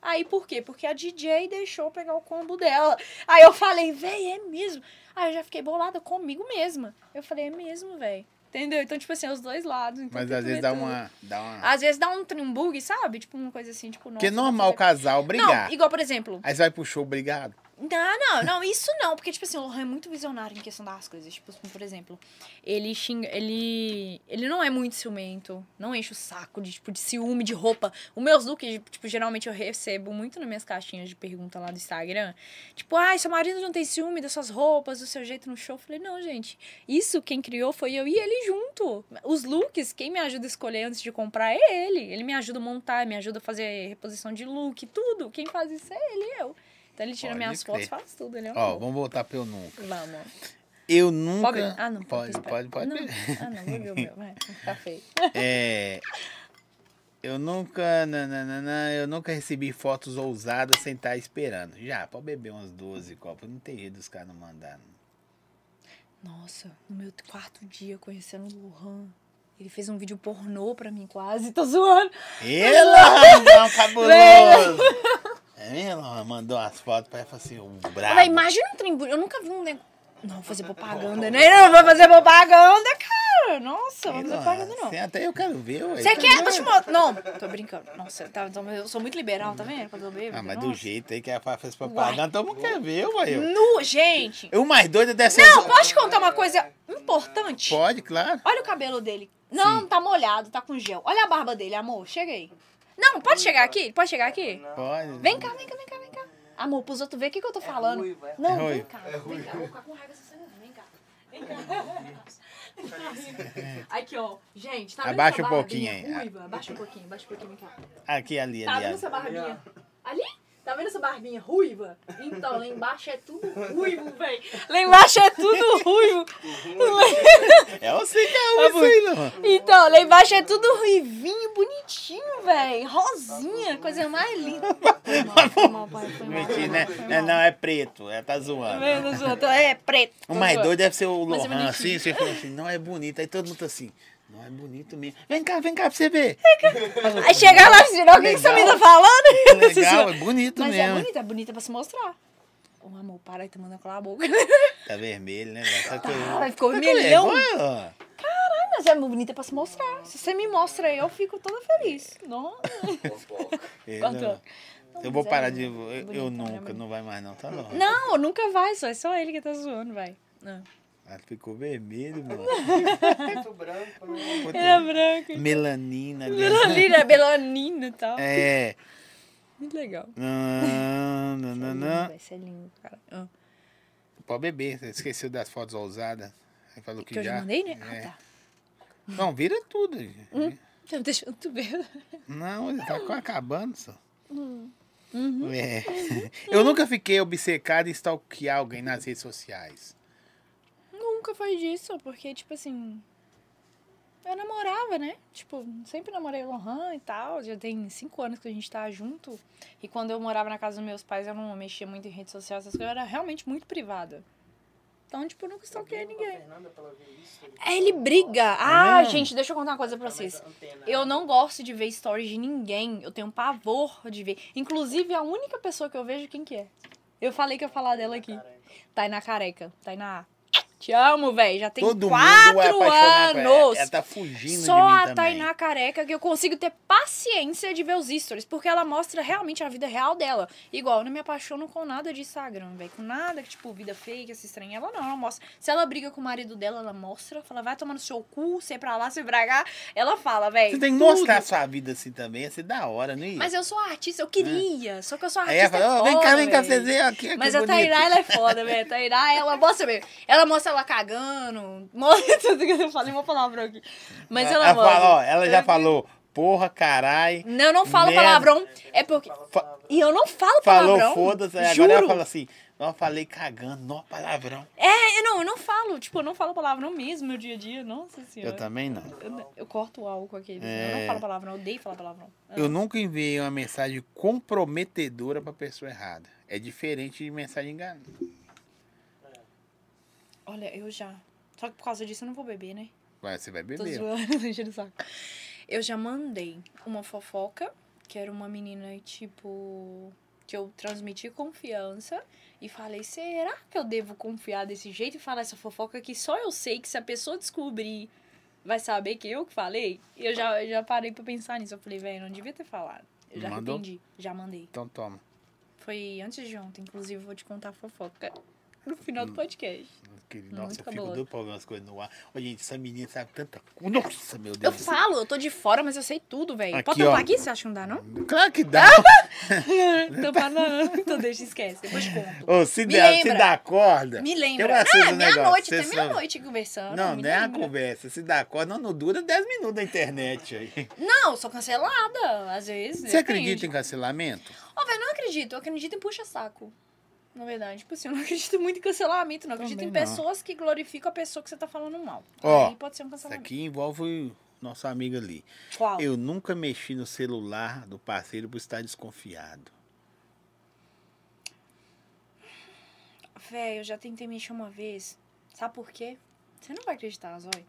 [SPEAKER 2] Aí por quê? Porque a DJ deixou eu pegar o combo dela. Aí eu falei, véi, é mesmo. Aí eu já fiquei bolada comigo mesma. Eu falei, é mesmo, véi. Entendeu? Então, tipo assim, é os dois lados. então
[SPEAKER 1] Mas
[SPEAKER 2] tem
[SPEAKER 1] às
[SPEAKER 2] que
[SPEAKER 1] vezes
[SPEAKER 2] ver
[SPEAKER 1] dá
[SPEAKER 2] tudo.
[SPEAKER 1] uma. Dá uma...
[SPEAKER 2] Às vezes dá um, um bug, sabe? Tipo, uma coisa assim, tipo,
[SPEAKER 1] Porque é
[SPEAKER 2] nossa, não
[SPEAKER 1] normal o
[SPEAKER 2] sei.
[SPEAKER 1] casal brigar.
[SPEAKER 2] Não, Tá igual, por exemplo,
[SPEAKER 1] Aí você vai pro show brigado.
[SPEAKER 2] não, não, não, isso não, porque, tipo assim, o Lohan é muito visionário em questão das coisas. Tipo, por exemplo, ele xinga. Ele. Ele não é muito ciumento, não enche o saco de, tipo, de ciúme, de roupa. Os meus looks, tipo, geralmente eu recebo muito nas minhas caixinhas de pergunta lá do Instagram. Tipo, ai, seu marido não tem ciúme das suas roupas, do seu jeito no show. Eu falei, não, gente, isso quem criou foi eu e ele junto. Os looks, quem me ajuda a escolher antes de comprar é ele. Ele me ajuda a montar, me ajuda a fazer reposição de look, tudo. Quem faz isso é ele e eu. Então ele tira
[SPEAKER 1] Pode
[SPEAKER 2] minhas
[SPEAKER 1] crer.
[SPEAKER 2] fotos, faz tudo, ele é um
[SPEAKER 1] Ó,
[SPEAKER 2] louco.
[SPEAKER 1] vamos voltar pro eu nunca.
[SPEAKER 2] Vamos.
[SPEAKER 1] Eu
[SPEAKER 2] Pode?
[SPEAKER 1] nunca.
[SPEAKER 2] Ah, não.
[SPEAKER 1] Pode,
[SPEAKER 2] espera.
[SPEAKER 1] pode, pode.
[SPEAKER 2] Não. Ah, não, vou ver o meu. Vai, tá feio.
[SPEAKER 1] É. Eu nunca. Nananana, eu nunca recebi fotos ousadas sem estar esperando. Já, pode beber umas 12 copas. Não tem jeito dos caras não mandar. não.
[SPEAKER 2] Nossa, no meu quarto dia conhecendo o Lohan, ele fez um vídeo pornô pra mim quase, tô zoando.
[SPEAKER 1] Ela, não, cabuloso! Ela mandou as fotos pra ela e falou assim: o brabo.
[SPEAKER 2] Mas imagina um trem, bu- eu nunca vi um negócio. Não, vou fazer propaganda, né? Não, vou fazer propaganda, cara. Nossa, não vou fazer propaganda não.
[SPEAKER 1] Assim, até eu quero ver, ué.
[SPEAKER 2] Você é quer? Vou te mostrar. Não, tô brincando. Nossa, tá, eu sou muito liberal, tá vendo? Quando eu bebo.
[SPEAKER 1] Ah, mas
[SPEAKER 2] nossa.
[SPEAKER 1] do jeito aí que ela fez propaganda, todo mundo quer ver, ué.
[SPEAKER 2] Nu, gente.
[SPEAKER 1] O mais doido é dessa.
[SPEAKER 2] Não, posso te contar uma coisa importante?
[SPEAKER 1] Pode, claro.
[SPEAKER 2] Olha o cabelo dele. Não, tá molhado, tá com gel. Olha a barba dele, amor. Chega aí. Não, pode chegar aqui? Pode chegar aqui?
[SPEAKER 1] Pode.
[SPEAKER 2] Vem cá, vem cá, vem cá, vem cá. Amor, pros outros ver o que, que eu tô
[SPEAKER 4] Falando.
[SPEAKER 2] falando. Não,
[SPEAKER 1] É
[SPEAKER 2] vem
[SPEAKER 1] ruivo.
[SPEAKER 2] cá, vem cá. Eu vou ficar com raiva se você não vem cá. Vem cá. Aqui, ó. Gente, tá vendo
[SPEAKER 1] Abaixa
[SPEAKER 2] essa
[SPEAKER 1] um pouquinho
[SPEAKER 2] barbinha
[SPEAKER 1] aí.
[SPEAKER 2] ruiva? Abaixa um pouquinho, abaixa um pouquinho, vem cá.
[SPEAKER 1] Aqui, ali,
[SPEAKER 2] Tá
[SPEAKER 1] ali.
[SPEAKER 2] vendo
[SPEAKER 1] ali.
[SPEAKER 2] essa barbinha? Ali? Tá vendo essa barbinha ruiva? Então, lá embaixo é tudo ruivo, véi. Lá embaixo é tudo ruivo.
[SPEAKER 1] É o
[SPEAKER 2] Tá
[SPEAKER 1] cigarro isso aí, não.
[SPEAKER 2] Então, lá embaixo é tudo ruivinho, bonitinho, véi. Rosinha, coisa mais linda. Foi mal, foi mal, pai, foi mal.
[SPEAKER 1] Mentira, né? Não, não, é preto. Ela tá
[SPEAKER 2] Tá
[SPEAKER 1] zoando.
[SPEAKER 2] vendo, Zô? Tô- É preto.
[SPEAKER 1] O mais
[SPEAKER 2] Zô.
[SPEAKER 1] doido deve ser o
[SPEAKER 2] Mas
[SPEAKER 1] Lohan,
[SPEAKER 2] é bonitinho.
[SPEAKER 1] assim, você falou assim, não é bonito. Aí todo mundo tá assim, não é bonito mesmo. Vem cá, vem cá pra você ver.
[SPEAKER 2] Aí chega lá e diz, o que que essa
[SPEAKER 1] é Legal.
[SPEAKER 2] menina tá falando?
[SPEAKER 1] Legal, é bonito
[SPEAKER 2] Mas é
[SPEAKER 1] mesmo.
[SPEAKER 2] bonita, é bonita pra se mostrar. Ô, amor, para aí, tá mandando calar a boca.
[SPEAKER 1] Tá vermelho, né? Essa coisa.
[SPEAKER 2] Ela ficou
[SPEAKER 1] Essa coisa é
[SPEAKER 2] vermelhão.
[SPEAKER 1] igual ela.
[SPEAKER 2] Mas é bonita pra se mostrar. Se você me mostra aí, eu fico toda feliz. Não,
[SPEAKER 1] Ele,
[SPEAKER 2] Cortou.
[SPEAKER 1] ó.
[SPEAKER 2] Não,
[SPEAKER 1] Eu vou
[SPEAKER 2] mas é
[SPEAKER 1] parar de.
[SPEAKER 2] bonita,
[SPEAKER 1] Eu,
[SPEAKER 2] bonita,
[SPEAKER 1] eu
[SPEAKER 2] né,
[SPEAKER 1] nunca,
[SPEAKER 2] bonita.
[SPEAKER 1] não vai mais não, tá não.
[SPEAKER 2] Não, nunca vai, só é só ele que tá zoando, vai. Não.
[SPEAKER 1] Ela Ah, ficou vermelho, mano.
[SPEAKER 4] Muito branco, né?
[SPEAKER 2] Ele é branco.
[SPEAKER 1] Melanina. ali.
[SPEAKER 2] Melanina, melanina e tal.
[SPEAKER 1] É.
[SPEAKER 2] Muito legal.
[SPEAKER 1] Não, não,
[SPEAKER 2] Isso é
[SPEAKER 1] não,
[SPEAKER 2] lindo,
[SPEAKER 1] não.
[SPEAKER 2] vai, isso é lindo, cara. Ah,
[SPEAKER 1] Pode beber, você esqueceu das fotos ousadas. Aí falou que,
[SPEAKER 2] que eu já
[SPEAKER 1] já.
[SPEAKER 2] mandei, né?
[SPEAKER 1] É.
[SPEAKER 2] Ah, tá.
[SPEAKER 1] Não, vira tudo.
[SPEAKER 2] Tá me deixando tu ver.
[SPEAKER 1] Não, ele tá quase acabando só.
[SPEAKER 2] Uhum.
[SPEAKER 1] É. Eu nunca fiquei obcecado em stalkear alguém nas redes sociais.
[SPEAKER 2] Nunca foi disso, porque, tipo assim. Eu namorava, né? Tipo, sempre namorei o Lohan e tal. Já tem cinco anos que a gente tá junto. E quando eu morava na casa dos meus pais, eu não mexia muito em rede social, essas coisas. Eu era realmente muito privada. Então, tipo, eu nunca stalkeei ninguém.
[SPEAKER 4] Fernanda pra ela ver isso. Tá,
[SPEAKER 2] É, ele briga. Ah,
[SPEAKER 1] Não.
[SPEAKER 2] gente, deixa eu contar uma coisa pra vocês.
[SPEAKER 4] Mas antena. é
[SPEAKER 2] Eu não gosto de ver stories de ninguém. Eu tenho pavor de ver. Inclusive, a única pessoa que eu vejo, quem que é? Eu falei que ia falar dela aqui.
[SPEAKER 4] Caramba.
[SPEAKER 2] Tainá Careca. Tainá. Te amo, velho. Já tem
[SPEAKER 1] Todo mundo é
[SPEAKER 2] quatro
[SPEAKER 1] apaixonado. por Ela,
[SPEAKER 2] anos.
[SPEAKER 1] ela tá fugindo
[SPEAKER 2] Só
[SPEAKER 1] de mim
[SPEAKER 2] a
[SPEAKER 1] também.
[SPEAKER 2] Tainá careca que eu consigo ter paciência de ver os stories, porque ela mostra realmente a vida real dela. Igual, eu não me apaixono com nada de Instagram, velho. Com nada que, tipo, vida fake, essa estranha. Ela não, ela mostra. Se ela briga com o marido dela, ela mostra. Fala, vai tomar no seu cu, você é pra lá, você pra cá. Ela fala, velho.
[SPEAKER 1] Você tem que
[SPEAKER 2] tudo.
[SPEAKER 1] mostrar a sua vida assim também, ia ser da hora, não ia?
[SPEAKER 2] Mas eu sou artista, eu queria. Só que eu sou
[SPEAKER 1] Aí ela
[SPEAKER 2] artista.
[SPEAKER 1] fala, ó,
[SPEAKER 2] é
[SPEAKER 1] vem cá,
[SPEAKER 2] foda,
[SPEAKER 1] vem cá,
[SPEAKER 2] véi.
[SPEAKER 1] vocês veem aqui,
[SPEAKER 2] Mas
[SPEAKER 1] que
[SPEAKER 2] a
[SPEAKER 1] bonito.
[SPEAKER 2] Tainá, ela é foda, velho. A Tainá, ela mostra mesmo. Ela mostra ela cagando, mostra tudo que eu falei, uma palavrão aqui. Mas ela,
[SPEAKER 1] ela
[SPEAKER 2] mostra.
[SPEAKER 1] fala, ó, ela já
[SPEAKER 2] Eu-
[SPEAKER 1] falou, porra, carai,
[SPEAKER 2] Não, eu não falo
[SPEAKER 1] Merda.
[SPEAKER 2] palavrão. É porque.
[SPEAKER 4] Fala palavra.
[SPEAKER 2] E eu não falo
[SPEAKER 1] falou
[SPEAKER 2] palavrão.
[SPEAKER 1] foda-se, aí
[SPEAKER 2] Juro.
[SPEAKER 1] agora ela fala assim, não, falei cagando, não, palavrão.
[SPEAKER 2] É, eu não, eu não falo. Tipo, eu não falo palavrão mesmo no meu dia a dia. Nossa senhora.
[SPEAKER 1] Eu também não.
[SPEAKER 2] Eu, eu corto o álcool aqui. Eu
[SPEAKER 1] É.
[SPEAKER 2] não falo palavrão, eu odeio falar palavrão.
[SPEAKER 1] Eu nunca enviei uma mensagem comprometedora pra pessoa errada. É diferente de mensagem enganosa.
[SPEAKER 2] Olha, eu já. Só que por causa disso eu não vou beber, né?
[SPEAKER 1] Vai, você vai
[SPEAKER 2] Tô
[SPEAKER 1] beber.
[SPEAKER 2] zoando, tô enchendo o saco. Eu já mandei uma fofoca, que era uma menina, tipo, que eu transmiti confiança e falei, será que eu devo confiar desse jeito e falar essa fofoca que só eu sei que se a pessoa descobrir vai saber que eu que falei? E Eu já, eu já parei pra pensar nisso. Eu falei, velho, não devia ter falado. Eu já
[SPEAKER 1] Mandou?
[SPEAKER 2] arrependi, já mandei.
[SPEAKER 1] Então toma.
[SPEAKER 2] Foi antes de ontem, inclusive, eu vou te contar a fofoca no final
[SPEAKER 1] Hum.
[SPEAKER 2] do podcast.
[SPEAKER 1] Querido,
[SPEAKER 2] Hum,
[SPEAKER 1] nossa, eu fico
[SPEAKER 2] cabuloso.
[SPEAKER 1] doido pra ouvir umas coisas no ar. Ô, gente, essa menina sabe tanta coisa. Nossa, meu
[SPEAKER 2] Eu
[SPEAKER 1] Deus. do céu.
[SPEAKER 2] falo, eu tô de fora, mas eu sei tudo, velho.
[SPEAKER 1] Aqui,
[SPEAKER 2] Pode tampar
[SPEAKER 1] ó.
[SPEAKER 2] aqui? Você acha que não dá, não?
[SPEAKER 1] Claro que dá.
[SPEAKER 2] Tampar não. Então deixa, esquece. Depois conta.
[SPEAKER 1] Ô, se,
[SPEAKER 2] Me
[SPEAKER 1] der, se
[SPEAKER 2] lembra.
[SPEAKER 1] dá corda.
[SPEAKER 2] Me
[SPEAKER 1] Eu
[SPEAKER 2] lembra.
[SPEAKER 1] assisto
[SPEAKER 2] Ah,
[SPEAKER 1] o negócio,
[SPEAKER 2] meia-noite. Até
[SPEAKER 1] vocês são-
[SPEAKER 2] meia-noite conversando.
[SPEAKER 1] Não,
[SPEAKER 2] me
[SPEAKER 1] não é a
[SPEAKER 2] lembra.
[SPEAKER 1] conversa. Se dá corda, não, não dura 10 minutos a internet aí.
[SPEAKER 2] Não, sou cancelada. Às vezes.
[SPEAKER 1] Você acredita em cancelamento?
[SPEAKER 2] Ô, velho, não acredito. Eu acredito em puxa-saco. Na verdade, tipo assim, eu não acredito muito em cancelamento, não. Eu acredito
[SPEAKER 1] Também
[SPEAKER 2] em
[SPEAKER 1] não.
[SPEAKER 2] pessoas que glorificam a pessoa que você tá falando mal.
[SPEAKER 1] Ó,
[SPEAKER 2] Aí pode ser um
[SPEAKER 1] Isso
[SPEAKER 2] cancelamento.
[SPEAKER 1] aqui envolve o nosso amigo ali.
[SPEAKER 2] Qual?
[SPEAKER 1] Eu nunca mexi no celular do parceiro por estar desconfiado.
[SPEAKER 2] Véi, eu já tentei mexer uma vez. Sabe por quê? Você não vai acreditar, Zói.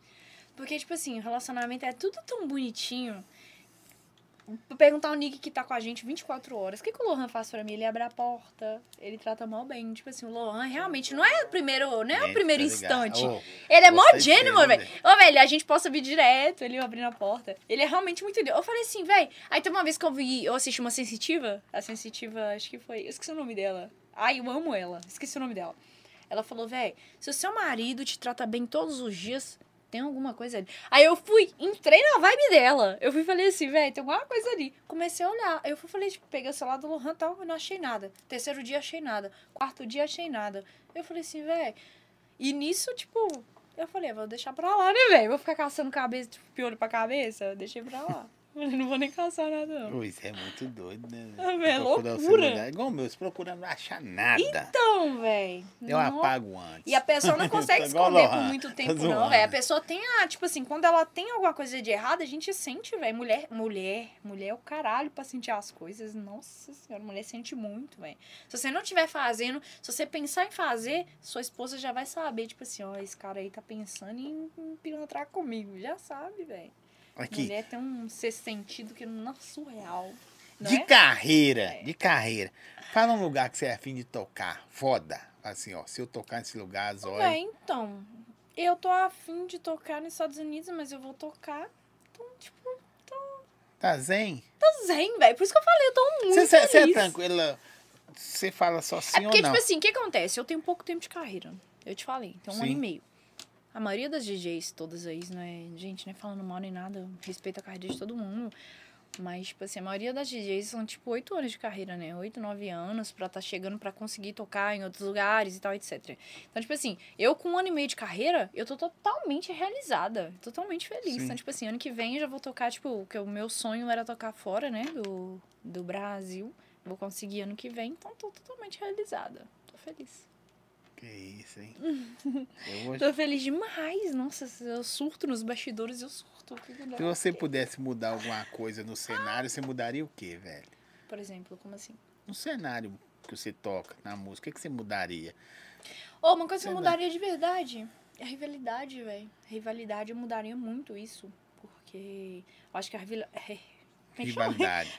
[SPEAKER 2] Porque, tipo assim, o relacionamento é tudo tão bonitinho. Vou perguntar ao Nick que tá com a gente 24 horas. O que, que o Lohan faz pra mim? Ele abre a porta, ele trata mal bem. Tipo assim, o Lohan realmente não é o primeiro, não é o
[SPEAKER 1] Gente,
[SPEAKER 2] primeiro
[SPEAKER 1] tá ligado?
[SPEAKER 2] instante.
[SPEAKER 1] Ô,
[SPEAKER 2] Ele é mó
[SPEAKER 1] Vocês
[SPEAKER 2] gênio,
[SPEAKER 1] entendem.
[SPEAKER 2] velho. Ô, velho, a gente posta vídeo direto, ele abrindo a porta. Ele é realmente muito lindo. Eu falei assim, velho. Aí tem uma vez que eu vi, eu assisti uma sensitiva. A sensitiva, acho que foi. Eu esqueci o nome dela. Ai, eu amo ela. Esqueci o nome dela. Ela falou, velho, se o seu marido te trata bem todos os dias, tem alguma coisa ali. Aí eu fui, entrei na vibe dela. Eu fui e falei assim, velho, tem alguma coisa ali. Comecei a olhar. Aí eu fui, falei, tipo, peguei o celular do Lohan e tal, eu não achei nada. Terceiro dia, achei nada. Quarto dia, achei nada. Eu falei assim, velho. E nisso, tipo, eu falei, vou deixar pra lá, né, velho? Vou ficar caçando cabeça, tipo, piolho pra cabeça. Eu deixei pra lá. Falei, não vou nem caçar nada, não.
[SPEAKER 1] Ô, isso é muito doido, né?
[SPEAKER 2] Ah, velho, é
[SPEAKER 1] Procurar o
[SPEAKER 2] loucura.
[SPEAKER 1] celular. Igual o meu, se procurando não achar nada.
[SPEAKER 2] Então, velho.
[SPEAKER 1] eu apago antes.
[SPEAKER 2] E a pessoa não consegue
[SPEAKER 1] Tá igual
[SPEAKER 2] esconder por
[SPEAKER 1] Lohan,
[SPEAKER 2] muito
[SPEAKER 1] tá
[SPEAKER 2] tempo, não,
[SPEAKER 1] zoando.
[SPEAKER 2] velho. A pessoa tem a, tipo assim, quando ela tem alguma coisa de errado, a gente sente, velho. Mulher, mulher, mulher é o caralho pra sentir as coisas. Nossa senhora, mulher sente muito, velho. Se você não estiver fazendo, se você pensar em fazer, sua esposa já vai saber, tipo assim, ó, esse cara aí tá pensando em, em pilantrar comigo. Já sabe, velho.
[SPEAKER 1] Aqui,
[SPEAKER 2] Mulher tem um sexto sentido que não é surreal. Não
[SPEAKER 1] de
[SPEAKER 2] é?
[SPEAKER 1] carreira,
[SPEAKER 2] É.
[SPEAKER 1] de carreira. Fala um lugar que você é afim de tocar, foda. Assim, ó, se eu tocar nesse lugar, zóio.
[SPEAKER 2] Ué, É, então. Eu tô afim de tocar nos Estados Unidos, mas eu vou tocar. Então, tipo,
[SPEAKER 1] Tá zen?
[SPEAKER 2] tô zen, velho. Por isso que eu falei, eu tô muito
[SPEAKER 1] Você você é
[SPEAKER 2] feliz.
[SPEAKER 1] tranquila? Você fala só sim
[SPEAKER 2] É porque,
[SPEAKER 1] ou não?
[SPEAKER 2] tipo assim, o que acontece? Eu tenho pouco tempo de carreira. Eu te falei, tem um ano
[SPEAKER 1] Sim.
[SPEAKER 2] e meio. A maioria das DJs, todas aí, não é. Gente, não é falando mal nem nada. Respeito a carreira de todo mundo. Mas, tipo assim, a maioria das DJs são, tipo, oito anos de carreira, né? Oito, nove anos pra tá chegando pra conseguir tocar em outros lugares e tal, etc. Então, tipo assim, eu com um ano e meio de carreira, eu tô totalmente realizada. Totalmente feliz.
[SPEAKER 1] Sim.
[SPEAKER 2] Então, tipo assim, ano que vem eu já vou tocar, tipo, que o meu sonho era tocar fora, né? Do, do Brasil. Vou conseguir ano que vem, então tô totalmente realizada. Tô feliz. assim-
[SPEAKER 1] Que isso, hein? eu vou...
[SPEAKER 2] Tô feliz demais. Nossa, eu surto nos bastidores, eu surto.
[SPEAKER 1] Se você pudesse mudar alguma coisa no cenário, você mudaria o quê, velho?
[SPEAKER 2] Por exemplo, como assim?
[SPEAKER 1] No cenário que você toca, na música, o que que você mudaria?
[SPEAKER 2] Oh, uma coisa que
[SPEAKER 1] Sei
[SPEAKER 2] eu
[SPEAKER 1] lá.
[SPEAKER 2] mudaria de verdade é a rivalidade, velho. Rivalidade eu mudaria muito isso. Porque eu acho é que a rival- Tem que chamar.
[SPEAKER 1] Rivalidade.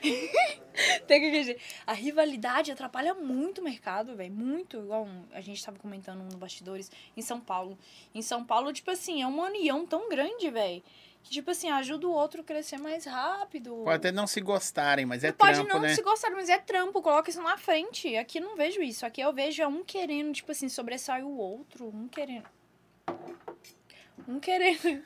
[SPEAKER 2] Tem que dizer. A rivalidade atrapalha muito o mercado, velho. Muito. Igual um- a gente tava comentando no bastidores em São Paulo. Em São Paulo, tipo assim, é uma união tão grande, velho. Que, tipo assim, ajuda o outro a crescer mais rápido.
[SPEAKER 1] Pode até não se gostarem, mas é
[SPEAKER 2] Tipo, Pode
[SPEAKER 1] trampo,
[SPEAKER 2] não
[SPEAKER 1] né?
[SPEAKER 2] se gostar, mas é trampo, coloca isso na frente. Aqui eu não vejo isso. Aqui eu vejo é um querendo, tipo assim, sobressai o outro. Um querendo. Um querendo.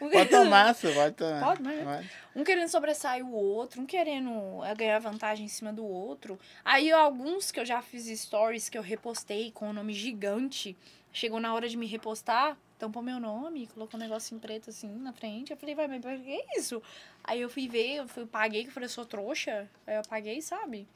[SPEAKER 2] Um
[SPEAKER 1] Pode tomar, senhor, pode tomar.
[SPEAKER 2] Pode, né?
[SPEAKER 1] Pode.
[SPEAKER 2] Um querendo sobressair o outro, um querendo eh, ganhar vantagem em cima do outro. Aí alguns que eu já fiz stories que eu repostei com o nome gigante. Chegou na hora de me repostar, tampou meu nome, colocou um negócio em preto assim na frente. Eu falei, vai, mas pra que isso? Aí eu fui ver, eu fui, paguei, que eu falei, eu sou trouxa. Aí eu apaguei, sabe?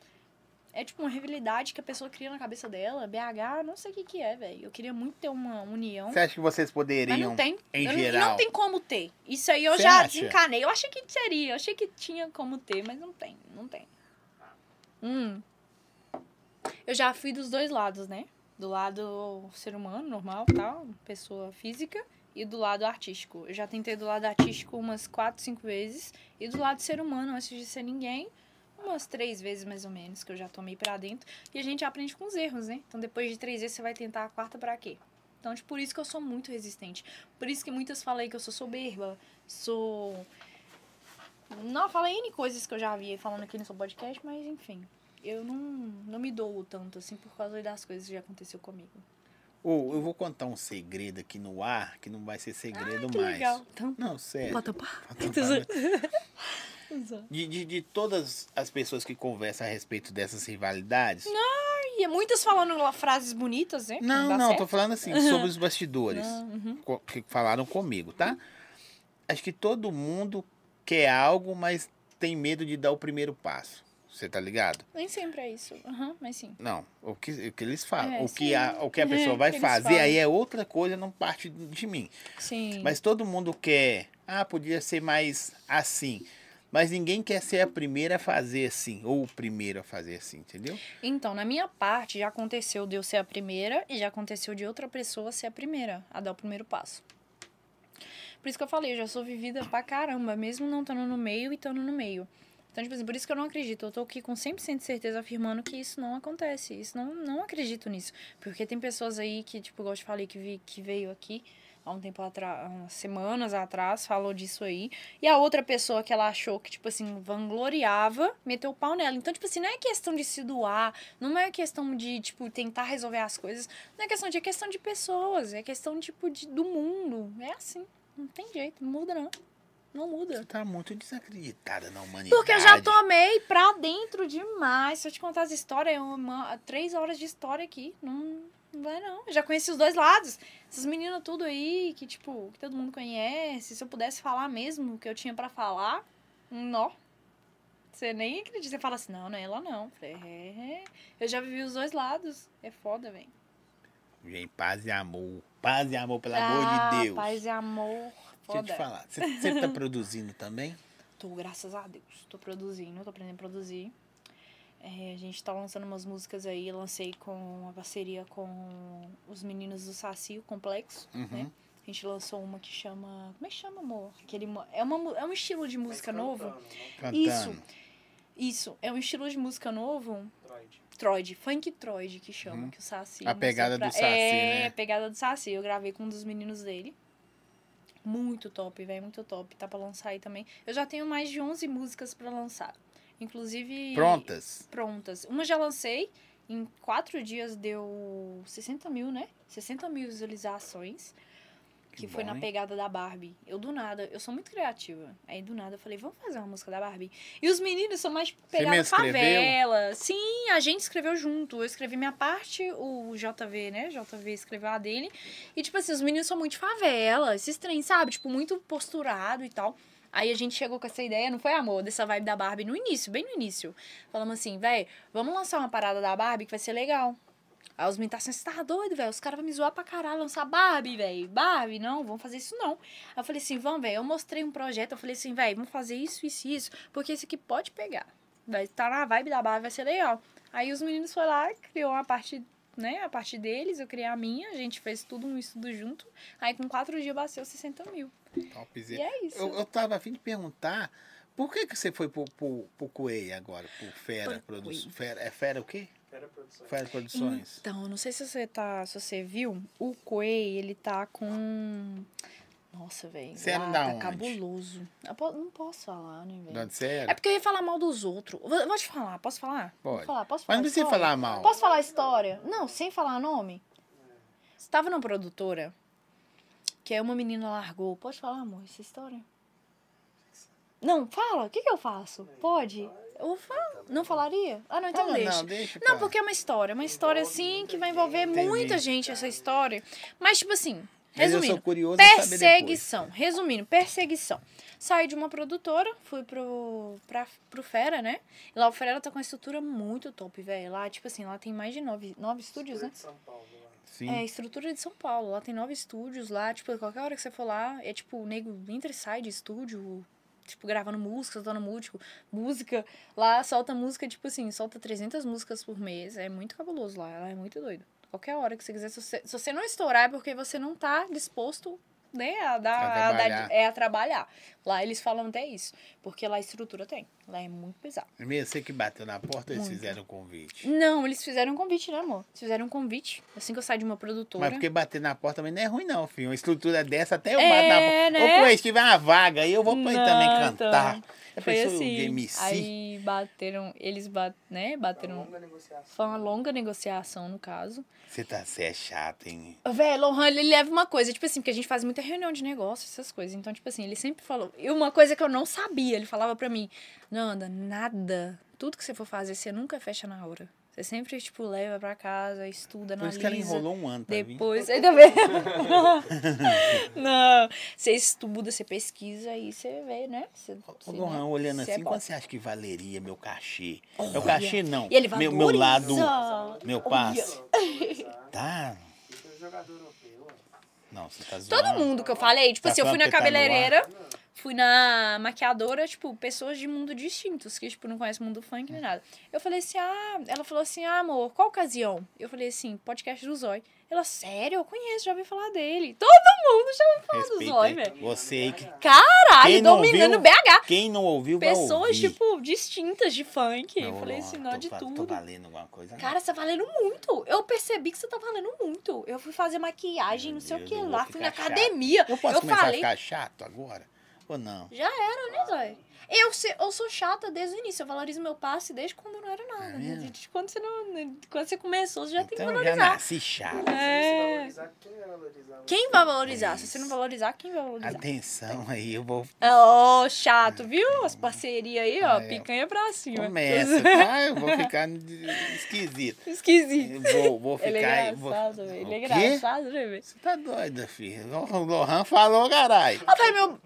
[SPEAKER 2] É tipo uma rivalidade que a pessoa cria na cabeça dela. BH, não sei o que que é, velho. Eu queria muito ter uma união.
[SPEAKER 1] Você acha que vocês
[SPEAKER 2] Então, Mas
[SPEAKER 1] poderiam,
[SPEAKER 2] não tem.
[SPEAKER 1] em
[SPEAKER 2] Eu não-
[SPEAKER 1] geral?
[SPEAKER 2] Não tem como ter. Isso aí eu
[SPEAKER 1] Você
[SPEAKER 2] já
[SPEAKER 1] acha?
[SPEAKER 2] desencanei. Eu achei que seria, eu achei que tinha como ter, mas não tem, não tem. Hum. Eu já fui dos dois lados, né? Do lado ser humano, normal, tal, pessoa física, e do lado artístico. Eu já tentei do lado artístico umas quatro, cinco vezes, e do lado ser humano, antes de ser ninguém, umas três vezes mais ou menos, que eu já tomei pra dentro. E a gente aprende com os erros, né? Então depois de três vezes você vai tentar a quarta pra quê? Então, tipo, por isso que eu sou muito resistente. Por isso que muitas falam aí que eu sou soberba, sou. Não, falei N coisas que eu já vi falando aqui no seu podcast, mas enfim. Eu não, não me dou tanto, assim, por causa das coisas que já aconteceu comigo.
[SPEAKER 1] Ô, eu vou contar um segredo aqui no ar, que não vai ser segredo
[SPEAKER 2] Que
[SPEAKER 1] mais.
[SPEAKER 2] legal. Então,
[SPEAKER 1] Não, sério.
[SPEAKER 2] bota pá.
[SPEAKER 1] Pode tomar, né? De, de, de todas as pessoas que conversam a respeito dessas rivalidades. Não,
[SPEAKER 2] E é muitas falando lá frases bonitas, né?
[SPEAKER 1] não,
[SPEAKER 2] dá
[SPEAKER 1] tô
[SPEAKER 2] certo.
[SPEAKER 1] falando assim, sobre os bastidores
[SPEAKER 2] Não, Hum. uhum.
[SPEAKER 1] co- que falaram comigo, tá? Acho que todo mundo quer algo, mas tem medo de dar o primeiro passo. Você tá ligado?
[SPEAKER 2] Nem sempre é isso. Aham, mas sim.
[SPEAKER 1] Não, o que, o que eles falam,
[SPEAKER 2] É,
[SPEAKER 1] o, que a,
[SPEAKER 2] sim.
[SPEAKER 1] o que a
[SPEAKER 2] É,
[SPEAKER 1] pessoa
[SPEAKER 2] o
[SPEAKER 1] vai
[SPEAKER 2] que eles
[SPEAKER 1] fazer,
[SPEAKER 2] falam.
[SPEAKER 1] aí é outra coisa, não parte de mim.
[SPEAKER 2] Sim.
[SPEAKER 1] Mas todo mundo quer. Ah, podia ser mais assim. Mas ninguém quer ser a primeira a fazer assim, ou o primeiro a fazer assim, entendeu?
[SPEAKER 2] Então, na minha parte, já aconteceu de eu ser a primeira e já aconteceu de outra pessoa ser a primeira a dar o primeiro passo. Por isso que eu falei, eu já sou vivida pra caramba, mesmo não estando no meio e estando no meio. Então, tipo assim, por isso que eu não acredito. Eu tô aqui com 100% de certeza afirmando que isso não acontece. Isso não, não acredito nisso. Porque tem pessoas aí que, tipo, igual eu te falei, que, vi, que veio aqui há um tempo atrás, semanas atrás, falou disso aí. E a outra pessoa que ela achou que, tipo assim, vangloriava, meteu o pau nela. Então, tipo assim, não é questão de se doar, não é questão de, tipo, tentar resolver as coisas. Não é questão de, é questão de pessoas, é questão, tipo, de, do mundo. É assim, não tem jeito, não muda não. Não muda.
[SPEAKER 1] Você tá muito desacreditada na humanidade.
[SPEAKER 2] Porque eu já tomei pra dentro demais. Se eu te contar as histórias, é uma, três horas de história aqui. Não, não vai, não. Eu já conheci os dois lados. Essas meninas tudo aí, que, tipo, que todo mundo conhece. Se eu pudesse falar mesmo o que eu tinha pra falar, um nó. Você nem acredita. Você fala assim, não, não é ela não. Eu Falei, é, é. Eu já vivi os dois lados. É foda, velho.
[SPEAKER 1] Gente, paz e amor. Paz e amor, pelo amor de Deus.
[SPEAKER 2] Ah, Paz e amor.
[SPEAKER 1] Deixa eu te
[SPEAKER 2] Foda.
[SPEAKER 1] falar. Você, você tá produzindo também?
[SPEAKER 2] Tô, graças a Deus. Tô produzindo, tô aprendendo a produzir. É, a gente tá lançando umas músicas aí. Lancei com uma parceria com os meninos do Saci, o Complexo, né?
[SPEAKER 1] Uhum.
[SPEAKER 2] A gente lançou uma que chama. Como é que chama, amor? Aquele, mo- é, uma, mu- é um estilo de música novo.
[SPEAKER 1] Cantando.
[SPEAKER 2] Isso. Isso, é um estilo de música novo Troid, funk Troid que chama,
[SPEAKER 1] Uhum.
[SPEAKER 2] que o Saci.
[SPEAKER 1] A
[SPEAKER 2] lançou
[SPEAKER 1] pegada do Saci,
[SPEAKER 2] é,
[SPEAKER 1] né?
[SPEAKER 2] a pegada do Saci. Eu gravei com um dos meninos dele. Muito top, velho, muito top. Tá pra lançar aí também. Eu já tenho mais de 11 músicas pra lançar. Inclusive.
[SPEAKER 1] Prontas.
[SPEAKER 2] Prontas. Uma já lancei, em quatro dias deu 60 mil, né? 60 mil visualizações. Que,
[SPEAKER 1] Que
[SPEAKER 2] foi
[SPEAKER 1] bom,
[SPEAKER 2] na
[SPEAKER 1] hein?
[SPEAKER 2] pegada da Barbie. Eu do nada, eu sou muito criativa. Aí do nada eu falei, vamos fazer uma música da Barbie. E os meninos são mais pegada
[SPEAKER 1] escreveu?
[SPEAKER 2] favela. Sim, a gente escreveu junto. Eu escrevi minha parte, o JV, né? JV escreveu a dele. E, tipo assim, os meninos são muito favela, esses trem, sabe? Tipo, muito posturado e tal. Aí a gente chegou com essa ideia, não foi amor, dessa vibe da Barbie no início, bem no início. Falamos assim, véi, vamos lançar uma parada da Barbie que vai ser legal. Aí os meninos tá assim, você tá doido, velho? Os caras vão me zoar pra caralho, lançar Barbie, velho. Barbie, não, vamos fazer isso não. Aí eu falei assim, vamos, velho. Eu mostrei um projeto, eu falei assim, velho, vamos fazer isso, isso e isso, porque isso aqui pode pegar. Vai tá na vibe da Barbie, vai ser legal. Aí os meninos foram lá, criou a parte, né, a parte deles, eu criei a minha, a gente fez tudo um estudo junto. Aí com quatro dias bateu 60 mil.
[SPEAKER 1] Topzera.
[SPEAKER 2] E é isso.
[SPEAKER 1] Eu, eu tava a fim de perguntar Por que, que você foi pro, pro, pro Coei agora? Pro Fera
[SPEAKER 2] Pro
[SPEAKER 1] Produções?
[SPEAKER 2] Coei.
[SPEAKER 1] Fera, é Fera o quê?
[SPEAKER 4] Era produção.
[SPEAKER 1] Fera Produções.
[SPEAKER 2] Então, não sei se você tá, se você viu, o Coei, ele tá com Nossa, velho.
[SPEAKER 1] Você era
[SPEAKER 2] lá
[SPEAKER 1] da
[SPEAKER 2] tá
[SPEAKER 1] onde?
[SPEAKER 2] cabuloso. Eu po- não posso falar, né,
[SPEAKER 1] De
[SPEAKER 2] velho?
[SPEAKER 1] onde você era?
[SPEAKER 2] É porque eu ia falar mal dos outros. Vou, vou te falar, posso falar?
[SPEAKER 1] Pode.
[SPEAKER 2] Vou falar, posso
[SPEAKER 1] Mas
[SPEAKER 2] falar?
[SPEAKER 1] não precisa
[SPEAKER 2] história?
[SPEAKER 1] falar mal.
[SPEAKER 2] Posso falar a história? Não, sem falar nome. Estava numa produtora que aí uma menina largou. Pode falar, amor, essa história? Não, fala. O que, que eu faço? Pode? Eu falo. Não falaria? Ah, não, então
[SPEAKER 1] Fala,
[SPEAKER 2] deixa.
[SPEAKER 1] Não, deixa.
[SPEAKER 2] Não,
[SPEAKER 1] pá.
[SPEAKER 2] porque é uma história. Uma história, assim, que vai envolver
[SPEAKER 1] Entendi.
[SPEAKER 2] muita gente essa história. Mas, tipo assim,
[SPEAKER 1] Mas eu
[SPEAKER 2] resumindo.
[SPEAKER 1] sou curioso pra saber depois.
[SPEAKER 2] Perseguição. Resumindo, perseguição. Saí de uma produtora, fui pro, pra, pro Fera, né? E lá o Fera ela tá com uma estrutura muito top, velho. Lá, tipo assim, lá tem mais de nove, nove estúdios, né?
[SPEAKER 4] De São Paulo, lá.
[SPEAKER 1] Sim.
[SPEAKER 2] É, estrutura de São Paulo. Lá tem nove estúdios lá. Tipo, qualquer hora que você for lá, é tipo, o nego entra e sai de estúdio. Tipo, gravando música, soltando músico, música. Lá solta música, tipo assim, solta 300 músicas por mês. É muito cabuloso lá. Ela é muito doida. Qualquer hora que você quiser. Se você, se você não estourar, é porque você não tá disposto, né, a dar.
[SPEAKER 1] A
[SPEAKER 2] a dar-
[SPEAKER 1] trabalhar.
[SPEAKER 2] é, a trabalhar. Lá eles falam até isso. Porque lá a estrutura tem. Lá é muito pesado.
[SPEAKER 1] Mesmo você que bateu na porta, eles
[SPEAKER 2] Muito.
[SPEAKER 1] fizeram o convite.
[SPEAKER 2] Não, eles fizeram um convite, né, amor? Eles fizeram um convite. Assim que eu saio de uma produtora.
[SPEAKER 1] Mas porque bater na porta também não é ruim, não, filho. Uma estrutura dessa até eu
[SPEAKER 2] É,
[SPEAKER 1] bato na porta.
[SPEAKER 2] né?
[SPEAKER 1] Ou Cleiton, se tiver uma vaga aí, eu vou pra ele também
[SPEAKER 2] Não,
[SPEAKER 1] cantar.
[SPEAKER 2] então,
[SPEAKER 1] Já
[SPEAKER 2] Foi
[SPEAKER 1] pensou um
[SPEAKER 2] assim.
[SPEAKER 1] o MC?
[SPEAKER 2] Aí bateram, eles bat, né,
[SPEAKER 4] Uma
[SPEAKER 2] bateram.
[SPEAKER 4] Tá longa negociação.
[SPEAKER 2] Foi uma longa negociação, no caso.
[SPEAKER 1] Você tá, você é chato, hein?
[SPEAKER 2] Véi, Lohan, ele leva uma coisa, tipo assim, porque a gente faz muita reunião de negócio, essas coisas. Então, tipo assim, ele sempre falou. E uma coisa que eu não sabia, ele falava pra mim: Nanda, nada. Tudo que você for fazer, você nunca fecha na hora. Você sempre, tipo, leva pra casa, estuda,
[SPEAKER 1] Por
[SPEAKER 2] analisa.
[SPEAKER 1] isso que ela enrolou um ano pra mim.
[SPEAKER 2] Depois, ainda bem. não, você estuda, você pesquisa e você vê, né? Você,
[SPEAKER 1] Ô,
[SPEAKER 2] você,
[SPEAKER 1] Lohan, olhando
[SPEAKER 2] você
[SPEAKER 1] assim,
[SPEAKER 2] é bom.
[SPEAKER 1] quanto você acha que valeria meu cachê? Meu
[SPEAKER 2] Olha.
[SPEAKER 1] cachê não.
[SPEAKER 2] E ele
[SPEAKER 1] meu,
[SPEAKER 2] valoriza.
[SPEAKER 1] meu
[SPEAKER 4] Tá
[SPEAKER 1] lado, meu
[SPEAKER 2] Olha.
[SPEAKER 1] passe.
[SPEAKER 4] Valorizar.
[SPEAKER 1] Tá?
[SPEAKER 4] Isso é jogador europeu.
[SPEAKER 1] Não, você tá zoando.
[SPEAKER 2] Todo mundo que eu falei, tipo
[SPEAKER 1] Tá
[SPEAKER 2] assim, eu fui
[SPEAKER 1] falando
[SPEAKER 2] na
[SPEAKER 1] que tá no ar?
[SPEAKER 2] cabeleireira, fui na maquiadora, tipo, pessoas de mundo distintos, que, tipo, não conhecem o mundo funk
[SPEAKER 1] É.
[SPEAKER 2] nem nada. Eu falei assim, ah, ela falou assim, ah, amor, qual ocasião? Eu falei assim, podcast do Zói. Ela, sério, eu conheço, já ouvi falar dele. Todo mundo já ouviu falar do
[SPEAKER 1] Respeita
[SPEAKER 2] Zói,
[SPEAKER 1] aí.
[SPEAKER 2] velho.
[SPEAKER 1] Você aí que- Quem
[SPEAKER 2] Caralho,
[SPEAKER 1] não
[SPEAKER 2] dominando
[SPEAKER 1] ouviu,
[SPEAKER 2] BH.
[SPEAKER 1] Quem não ouviu, vai
[SPEAKER 2] Pessoas,
[SPEAKER 1] ouvir.
[SPEAKER 2] tipo, distintas de funk.
[SPEAKER 1] Não,
[SPEAKER 2] eu falei
[SPEAKER 1] Lohan,
[SPEAKER 2] assim, nó
[SPEAKER 1] tô
[SPEAKER 2] de
[SPEAKER 1] fa- Tô
[SPEAKER 2] tudo.
[SPEAKER 1] valendo alguma coisa. não?
[SPEAKER 2] Cara, você tá valendo muito. Eu percebi que você tá valendo muito. Eu fui fazer maquiagem,
[SPEAKER 1] Meu
[SPEAKER 2] não sei
[SPEAKER 1] Deus,
[SPEAKER 2] o que
[SPEAKER 1] eu vou
[SPEAKER 2] lá, fui na
[SPEAKER 1] ficar chato.
[SPEAKER 2] academia.
[SPEAKER 1] eu posso
[SPEAKER 2] eu
[SPEAKER 1] começar
[SPEAKER 2] falei-
[SPEAKER 1] a ficar chato agora? Ou não?
[SPEAKER 2] Já era, né, Zói? Eu, se- eu sou chata desde o início. Eu valorizo meu passe desde quando eu não era nada.
[SPEAKER 1] É
[SPEAKER 2] né?
[SPEAKER 1] mesmo?
[SPEAKER 2] De quando, você não, quando você começou, você já tem que
[SPEAKER 1] então eu já
[SPEAKER 2] valorizar.
[SPEAKER 1] nasci chato.
[SPEAKER 4] É.
[SPEAKER 2] É.
[SPEAKER 4] Valorizar, quem vai valorizar?
[SPEAKER 2] Quem
[SPEAKER 4] você?
[SPEAKER 2] vai valorizar? Se você
[SPEAKER 1] é Isso.
[SPEAKER 2] não valorizar, quem vai valorizar?
[SPEAKER 1] Atenção aí, eu vou.
[SPEAKER 2] Ó, chato, viu? As parcerias aí, ó,
[SPEAKER 1] É.
[SPEAKER 2] picanha pra cima.
[SPEAKER 1] Começa, tá? Eu vou ficar esquisito.
[SPEAKER 2] Esquisito.
[SPEAKER 1] Eu vou, vou ficar.
[SPEAKER 2] Ele é
[SPEAKER 1] eu vou-
[SPEAKER 2] engraçado, velho. Ele é
[SPEAKER 1] O quê?
[SPEAKER 2] engraçado, né, velho?
[SPEAKER 1] Você tá doida, filha? O Lohan falou, caralho.
[SPEAKER 2] Ó, velho, meu.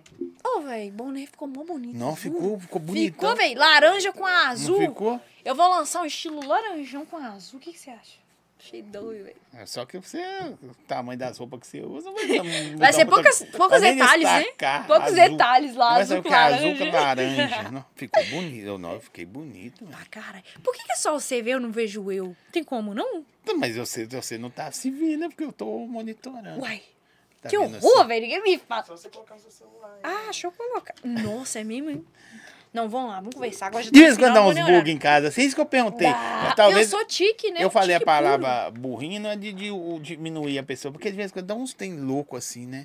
[SPEAKER 2] Ô, velho, Bonet ficou mó bonito.
[SPEAKER 1] Não,
[SPEAKER 2] azul.
[SPEAKER 1] ficou, ficou bonito.
[SPEAKER 2] Ficou, velho, laranja com azul.
[SPEAKER 1] ficou?
[SPEAKER 2] Eu vou lançar um estilo laranjão com azul. O que que você acha? Achei doido, velho.
[SPEAKER 1] É Só que você, o tamanho das roupas que você usa vai dar um-
[SPEAKER 2] Vai ser
[SPEAKER 1] dar um-
[SPEAKER 2] poucas, poucos
[SPEAKER 1] nem
[SPEAKER 2] detalhes,
[SPEAKER 1] destacar
[SPEAKER 2] né? Poucos
[SPEAKER 1] azul.
[SPEAKER 2] detalhes lá,
[SPEAKER 1] Vai ser
[SPEAKER 2] azul
[SPEAKER 1] o
[SPEAKER 2] com
[SPEAKER 1] que? Azul
[SPEAKER 2] laranja.
[SPEAKER 1] com laranja. Não, ficou bonito. Eu não, eu fiquei bonito. né?
[SPEAKER 2] Ah, cara, por que, que é só você ver eu não vejo eu? Tem como, não?
[SPEAKER 1] Então, Mas você, você não tá se vendo, porque eu tô monitorando.
[SPEAKER 2] Uai,
[SPEAKER 1] Tá
[SPEAKER 2] que
[SPEAKER 1] vendo
[SPEAKER 2] horror,
[SPEAKER 1] assim?
[SPEAKER 2] velho. Ninguém me fala.
[SPEAKER 4] Só você colocar o seu celular.
[SPEAKER 2] Ah, deixa eu colocar. Nossa, é mesmo, hein? Não, vamos lá, vamos conversar. Agora já tá
[SPEAKER 1] assim? De vez em
[SPEAKER 2] no final,
[SPEAKER 1] quando dá
[SPEAKER 2] não
[SPEAKER 1] uns
[SPEAKER 2] vou nem
[SPEAKER 1] bug em casa, assim, isso que eu perguntei.
[SPEAKER 2] olhar.
[SPEAKER 1] Mas talvez
[SPEAKER 2] Eu sou tique, né?
[SPEAKER 1] eu
[SPEAKER 2] Um
[SPEAKER 1] falei a
[SPEAKER 2] tique
[SPEAKER 1] palavra burrinho, não é de, de o- diminuir a pessoa, porque de vez em quando dá uns tem louco assim, né?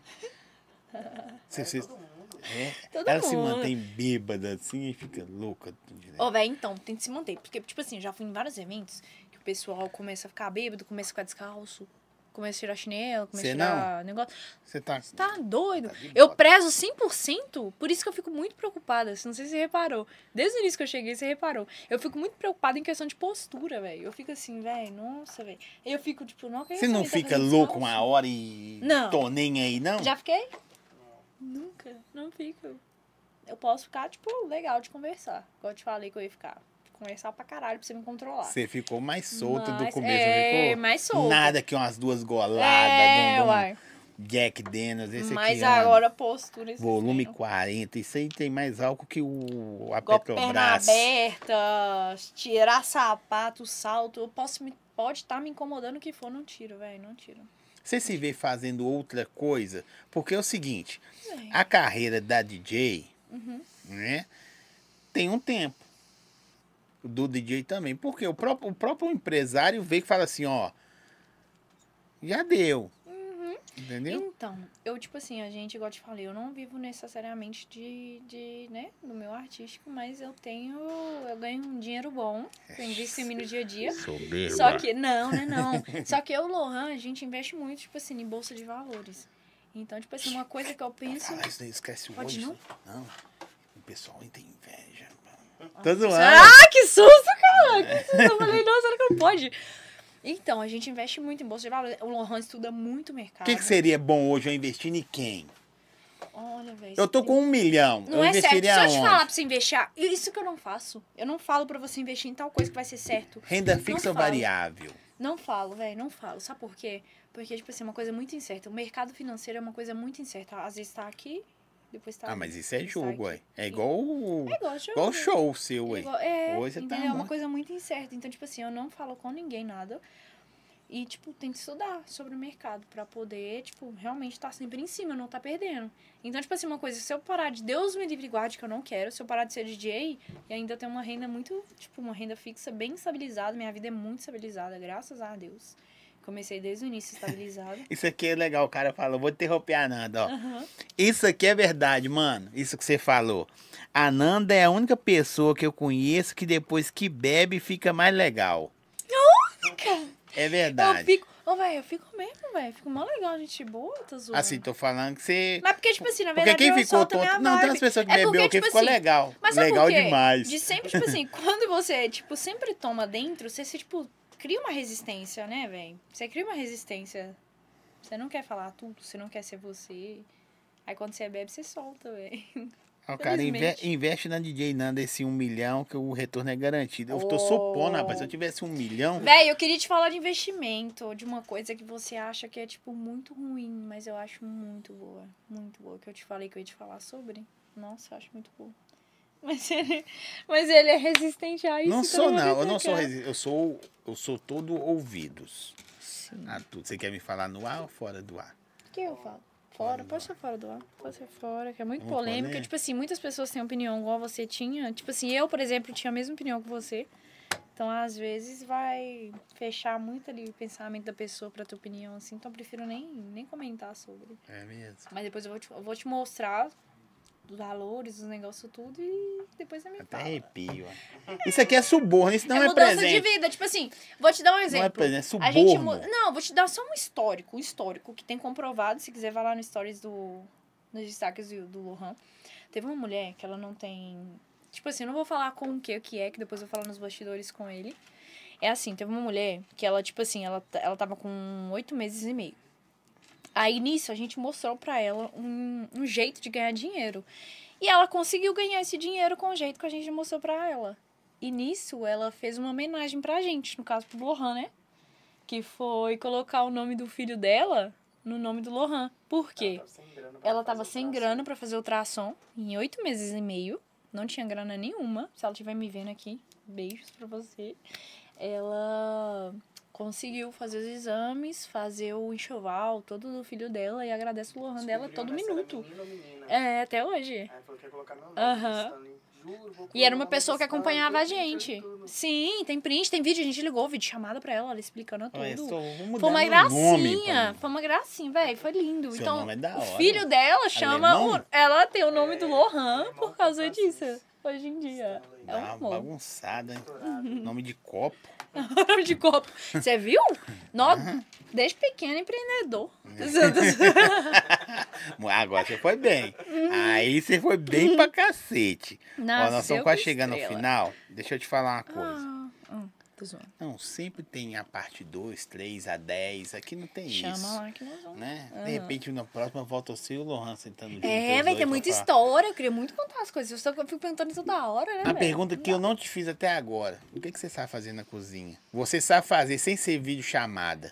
[SPEAKER 1] Você, você-
[SPEAKER 4] Todo mundo.
[SPEAKER 1] é,
[SPEAKER 2] Todo
[SPEAKER 1] ela se
[SPEAKER 2] mundo.
[SPEAKER 1] mantém bêbada assim e fica louca.
[SPEAKER 2] Ô, velho, então, tem que se manter. Porque, tipo assim, já fui em vários eventos que o pessoal começa a ficar bêbado, começa a ficar descalço, começa a tirar chinelo, começa
[SPEAKER 1] Cê
[SPEAKER 2] a tirar negócio.
[SPEAKER 1] Você tá.
[SPEAKER 2] Você tá doido?
[SPEAKER 1] Tá de
[SPEAKER 2] Eu
[SPEAKER 1] bota.
[SPEAKER 2] prezo 100%, por isso que eu fico muito preocupada. assim, Não sei se você reparou. Desde o início que eu cheguei, você reparou. Eu fico muito preocupada em questão de postura, velho. Eu fico assim, velho, nossa, velho. Eu fico, tipo, não, que
[SPEAKER 1] Você
[SPEAKER 2] essa
[SPEAKER 1] não
[SPEAKER 2] menina tá
[SPEAKER 1] fica
[SPEAKER 2] fazendo
[SPEAKER 1] louco
[SPEAKER 2] descalço?
[SPEAKER 1] uma hora e
[SPEAKER 2] Não.
[SPEAKER 1] tô nem aí, não?
[SPEAKER 2] Já fiquei? Nunca, não fico. Eu posso ficar, tipo, legal de conversar. Igual eu te falei que eu ia ficar. Conversar pra caralho pra você me controlar.
[SPEAKER 1] Você ficou mais é solta do
[SPEAKER 2] Mas-
[SPEAKER 1] começo, não
[SPEAKER 2] é,
[SPEAKER 1] ficou?
[SPEAKER 2] mais solta.
[SPEAKER 1] Nada que umas duas goladas,
[SPEAKER 2] é,
[SPEAKER 1] de um- de um
[SPEAKER 2] uai.
[SPEAKER 1] Jack Daniels, esse
[SPEAKER 2] Mas
[SPEAKER 1] aqui. ó,
[SPEAKER 2] agora a postura... é esses
[SPEAKER 1] Volume
[SPEAKER 2] trem.
[SPEAKER 1] 40. Isso aí tem mais álcool que o a
[SPEAKER 2] Com a perna
[SPEAKER 1] Petrobras.
[SPEAKER 2] aberta, tirar sapato, salto. Eu posso me, pode estar me incomodando o que for, não tiro, velho, não tiro.
[SPEAKER 1] Você se vê fazendo outra coisa? Porque é o seguinte,
[SPEAKER 2] Véi. Uhum.
[SPEAKER 1] a carreira da DJ, né? tem um tempo. Do DJ também. Porque o próprio, o próprio empresário vê que fala assim, ó. Já deu.
[SPEAKER 2] Uhum.
[SPEAKER 1] Entendeu?
[SPEAKER 2] Então, eu, tipo assim, a gente, igual eu te falei, eu não vivo necessariamente de, de, né, do meu artístico, mas eu tenho, eu ganho um dinheiro bom, eu invisto em mim no dia a dia.
[SPEAKER 1] Soberba.
[SPEAKER 2] Só que, não, né, não. Só que eu, Lohan, a gente investe muito, tipo assim, em bolsa de valores. Então, tipo assim, uma coisa que eu penso...
[SPEAKER 1] Fala isso daí, esquece o
[SPEAKER 2] Pode
[SPEAKER 1] hoje.
[SPEAKER 2] não?
[SPEAKER 1] Não. O pessoal tem inveja. Tô zoando.
[SPEAKER 2] Ah, que susto, cara! Que susto. Eu falei, não, será que não pode? Então, a gente investe muito em bolsa de valores. O Lohan estuda muito o
[SPEAKER 1] O
[SPEAKER 2] mercado.
[SPEAKER 1] que, que seria bom hoje eu investir em quem?
[SPEAKER 2] Olha, velho.
[SPEAKER 1] Eu tô
[SPEAKER 2] você
[SPEAKER 1] com um milhão.
[SPEAKER 2] Não
[SPEAKER 1] eu
[SPEAKER 2] é certo.
[SPEAKER 1] investiria
[SPEAKER 2] Se eu te
[SPEAKER 1] onde?
[SPEAKER 2] falar pra você investir, ah, isso que eu não faço. Eu não falo pra você investir em tal coisa que vai ser certo.
[SPEAKER 1] Renda
[SPEAKER 2] Não
[SPEAKER 1] fixa ou
[SPEAKER 2] falo.
[SPEAKER 1] variável?
[SPEAKER 2] Não falo, velho, não falo. Sabe por quê? Porque, tipo assim, é uma coisa muito incerta. O mercado financeiro é uma coisa muito incerta. Às vezes tá aqui, depois tá
[SPEAKER 1] Ah, mas isso é
[SPEAKER 2] depois tá
[SPEAKER 1] jogo,
[SPEAKER 2] aqui.
[SPEAKER 1] ué. É igual o
[SPEAKER 2] É igual show.
[SPEAKER 1] igual
[SPEAKER 2] né?
[SPEAKER 1] show seu, ué.
[SPEAKER 2] Igual- é,
[SPEAKER 1] Hoje você tá
[SPEAKER 2] entendeu? É uma
[SPEAKER 1] muito.
[SPEAKER 2] coisa muito incerta. Então, tipo assim, eu não falo com ninguém nada. E, tipo, tem que estudar sobre o mercado pra poder, tipo, realmente estar sempre em cima, não tá perdendo. Então, tipo assim, uma coisa, se eu parar de Deus me livre e guarde que eu não quero, se eu parar de ser DJ e ainda ter uma renda muito, tipo, uma renda fixa bem estabilizada, minha vida é muito estabilizada, graças a Deus. Comecei desde o início estabilizada.
[SPEAKER 1] Isso aqui é legal, o cara falou. Vou interromper a Nanda, ó.
[SPEAKER 2] Aham.
[SPEAKER 1] Isso aqui é verdade, mano. Isso que você falou. A Nanda é a única pessoa que eu conheço que depois que bebe fica mais legal. É
[SPEAKER 2] Eu
[SPEAKER 1] verdade.
[SPEAKER 2] fico, ô, velho, eu fico mesmo, velho. Fico mó legal, gente boa, tá zoando.
[SPEAKER 1] Assim, tô falando que você.
[SPEAKER 2] Mas porque, tipo assim, na
[SPEAKER 1] Porque
[SPEAKER 2] verdade,
[SPEAKER 1] quem
[SPEAKER 2] eu
[SPEAKER 1] ficou
[SPEAKER 2] solto a minha
[SPEAKER 1] tonto. Não, então, tem
[SPEAKER 2] vibe.
[SPEAKER 1] umas pessoas que
[SPEAKER 2] É
[SPEAKER 1] bebeu
[SPEAKER 2] porque,
[SPEAKER 1] aqui
[SPEAKER 2] tipo
[SPEAKER 1] ficou
[SPEAKER 2] assim,
[SPEAKER 1] legal.
[SPEAKER 2] Mas sabe
[SPEAKER 1] legal
[SPEAKER 2] por quê?
[SPEAKER 1] demais.
[SPEAKER 2] De sempre, tipo assim, quando você, tipo, sempre toma dentro, você, se, tipo, cria uma resistência, né, velho? Você cria uma resistência. Você não quer falar tudo, você não quer ser você. Aí quando você bebe, você solta, velho.
[SPEAKER 1] Ó, cara, inve-
[SPEAKER 2] Felizmente.
[SPEAKER 1] investe na DJ Nanda esse um milhão que o retorno é garantido. Eu tô
[SPEAKER 2] Oh.
[SPEAKER 1] supondo, rapaz. Se eu tivesse um milhão.
[SPEAKER 2] Véi, eu queria te falar de investimento, de uma coisa que você acha que é, tipo, muito ruim, mas eu acho muito boa. Muito boa. Que eu te falei que eu ia te falar sobre. Nossa, eu acho muito boa. Mas ele, mas ele é resistente a isso.
[SPEAKER 1] não
[SPEAKER 2] então
[SPEAKER 1] sou,
[SPEAKER 2] vou
[SPEAKER 1] não. Eu não sou
[SPEAKER 2] atacar.
[SPEAKER 1] resi- Eu sou, eu sou todo ouvidos. Ah, tudo. Você quer me falar no ar ou fora do ar?
[SPEAKER 2] O que eu falo? Fora, pode ser fora do ar, pode ser fora, que é muito
[SPEAKER 1] Vamos
[SPEAKER 2] polêmica.
[SPEAKER 1] polêmica.
[SPEAKER 2] Tipo assim, muitas pessoas têm opinião igual você tinha. Tipo assim, eu, por exemplo, tinha a mesma opinião que você. Então, às vezes, vai fechar muito ali o pensamento da pessoa pra tua opinião, assim. Então, eu prefiro nem, nem comentar sobre.
[SPEAKER 1] É mesmo.
[SPEAKER 2] Mas depois eu vou te, eu vou te mostrar os valores, os negócios, tudo, e depois você me
[SPEAKER 1] Até
[SPEAKER 2] fala. É
[SPEAKER 1] arrepio. ó. Isso aqui é suborno, isso não é,
[SPEAKER 2] mudança de
[SPEAKER 1] presente.
[SPEAKER 2] vida. Tipo assim, vou te dar um
[SPEAKER 1] Não é
[SPEAKER 2] exemplo.
[SPEAKER 1] presente, é
[SPEAKER 2] A gente
[SPEAKER 1] suborno.
[SPEAKER 2] muda. Não, vou te dar só um histórico, um histórico que tem comprovado. Se quiser, vai lá no stories do. Nos destaques do, do Lohan. Teve uma mulher que ela não tem. Tipo assim, eu não vou falar com o que, o que é, que depois eu vou falar nos bastidores com ele. É assim, teve uma mulher que ela, tipo assim, ela, t- ela tava com oito meses e meio. Aí nisso a gente mostrou pra ela um, um jeito de ganhar dinheiro. E ela conseguiu ganhar esse dinheiro com o jeito que a gente mostrou pra ela. E nisso ela fez uma homenagem pra gente, no caso pro Lohan, né? Que foi colocar o nome do filho dela no nome do Lohan. Por quê?
[SPEAKER 4] Ela tava sem grana. pra
[SPEAKER 2] Ela
[SPEAKER 4] fazer
[SPEAKER 2] tava
[SPEAKER 4] o
[SPEAKER 2] sem
[SPEAKER 4] traço.
[SPEAKER 2] grana pra fazer ultrassom em oito meses e meio. Não tinha grana nenhuma. Se ela estiver me vendo aqui, beijos pra você. Ela conseguiu fazer os exames, fazer o enxoval todo do filho dela e agradece o Lohan dela
[SPEAKER 4] Descobriu,
[SPEAKER 2] todo
[SPEAKER 4] né, se era
[SPEAKER 2] minuto.
[SPEAKER 4] menino ou menina.
[SPEAKER 2] É, até hoje.
[SPEAKER 4] Aí falou que ia colocar meu nome.
[SPEAKER 2] Aham.
[SPEAKER 4] Stanley. Juro, vou
[SPEAKER 2] E era
[SPEAKER 4] colocar
[SPEAKER 2] uma
[SPEAKER 4] o
[SPEAKER 2] pessoa que
[SPEAKER 4] nome do Stanley,
[SPEAKER 2] acompanhava a
[SPEAKER 4] eu fiz
[SPEAKER 2] gente.
[SPEAKER 4] tudo.
[SPEAKER 2] Sim, tem print, tem vídeo. A gente ligou, vídeo chamada pra ela, ela explicando
[SPEAKER 1] Olha,
[SPEAKER 2] tudo.
[SPEAKER 1] só, vou mudar
[SPEAKER 2] Foi uma
[SPEAKER 1] meu nome pra
[SPEAKER 2] gracinha,
[SPEAKER 1] mim.
[SPEAKER 2] foi uma gracinha, velho, foi lindo.
[SPEAKER 1] Seu
[SPEAKER 2] então,
[SPEAKER 1] nome é da
[SPEAKER 2] o
[SPEAKER 1] hora.
[SPEAKER 2] filho dela chama.
[SPEAKER 1] Alemão?
[SPEAKER 2] o- ela tem o nome do
[SPEAKER 4] É,
[SPEAKER 2] Lohan
[SPEAKER 4] alemão
[SPEAKER 2] por causa
[SPEAKER 4] francês.
[SPEAKER 2] disso, hoje em dia.
[SPEAKER 4] Stanley.
[SPEAKER 2] É um
[SPEAKER 1] Dá uma
[SPEAKER 2] amor.
[SPEAKER 1] bagunçada, hein?
[SPEAKER 4] Estourado.
[SPEAKER 1] Nome de copo.
[SPEAKER 2] Nome de copo. Você viu? Nó, desde pequeno empreendedor.
[SPEAKER 1] Agora você foi bem. Aí você foi bem pra cacete. Ó, nós
[SPEAKER 2] Nasceu
[SPEAKER 1] estamos quase
[SPEAKER 2] com
[SPEAKER 1] chegando ao
[SPEAKER 2] estrela.
[SPEAKER 1] final. Deixa eu te falar uma coisa.
[SPEAKER 2] Ah, hum, tô zoando.
[SPEAKER 1] Não, sempre tem a parte 2, 3, a 10. Aqui não tem
[SPEAKER 2] Chama
[SPEAKER 1] isso.
[SPEAKER 2] lá que nós vamos.
[SPEAKER 1] Né?
[SPEAKER 2] Aham.
[SPEAKER 1] De repente, na próxima, volta você e o Lohan sentando junto.
[SPEAKER 2] É,
[SPEAKER 1] os
[SPEAKER 2] vai ter
[SPEAKER 1] dois
[SPEAKER 2] muita
[SPEAKER 1] pra falar.
[SPEAKER 2] história. Eu queria muito contar as coisas. Eu só fico perguntando isso toda hora, né?
[SPEAKER 1] A
[SPEAKER 2] velho?
[SPEAKER 1] pergunta que eu não te fiz até agora. O que, que você sabe fazer na cozinha? Você sabe fazer sem ser vídeo chamada,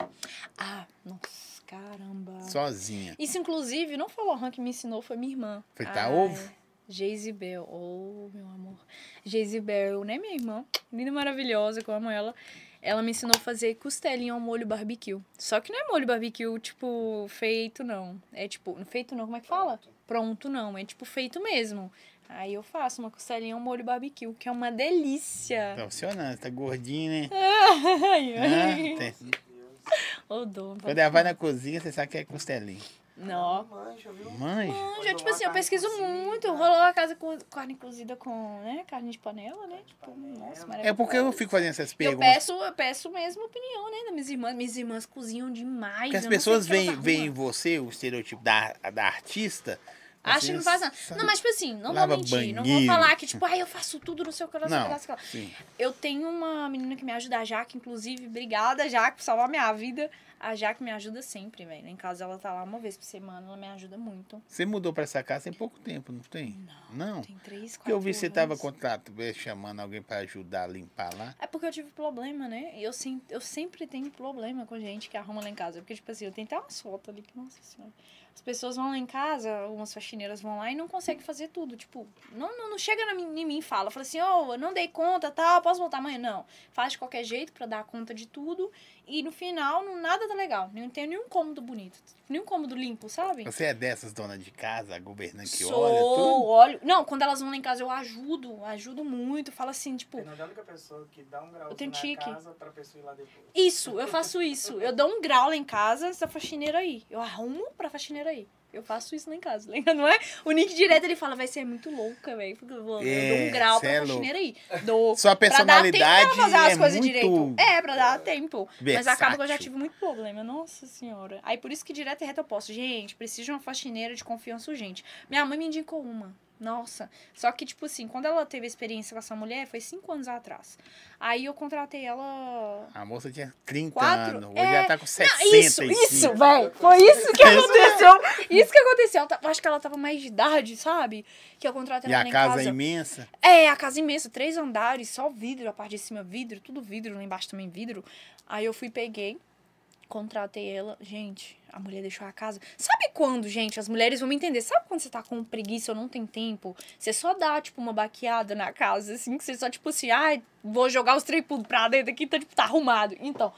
[SPEAKER 2] Ah, nossa, caramba.
[SPEAKER 1] sozinha.
[SPEAKER 2] Isso, inclusive, não foi o Lohan que me ensinou, foi minha irmã.
[SPEAKER 1] Foi tá
[SPEAKER 2] Ai,
[SPEAKER 1] ovo?
[SPEAKER 2] Geisibel, oh meu amor. Geisibel, né, minha irmã? Linda, maravilhosa, que eu amo ela. Ela me ensinou a fazer costelinha ao molho barbecue. Só que não é molho barbecue, tipo, feito, não. É tipo, feito não, como é que fala? Pronto, não. É tipo, feito mesmo. Aí eu faço uma costelinha ao molho barbecue, que é uma delícia.
[SPEAKER 1] Tá funcionando, tá gordinho, né?
[SPEAKER 2] Ai, ai.
[SPEAKER 1] Ah, tem-
[SPEAKER 4] Deus.
[SPEAKER 2] Ô, dom.
[SPEAKER 1] Quando ela vai na cozinha, você sabe que é costelinha.
[SPEAKER 2] Não,
[SPEAKER 4] Manja, viu?
[SPEAKER 1] Mãe,
[SPEAKER 2] Já, tipo assim, eu pesquiso muito.
[SPEAKER 1] né?
[SPEAKER 2] Rolou a casa com carne cozida com, né? Carne de panela, né? Tipo, nossa, maravilhoso.
[SPEAKER 1] é porque eu fico fazendo essas
[SPEAKER 2] Eu
[SPEAKER 1] perguntas.
[SPEAKER 2] peço, eu peço mesmo opinião, né? Das minhas irmãs. Minhas irmãs cozinham demais.
[SPEAKER 1] Porque as
[SPEAKER 2] eu não sei
[SPEAKER 1] pessoas
[SPEAKER 2] o que elas
[SPEAKER 1] veem,
[SPEAKER 2] arrumam.
[SPEAKER 1] veem em você o estereotipo da, da artista. assim,
[SPEAKER 2] Acha que não faz nada.
[SPEAKER 1] sabe?
[SPEAKER 2] Não, mas tipo assim, não
[SPEAKER 1] Lava
[SPEAKER 2] vou mentir. Não vou
[SPEAKER 1] banheiro.
[SPEAKER 2] falar que, tipo, ai, eu faço tudo no seu coração.
[SPEAKER 1] Não.
[SPEAKER 2] sei lá, sei lá.
[SPEAKER 1] Sim.
[SPEAKER 2] Eu tenho uma menina que me ajuda, a Jaque, inclusive. Obrigada, Jaque, por salvar minha vida. A Jaque me ajuda sempre, velho. Em casa ela tá lá uma vez por semana, ela me ajuda muito.
[SPEAKER 1] Você mudou pra essa casa tem pouco tempo, não tem?
[SPEAKER 2] Não.
[SPEAKER 1] Não.
[SPEAKER 2] Tem três, quatro
[SPEAKER 1] Porque eu vi que você tava
[SPEAKER 2] anos.
[SPEAKER 1] contrato, eh, chamando alguém pra ajudar a limpar lá.
[SPEAKER 2] É porque eu tive problema, né? Eu, sem, eu sempre tenho problema com gente que arruma lá em casa. Porque, tipo assim, eu tenho até umas fotos ali que, nossa senhora. As pessoas vão lá em casa, algumas faxineiras vão lá e não conseguem fazer tudo. Tipo, não, não, não chega na mim- em mim e fala. Fala assim, ô, eu não dei conta, tal, posso voltar amanhã? Não. Faz de qualquer jeito pra dar conta de tudo. E no final, não, nada tá legal. Não tem nenhum cômodo bonito. Nenhum cômodo limpo, sabe?
[SPEAKER 1] Você é dessas dona de casa, a governante Assim, que
[SPEAKER 2] Sou,
[SPEAKER 1] olha tudo?
[SPEAKER 2] olho. Não, quando elas vão lá em casa, eu ajudo, ajudo muito. Fala assim, tipo,
[SPEAKER 4] Fernando é a única pessoa que dá um grau
[SPEAKER 2] tenho
[SPEAKER 4] na
[SPEAKER 2] tique.
[SPEAKER 4] casa pra pessoa ir lá depois.
[SPEAKER 2] Isso, eu faço isso. Eu dou um grau lá em casa, essa faxineira aí. Eu arrumo pra faxineira aí. Eu faço isso lá em casa, lembra? Não é? O Nick direto ele fala, vai ser muito louca, velho. Porque eu, vou- eu dou
[SPEAKER 1] É,
[SPEAKER 2] um grau
[SPEAKER 1] cê é
[SPEAKER 2] pra
[SPEAKER 1] louco.
[SPEAKER 2] faxineira aí. Dou.
[SPEAKER 1] Sua
[SPEAKER 2] Pra dar tempo
[SPEAKER 1] personalidade
[SPEAKER 2] pra fazer as
[SPEAKER 1] é
[SPEAKER 2] coisas
[SPEAKER 1] muito
[SPEAKER 2] direito. É, pra dar tempo. Mas
[SPEAKER 1] versátil.
[SPEAKER 2] acaba que eu já tive muito problema, nossa senhora. Aí por isso que direto e reto eu posso. Gente, preciso de uma faxineira de confiança urgente. Minha mãe me indicou uma. Nossa. Só que, tipo assim, quando ela teve a experiência com essa mulher, foi cinco anos atrás. Aí eu contratei ela
[SPEAKER 1] A moça tinha 30
[SPEAKER 2] Quatro?
[SPEAKER 1] anos, hoje
[SPEAKER 2] É.
[SPEAKER 1] ela tá com 65.
[SPEAKER 2] isso, isso, velho. Foi isso
[SPEAKER 1] É.
[SPEAKER 2] que aconteceu. Isso que aconteceu. Ela tá- Acho que ela tava mais de idade, sabe? Que eu contratei
[SPEAKER 1] E
[SPEAKER 2] ela lá
[SPEAKER 1] a
[SPEAKER 2] em
[SPEAKER 1] casa,
[SPEAKER 2] Tá casa.
[SPEAKER 1] é imensa.
[SPEAKER 2] É, a casa imensa, três andares, só vidro, a parte de cima vidro, tudo vidro, lá embaixo também vidro. Aí eu fui, peguei, contratei ela. Gente, a mulher deixou a casa. Sabe quando, gente, as mulheres vão me entender? Sabe quando você tá com preguiça ou não tem tempo? Você só dá, tipo, uma baqueada na casa, assim, que você só, tipo assim, ai, vou jogar os três pulos pra dentro aqui, tá, tipo, tá arrumado. Então.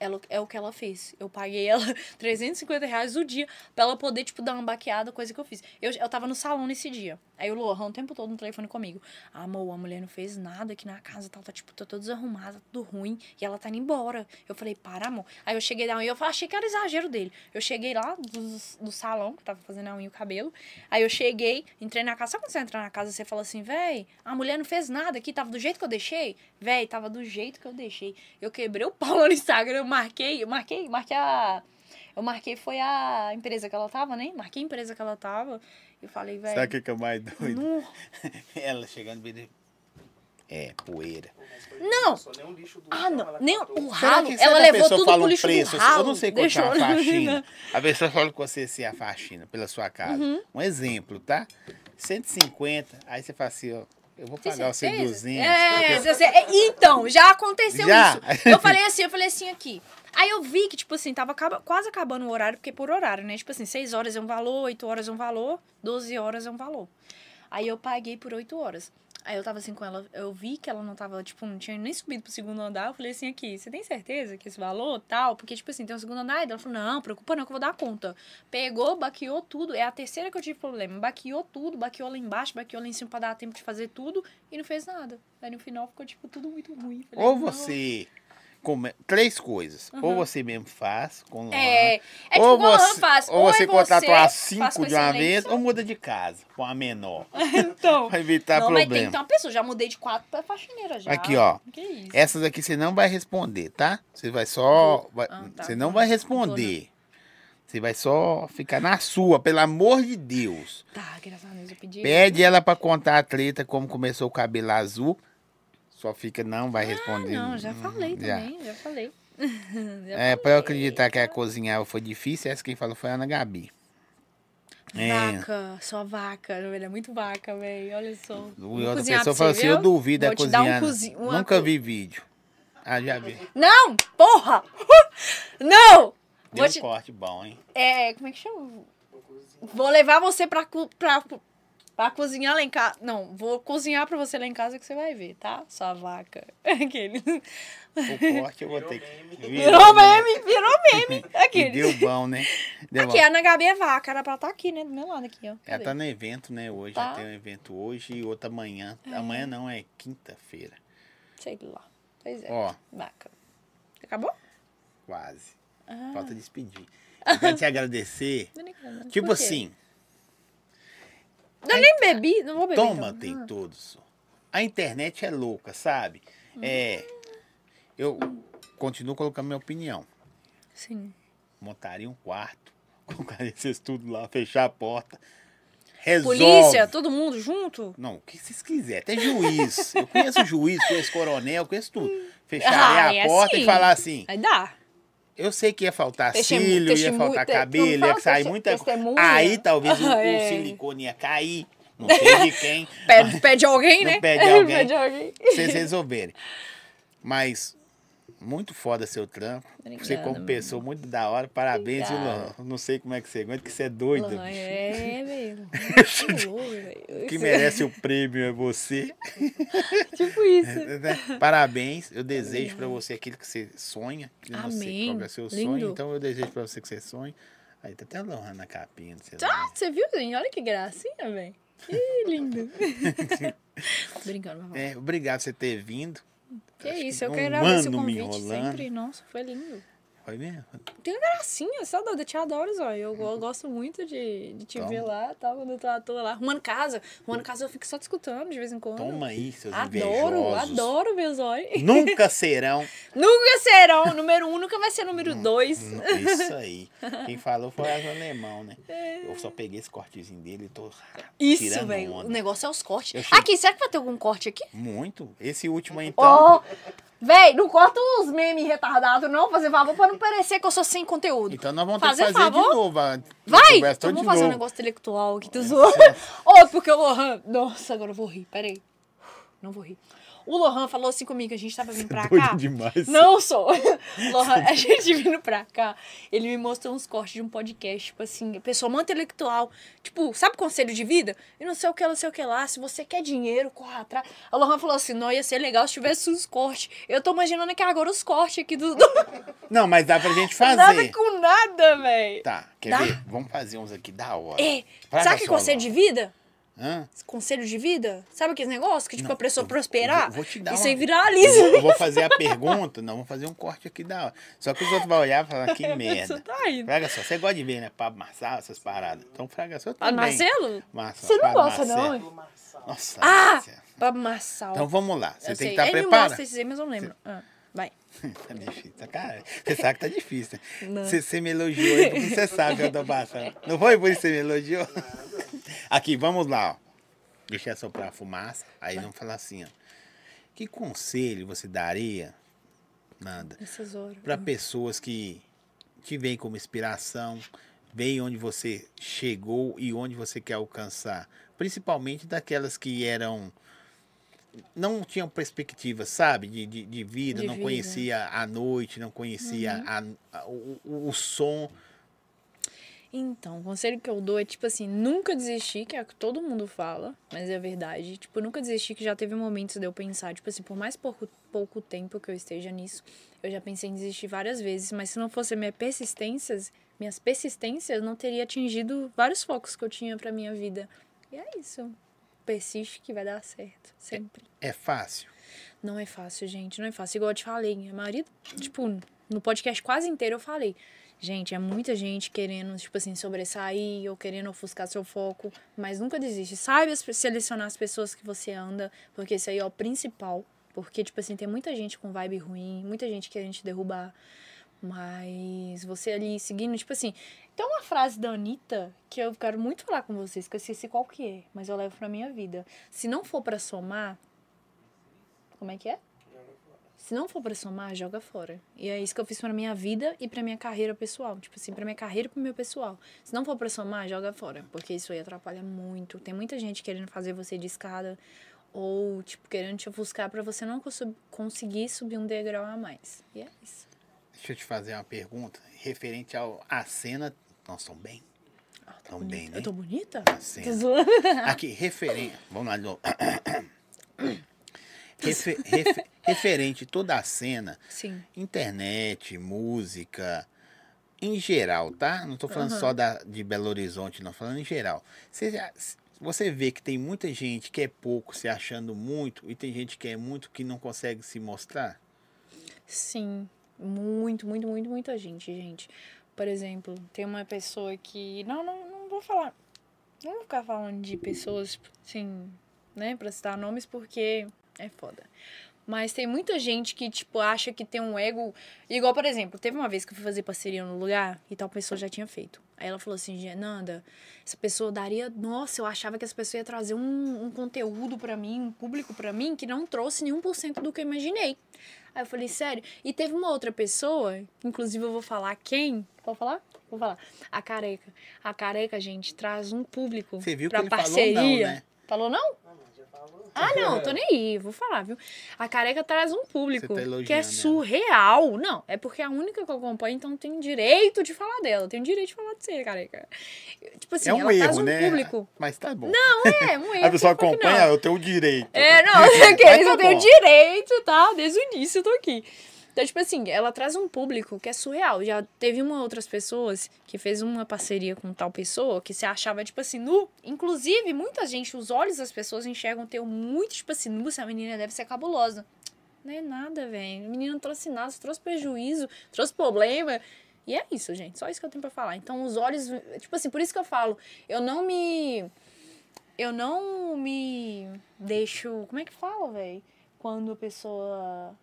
[SPEAKER 2] Ela, é o que ela fez. Eu paguei ela 350 reais o dia pra ela poder, tipo, dar uma baqueada, coisa que eu fiz. Eu, eu tava no salão nesse dia. Aí o Lohan o tempo todo no telefone comigo. Amor, a mulher não fez nada aqui na casa, tal, tá tipo, tá toda desarrumada, tudo ruim, e ela tá indo embora. Eu falei, para, amor. Aí eu cheguei lá, e eu falei, achei que era exagero dele. Eu cheguei lá do, do salão, que tava fazendo a unha e o cabelo. Aí eu cheguei, entrei na casa. Sabe quando você entra na casa e você fala assim, véi, a mulher não fez nada aqui, tava do jeito que eu deixei? Véi, tava do jeito que eu deixei. Eu quebrei o pau lá no Instagram, eu marquei, eu marquei, marquei a. Eu marquei, foi a empresa que ela tava, né? Marquei a empresa que ela tava. Eu falei, véi.
[SPEAKER 1] Sabe o que que é mais doido?
[SPEAKER 2] não
[SPEAKER 1] Ela chegando e vendo- É, poeira.
[SPEAKER 4] Pô, mas foi-
[SPEAKER 2] Não.
[SPEAKER 4] Só nem um lixo do
[SPEAKER 2] Ah,
[SPEAKER 4] chão,
[SPEAKER 2] não.
[SPEAKER 4] ela
[SPEAKER 2] Nem
[SPEAKER 4] catou.
[SPEAKER 2] o
[SPEAKER 1] Será
[SPEAKER 2] ralo.
[SPEAKER 1] que- será
[SPEAKER 2] Ela
[SPEAKER 1] que a
[SPEAKER 2] levou
[SPEAKER 1] pessoa
[SPEAKER 2] tudo
[SPEAKER 1] fala
[SPEAKER 2] pro
[SPEAKER 1] um
[SPEAKER 2] lixo
[SPEAKER 1] preço?
[SPEAKER 2] do
[SPEAKER 1] assim?
[SPEAKER 2] ralo.
[SPEAKER 1] Eu não sei quanto
[SPEAKER 2] Deixa
[SPEAKER 1] é uma
[SPEAKER 2] eu-
[SPEAKER 1] faxina. A pessoa fala com você assim, a faxina, pela sua casa.
[SPEAKER 2] Uhum.
[SPEAKER 1] Um exemplo, tá? 150, aí você fala assim, ó, eu vou
[SPEAKER 2] Tem
[SPEAKER 1] pagar você
[SPEAKER 2] certeza?
[SPEAKER 1] 200.
[SPEAKER 2] É, você- é, então, já aconteceu
[SPEAKER 1] Já?
[SPEAKER 2] isso. Eu falei assim, eu falei assim aqui. Aí eu vi que, tipo assim, tava acaba- quase acabando o horário, porque é por horário, né? Tipo assim, 6 horas é um valor, 8 horas é um valor, 12 horas é um valor. Aí eu paguei por 8 horas. Aí eu tava assim com ela, eu vi que ela não tava, tipo, não tinha nem subido pro segundo andar. Eu falei assim, aqui, você tem certeza que esse valor tal? Porque, tipo assim, tem um segundo andar. E ela falou, não, preocupa não, que eu vou dar conta. Pegou, baqueou tudo. É a terceira que eu tive problema. Baqueou tudo, baqueou lá embaixo, baqueou lá em cima pra dar tempo de fazer tudo. E não fez nada. Aí no final ficou, tipo, tudo muito ruim. Falei,
[SPEAKER 1] Ou
[SPEAKER 2] "Não".
[SPEAKER 1] você... Come... Três coisas. Ou você mesmo faz com o
[SPEAKER 2] É, é tipo
[SPEAKER 1] ou
[SPEAKER 2] igual
[SPEAKER 1] você,
[SPEAKER 2] eu faço.
[SPEAKER 1] ou você contratar
[SPEAKER 2] é faz
[SPEAKER 1] cinco
[SPEAKER 2] com
[SPEAKER 1] de uma vez,
[SPEAKER 2] excelência.
[SPEAKER 1] ou muda de casa com a menor.
[SPEAKER 2] Então,
[SPEAKER 1] Pra evitar
[SPEAKER 2] não, mas tem que
[SPEAKER 1] problema.
[SPEAKER 2] ter uma pessoa. Já mudei de quatro pra faxineira já.
[SPEAKER 1] Aqui, ó.
[SPEAKER 2] Que isso.
[SPEAKER 1] Essas aqui você não vai responder, tá? Você vai só. vai-
[SPEAKER 2] Ah, tá.
[SPEAKER 1] Você não vai responder. Você vai só ficar na sua, pelo amor de Deus.
[SPEAKER 2] Tá, graças a Deus, eu pedi.
[SPEAKER 1] Pede ela pra contar a treta como começou o cabelo azul. Só fica, não vai responder.
[SPEAKER 2] Ah, Não, já
[SPEAKER 1] Hum,
[SPEAKER 2] falei
[SPEAKER 1] já.
[SPEAKER 2] também, já falei. Já
[SPEAKER 1] É, pra
[SPEAKER 2] falei.
[SPEAKER 1] eu acreditar que a cozinhar foi difícil, essa quem falou foi a Ana Gabi. É.
[SPEAKER 2] Vaca, só vaca, velho, é muito vaca, velho, olha só.
[SPEAKER 1] E
[SPEAKER 2] Vou
[SPEAKER 1] outra
[SPEAKER 2] cozinhar
[SPEAKER 1] pessoa
[SPEAKER 2] pra
[SPEAKER 1] falou
[SPEAKER 2] você,
[SPEAKER 1] assim:
[SPEAKER 2] viu?
[SPEAKER 1] eu duvido
[SPEAKER 2] Vou
[SPEAKER 1] a
[SPEAKER 2] te dar um
[SPEAKER 1] cozinhar. né?"
[SPEAKER 2] cozi- uma
[SPEAKER 1] Nunca
[SPEAKER 2] co-
[SPEAKER 1] vi vídeo. Ah, já vi.
[SPEAKER 2] Não, porra! Não!
[SPEAKER 1] Deu
[SPEAKER 2] Vou
[SPEAKER 1] um
[SPEAKER 2] te...
[SPEAKER 1] corte bom, hein?
[SPEAKER 2] É, como é que chama?
[SPEAKER 4] Vou cozinhar.
[SPEAKER 2] Vou levar você pra... cu- pra... Pra cozinhar lá em casa. Não, vou cozinhar pra você lá em casa que você vai ver, tá? Sua vaca. Aquele.
[SPEAKER 1] O um corte eu vou ter
[SPEAKER 4] Virou
[SPEAKER 1] que.
[SPEAKER 4] meme.
[SPEAKER 2] Virou meme, virou meme.
[SPEAKER 1] E
[SPEAKER 2] Aquele.
[SPEAKER 1] deu bom, né? Deu
[SPEAKER 2] Aqui,
[SPEAKER 1] bom.
[SPEAKER 2] a Ana Gabi é vaca, era pra ela tá aqui, né? Do meu lado aqui, ó.
[SPEAKER 1] Ela
[SPEAKER 2] Cadê?
[SPEAKER 1] tá no evento, né? Hoje.
[SPEAKER 2] Tá.
[SPEAKER 1] Ela tem um evento hoje e outro amanhã. Amanhã não, é quinta-feira.
[SPEAKER 2] Sei lá. Pois é.
[SPEAKER 1] Ó,
[SPEAKER 2] Vaca. Acabou?
[SPEAKER 1] quase.
[SPEAKER 2] Ah.
[SPEAKER 1] Falta despedir. Eu quero te agradecer.
[SPEAKER 2] Não é nem nada.
[SPEAKER 1] Tipo
[SPEAKER 2] Por quê?
[SPEAKER 1] assim,
[SPEAKER 2] Eu nem bebi, não vou beber.
[SPEAKER 1] toma,
[SPEAKER 2] então.
[SPEAKER 1] tem todos. A internet é louca, sabe? É. Eu continuo colocando minha opinião.
[SPEAKER 2] Sim.
[SPEAKER 1] Montaria um quarto, colocaria vocês tudo lá, fechar a porta. Resolve.
[SPEAKER 2] Polícia, todo mundo junto?
[SPEAKER 1] Não, o que vocês quiserem. Até juiz. Eu conheço juiz, conheço coronel, conheço tudo. Fecharia
[SPEAKER 2] Ah, é
[SPEAKER 1] a porta
[SPEAKER 2] assim. é
[SPEAKER 1] e falar assim:
[SPEAKER 2] Aí dá.
[SPEAKER 1] eu sei que ia faltar
[SPEAKER 2] Testemun-
[SPEAKER 1] cílio, ia
[SPEAKER 2] testemun-
[SPEAKER 1] faltar
[SPEAKER 2] te-
[SPEAKER 1] cabelo,
[SPEAKER 2] como
[SPEAKER 1] ia
[SPEAKER 2] fala?
[SPEAKER 1] sair
[SPEAKER 2] Teste-
[SPEAKER 1] muita coisa.
[SPEAKER 2] testemunha.
[SPEAKER 1] Aí talvez o,
[SPEAKER 2] Ah,
[SPEAKER 1] o
[SPEAKER 2] é.
[SPEAKER 1] silicone ia cair. Não sei de quem.
[SPEAKER 2] Pede, pede alguém,
[SPEAKER 1] Não
[SPEAKER 2] né?
[SPEAKER 1] pede alguém.
[SPEAKER 2] pede alguém.
[SPEAKER 1] vocês resolverem. Mas muito foda seu trampo. você
[SPEAKER 2] Obrigada,
[SPEAKER 1] como
[SPEAKER 2] meu
[SPEAKER 1] pessoa, muito da hora. Parabéns, viu,
[SPEAKER 2] Obrigada.
[SPEAKER 1] Luan? Não sei como é que você aguenta, que você é doido.
[SPEAKER 2] Lohan, É, velho.
[SPEAKER 1] O que merece o prêmio é você.
[SPEAKER 2] Tipo isso.
[SPEAKER 1] né? Parabéns. Eu desejo pra você aquilo que você sonha. que Eu não sei
[SPEAKER 2] Amém.
[SPEAKER 1] qual que é o seu
[SPEAKER 2] Lindo.
[SPEAKER 1] sonho. Então eu desejo pra você que você sonhe. Aí tá até a Lohan na capinha. Não sei
[SPEAKER 2] Tá,
[SPEAKER 1] lá.
[SPEAKER 2] você viu, gente? Olha que gracinha, velho. Que lindo. Brincando, meu amor.
[SPEAKER 1] É, obrigado por você ter vindo.
[SPEAKER 2] Que
[SPEAKER 1] acho que
[SPEAKER 2] isso, eu
[SPEAKER 1] um
[SPEAKER 2] quero agradecer o
[SPEAKER 1] ano me
[SPEAKER 2] convite
[SPEAKER 1] enrolando.
[SPEAKER 2] sempre. Nossa, foi lindo.
[SPEAKER 1] Foi mesmo?
[SPEAKER 2] Tem gracinha, saudade, eu te adoro, Zóio. Eu, go- gosto muito de, de te
[SPEAKER 1] Toma.
[SPEAKER 2] ver lá, tal, quando eu tô à toa lá. Arrumando casa. Arrumando casa eu fico só te escutando de vez em quando.
[SPEAKER 1] Toma aí, seus
[SPEAKER 2] Adoro,
[SPEAKER 1] invejosos.
[SPEAKER 2] adoro meu Zóio.
[SPEAKER 1] Nunca serão.
[SPEAKER 2] Nunca serão número um, nunca vai ser número
[SPEAKER 1] Hum,
[SPEAKER 2] dois.
[SPEAKER 1] Isso aí. Quem falou foi o alemão, né? Eu só peguei esse cortezinho dele e tô
[SPEAKER 2] Isso,
[SPEAKER 1] tirando
[SPEAKER 2] velho. O
[SPEAKER 1] onda.
[SPEAKER 2] negócio é os cortes.
[SPEAKER 1] Eu chego-
[SPEAKER 2] Aqui, será que vai ter algum corte aqui?
[SPEAKER 1] Muito. Esse último aí, então.
[SPEAKER 2] Ó, véi, não corta os memes retardados, não, fazer favor, pra não parecer que eu sou sem conteúdo.
[SPEAKER 1] Então nós vamos ter
[SPEAKER 2] Fazer
[SPEAKER 1] que fazer
[SPEAKER 2] favor?
[SPEAKER 1] de novo. a- a
[SPEAKER 2] Vai!
[SPEAKER 1] conversa
[SPEAKER 2] Então
[SPEAKER 1] toda
[SPEAKER 2] vamos
[SPEAKER 1] de
[SPEAKER 2] fazer um
[SPEAKER 1] novo. É,
[SPEAKER 2] negócio intelectual aqui, tu zoando. Ô, porque o Lohan. Nossa, agora eu vou rir, peraí. Não vou rir. O Lohan falou assim comigo, a gente tava vindo pra cá.
[SPEAKER 1] é Doido demais.
[SPEAKER 2] Não sou. Lohan, a gente vindo pra cá, ele me mostrou uns cortes de um podcast, tipo assim, pessoa mó intelectual, tipo, sabe conselho de vida? E não sei o que, não sei o que lá, se você quer dinheiro, corra atrás. A Lohan falou assim, não, ia ser legal se tivesse uns cortes. Eu tô imaginando que agora os cortes aqui do... do
[SPEAKER 1] Não, mas dá pra gente
[SPEAKER 2] nada
[SPEAKER 1] fazer.
[SPEAKER 2] com nada, véi.
[SPEAKER 1] Tá, quer
[SPEAKER 2] Dá?
[SPEAKER 1] ver? Vamos fazer uns aqui da hora.
[SPEAKER 2] É,
[SPEAKER 1] Vai,
[SPEAKER 2] sabe que
[SPEAKER 1] Caçola.
[SPEAKER 2] conselho de vida?
[SPEAKER 1] Hã?
[SPEAKER 2] Conselho de vida? Sabe aqueles negócios que, tipo,
[SPEAKER 1] Não,
[SPEAKER 2] a pessoa
[SPEAKER 1] eu vou-
[SPEAKER 2] prosperar?
[SPEAKER 1] eu vou te dar
[SPEAKER 2] Isso
[SPEAKER 1] uma-
[SPEAKER 2] aí
[SPEAKER 1] Eu
[SPEAKER 2] viraliza.
[SPEAKER 1] vou- eu vou fazer a pergunta, não, vamos fazer um corte aqui da hora. Só que os outros vão olhar e falar, que
[SPEAKER 2] Isso
[SPEAKER 1] merda.
[SPEAKER 2] tá indo.
[SPEAKER 1] Fraga só, você gosta de ver, né? Pablo Marçal, essas paradas. Então, Fraga só também.
[SPEAKER 2] Pablo Ah, Marcelo?
[SPEAKER 1] Marçal,
[SPEAKER 2] Você não
[SPEAKER 1] Pablo
[SPEAKER 2] gosta, não,
[SPEAKER 1] Marcelo.
[SPEAKER 2] hein?
[SPEAKER 4] Pelo Marçal.
[SPEAKER 1] Nossa,
[SPEAKER 2] Ah!
[SPEAKER 1] Marcelo.
[SPEAKER 2] Pablo Marçal.
[SPEAKER 1] Então vamos lá, você
[SPEAKER 2] Eu
[SPEAKER 1] tem
[SPEAKER 2] sei.
[SPEAKER 1] que estar
[SPEAKER 2] Ele me
[SPEAKER 1] preparado.
[SPEAKER 2] mostra esses aí, mas eu não lembro. Ah, vai.
[SPEAKER 1] Tá difícil, tá cara. Você sabe que tá difícil, né?
[SPEAKER 2] Não.
[SPEAKER 1] Você, você me elogiou aí porque você sabe que eu tô passando. Não foi por isso que você me elogiou? Aqui, vamos lá, ó. Deixa eu soprar a fumaça. Aí vamos falar assim, ó. Que conselho você daria, Nanda,
[SPEAKER 2] Essas horas.
[SPEAKER 1] para pessoas que te veem como inspiração, veem onde você chegou e onde você quer alcançar, principalmente daquelas que eram não tinham perspectiva, sabe, de, de, de vida,
[SPEAKER 2] De
[SPEAKER 1] não
[SPEAKER 2] vida. Uhum.
[SPEAKER 1] conhecia a noite, não conhecia a- a- o, o- o som.
[SPEAKER 2] Então, o conselho que eu dou é, tipo assim, nunca desistir, que é o que todo mundo fala, mas é verdade. Tipo, nunca desistir, que já teve momentos de eu pensar, tipo assim, por mais pouco, pouco tempo que eu esteja nisso, eu já pensei em desistir várias vezes, mas se não fosse minha persistências, minhas persistências, eu não teria atingido vários focos que eu tinha pra minha vida. E é isso. Persiste que vai dar certo, sempre.
[SPEAKER 1] É fácil.
[SPEAKER 2] Não é fácil, gente. Não é fácil. Igual eu te falei, a maioria, tipo, no podcast quase inteiro eu falei. Gente, é muita gente querendo, tipo assim, sobressair ou querendo ofuscar seu foco, mas nunca desiste. Saiba as- selecionar as pessoas que você anda, porque isso aí é o principal. Porque, tipo assim, tem muita gente com vibe ruim, muita gente querendo te derrubar. Mas você ali seguindo, tipo assim. Tem uma frase da Anitta que eu quero muito falar com vocês, que eu esqueci qual que é, mas eu levo pra minha vida. Se não for pra somar. Como é que é? Se não for pra somar, joga fora. E é isso que eu fiz pra minha vida e pra minha carreira pessoal. Tipo assim, pra minha carreira e pro meu pessoal. Se não for pra somar, joga fora. Porque isso aí atrapalha muito. Tem muita gente querendo fazer você de escada. Ou, tipo, querendo te ofuscar pra você não cons- conseguir subir um degrau a mais. E é isso.
[SPEAKER 1] Deixa eu te fazer uma pergunta referente ao a cena. Nós estamos bem?
[SPEAKER 2] Ah,
[SPEAKER 1] Tão bem, né?
[SPEAKER 2] Eu tô bonita?
[SPEAKER 1] Sim.
[SPEAKER 2] Tô zoando.
[SPEAKER 1] Aqui, referente. Vamos lá de novo. Refe- refe- referente toda a cena,
[SPEAKER 2] Sim.
[SPEAKER 1] internet, música, em geral, tá? Não tô falando
[SPEAKER 2] Aham.
[SPEAKER 1] só da, de Belo Horizonte, não, falando em geral. Você, já- você vê que tem muita gente que é pouco se achando muito e tem gente que é muito que não consegue se mostrar?
[SPEAKER 2] Sim. Muito, muito, muito, muita gente, gente. Por exemplo, tem uma pessoa que. Não, não, não vou falar. Não vou ficar falando de pessoas, assim, né? Pra citar nomes, porque é foda. Mas tem muita gente que, tipo, acha que tem um ego. Igual, por exemplo, teve uma vez que eu fui fazer parceria no lugar e tal pessoa já tinha feito. Aí ela falou assim, "Gê, Nanda, essa pessoa daria. Nossa, eu achava que essa pessoa ia trazer um, um conteúdo pra mim, um público pra mim, que não trouxe nenhum por cento do que eu imaginei. Aí eu falei, sério? E teve uma outra pessoa, inclusive eu vou falar quem? Pode falar? Vou falar. A careca. A careca, gente, traz um público
[SPEAKER 1] Você viu que
[SPEAKER 2] pra
[SPEAKER 1] ele
[SPEAKER 2] parceria.
[SPEAKER 1] falou não, né?
[SPEAKER 2] Falou não?
[SPEAKER 4] Ah, mas já falou.
[SPEAKER 2] Ah, não, tô nem aí, vou falar, viu? A careca traz um
[SPEAKER 1] é Você
[SPEAKER 2] público
[SPEAKER 1] tá elogiando
[SPEAKER 2] que é
[SPEAKER 1] ela.
[SPEAKER 2] surreal. Não, é porque é a única que eu acompanho, então eu tenho direito de falar dela. eu Tenho direito de falar de você, careca. Tipo assim,
[SPEAKER 1] É um
[SPEAKER 2] ela
[SPEAKER 1] erro,
[SPEAKER 2] traz um
[SPEAKER 1] né?
[SPEAKER 2] público.
[SPEAKER 1] Mas tá bom. Não,
[SPEAKER 2] É, um erro.
[SPEAKER 1] a pessoa
[SPEAKER 2] quem falou que não?
[SPEAKER 1] acompanha, eu tenho o direito.
[SPEAKER 2] É, não, é que
[SPEAKER 1] Mas
[SPEAKER 2] isso
[SPEAKER 1] tá
[SPEAKER 2] eu tenho
[SPEAKER 1] bom.
[SPEAKER 2] direito, tá? Desde o início eu tô aqui. Então, tipo assim, ela traz um público que é surreal. Já teve uma outras pessoas que fez uma parceria com tal pessoa que se achava, tipo assim, nu. Inclusive, muita gente, os olhos das pessoas enxergam teu muito, tipo assim, nu, essa menina deve ser cabulosa. Não é nada, velho. A menina não trouxe nada, só trouxe prejuízo, trouxe problema. E é isso, gente. Só isso que eu tenho pra falar. Então, os olhos, tipo assim, por isso que eu falo, eu não me eu não me deixo. Como é que fala, velho? Quando a pessoa.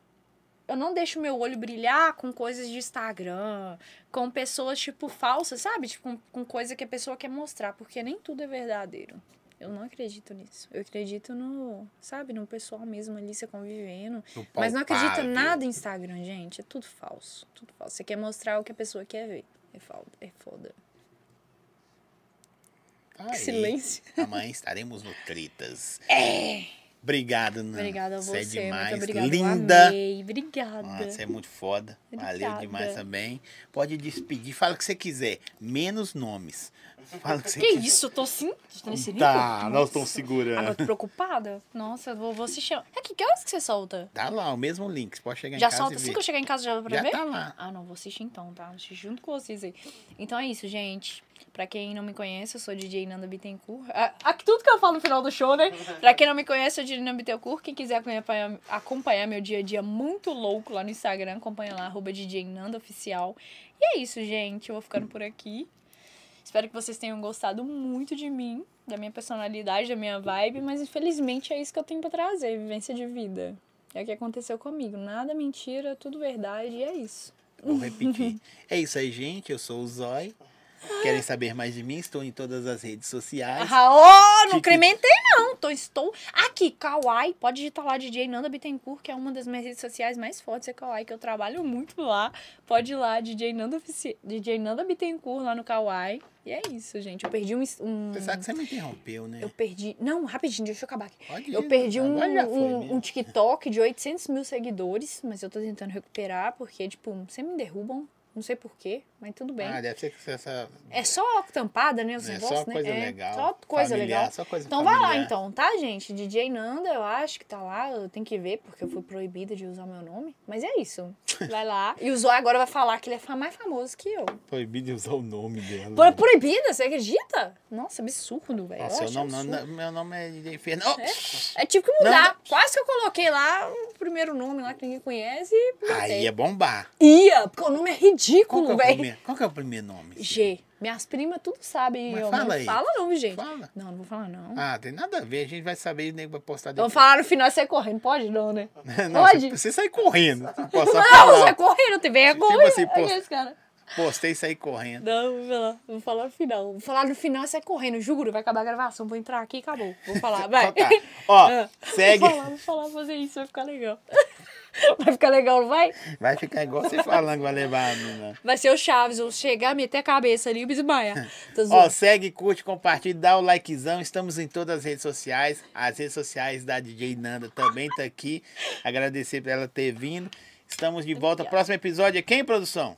[SPEAKER 2] Eu não deixo meu olho brilhar com coisas de Instagram, com pessoas, tipo, falsas, sabe? Tipo, com, com coisa que a pessoa quer mostrar, porque nem tudo é verdadeiro. Eu não acredito nisso. Eu acredito no, sabe, no pessoal mesmo ali, você convivendo.
[SPEAKER 1] No
[SPEAKER 2] Mas não acredito
[SPEAKER 1] palpável.
[SPEAKER 2] nada em Instagram, gente. É tudo falso. Tudo falso. Você quer mostrar o que a pessoa quer ver. É foda. É foda.
[SPEAKER 1] Tá
[SPEAKER 2] Que
[SPEAKER 1] aí.
[SPEAKER 2] silêncio.
[SPEAKER 1] Amanhã estaremos no Tritas. É! Obrigado, Nana.
[SPEAKER 2] Obrigada a você.
[SPEAKER 1] é demais.
[SPEAKER 2] Muito obrigada. Eu
[SPEAKER 1] Linda.
[SPEAKER 2] amei. Obrigada.
[SPEAKER 1] Ah, Você é muito foda. Valeu
[SPEAKER 2] Obrigada.
[SPEAKER 1] demais também. Pode despedir. Fala o que você quiser. Menos nomes. Fala o que você
[SPEAKER 2] Que
[SPEAKER 1] quiser.
[SPEAKER 2] isso? Eu tô assim? Tô nesse nível?
[SPEAKER 1] Tá, nós
[SPEAKER 2] Nossa.
[SPEAKER 1] estamos
[SPEAKER 2] Agora
[SPEAKER 1] segurando.
[SPEAKER 2] eu tô preocupada? Nossa, eu vou, vou se chamar. É que, que horas que você solta?
[SPEAKER 1] Tá lá, o mesmo link. Você pode chegar
[SPEAKER 2] já
[SPEAKER 1] em casa
[SPEAKER 2] solta
[SPEAKER 1] e
[SPEAKER 2] assim
[SPEAKER 1] ver.
[SPEAKER 2] que eu chegar em casa já pra
[SPEAKER 1] Já
[SPEAKER 2] ver?
[SPEAKER 1] tá lá.
[SPEAKER 2] Ah, não, vou assistir então, tá? Vou assistir junto com vocês aí. Então é isso, gente. Pra quem não me conhece, eu sou DJ Nanda Bittencourt. Ah, Aqui tudo que eu falo no final do show, né? Pra quem não me conhece, eu sou DJ Nanda Bittencourt. Quem quiser acompanhar, acompanhar meu dia a dia muito louco lá no Instagram, acompanha lá, arroba DJ Nanda Oficial. E é isso, gente. Eu vou ficando por aqui. Espero que vocês tenham gostado muito de mim, da minha personalidade, da minha vibe, mas infelizmente é isso que eu tenho pra trazer, vivência de vida. É o que aconteceu comigo. Nada mentira, tudo verdade, e é isso.
[SPEAKER 1] Vou repetir. É isso aí, gente. Eu sou o Zói. Querem saber mais de mim? Estou em todas as redes sociais.
[SPEAKER 2] Raô, Ah, não
[SPEAKER 1] Que-
[SPEAKER 2] crementei não. Tô, estou aqui, Kawaii. Pode digitar lá DJ Nanda Bittencourt, que é uma das minhas redes sociais mais fortes, é Kawaii, que eu trabalho muito lá. Pode ir lá, DJ Nanda, Ofici- DJ Nanda Bittencourt lá no Kawaii. E é isso, gente. Eu perdi um... ins- um...
[SPEAKER 1] Você sabe que você me interrompeu, né?
[SPEAKER 2] Eu perdi... Não, rapidinho, deixa eu acabar aqui.
[SPEAKER 1] Pode
[SPEAKER 2] Eu
[SPEAKER 1] ir,
[SPEAKER 2] perdi um,
[SPEAKER 1] agora já foi
[SPEAKER 2] um,
[SPEAKER 1] mesmo.
[SPEAKER 2] um TikTok de 800 mil seguidores, mas eu tô tentando recuperar, porque, tipo, sempre me derrubam. Não sei porquê, mas tudo bem.
[SPEAKER 1] Ah, deve ser que essa.
[SPEAKER 2] É só tampada, né? Os
[SPEAKER 1] É
[SPEAKER 2] negócios,
[SPEAKER 1] só
[SPEAKER 2] né?
[SPEAKER 1] coisa
[SPEAKER 2] É,
[SPEAKER 1] legal.
[SPEAKER 2] Só coisa
[SPEAKER 1] familiar,
[SPEAKER 2] legal.
[SPEAKER 1] Só coisa
[SPEAKER 2] Então vai lá
[SPEAKER 1] familiar.
[SPEAKER 2] então, tá, gente? DJ Nanda, eu acho que tá lá. Eu tenho que ver, porque eu fui proibida de usar meu nome. Mas é isso. Vai lá. E o Zói agora vai falar que ele é fa- mais famoso que eu.
[SPEAKER 1] Proibido de usar o nome dela.
[SPEAKER 2] Pro- Proibida, você acredita? Nossa, absurdo, velho.
[SPEAKER 1] Nossa,
[SPEAKER 2] eu
[SPEAKER 1] eu não,
[SPEAKER 2] acho
[SPEAKER 1] não,
[SPEAKER 2] absurdo.
[SPEAKER 1] não- meu nome é DJ Fernando.
[SPEAKER 2] É tive que mudar. Quase que eu coloquei lá o primeiro nome lá que ninguém conhece e
[SPEAKER 1] Aí é bombar.
[SPEAKER 2] ia, porque o nome é
[SPEAKER 1] Qual que, é
[SPEAKER 2] ridículo,
[SPEAKER 1] o
[SPEAKER 2] velho.
[SPEAKER 1] primeiro, qual que é o primeiro nome?
[SPEAKER 2] G. Minhas primas tudo sabem.
[SPEAKER 1] Mas
[SPEAKER 2] eu
[SPEAKER 1] fala
[SPEAKER 2] não
[SPEAKER 1] aí.
[SPEAKER 2] fala não, gente.
[SPEAKER 1] Fala.
[SPEAKER 2] Não, não vou falar não.
[SPEAKER 1] Ah, tem nada a ver. A gente vai saber e o nego vai postar
[SPEAKER 2] Então
[SPEAKER 1] depois.
[SPEAKER 2] falar no final você correndo, pode não, né?
[SPEAKER 1] Não,
[SPEAKER 2] Pode?
[SPEAKER 1] Você, você sai correndo. Você posta a
[SPEAKER 2] Não, você é
[SPEAKER 1] palavra.
[SPEAKER 2] correndo, tem vergonha.
[SPEAKER 1] Tipo assim, pô.
[SPEAKER 2] Aqueles cara.
[SPEAKER 1] Postei e saí correndo.
[SPEAKER 2] Não, vou falar, vou falar no final. Vou falar no final você é correndo, juro, vai acabar a gravação, vou entrar aqui e acabou. Vou falar, vai.
[SPEAKER 1] Então tá. Ó,
[SPEAKER 2] Ah,
[SPEAKER 1] segue.
[SPEAKER 2] Vou falar, vou falar, fazer isso, vai ficar legal. Vai ficar legal, não vai?
[SPEAKER 1] Vai ficar igual você falando que vai levar a mina.
[SPEAKER 2] Vai ser o Chaves, eu chegar, meter a cabeça ali e desmaiar. Tô
[SPEAKER 1] Ó,
[SPEAKER 2] zoando.
[SPEAKER 1] segue, curte, compartilha, dá o likezão. Estamos em todas as redes sociais. As redes sociais da DJ Nanda também tá aqui. Agradecer por ela ter vindo. Estamos de volta.
[SPEAKER 2] Obrigada.
[SPEAKER 1] Próximo episódio é quem, produção?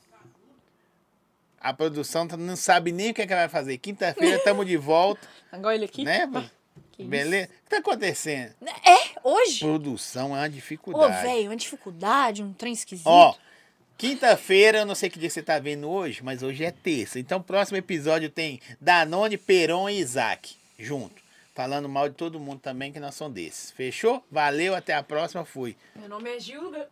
[SPEAKER 1] A produção tá- não sabe nem o que, é que ela vai fazer. Quinta-feira estamos de volta,
[SPEAKER 2] Agora ele aqui.
[SPEAKER 1] né?
[SPEAKER 2] Que isso.
[SPEAKER 1] Beleza? O que tá acontecendo?
[SPEAKER 2] Hoje?
[SPEAKER 1] Produção é uma
[SPEAKER 2] Ô,
[SPEAKER 1] dificuldade.
[SPEAKER 2] velho, uma dificuldade, um trem esquisito.
[SPEAKER 1] Ó, quinta-feira, eu não sei que dia você tá vendo hoje, mas hoje é terça. Então, próximo episódio tem Danone, Peron e Isaac, junto. Falando mal de todo mundo também, que nós somos desses. Fechou? Valeu, até a próxima, fui.
[SPEAKER 5] Meu nome é Gilda.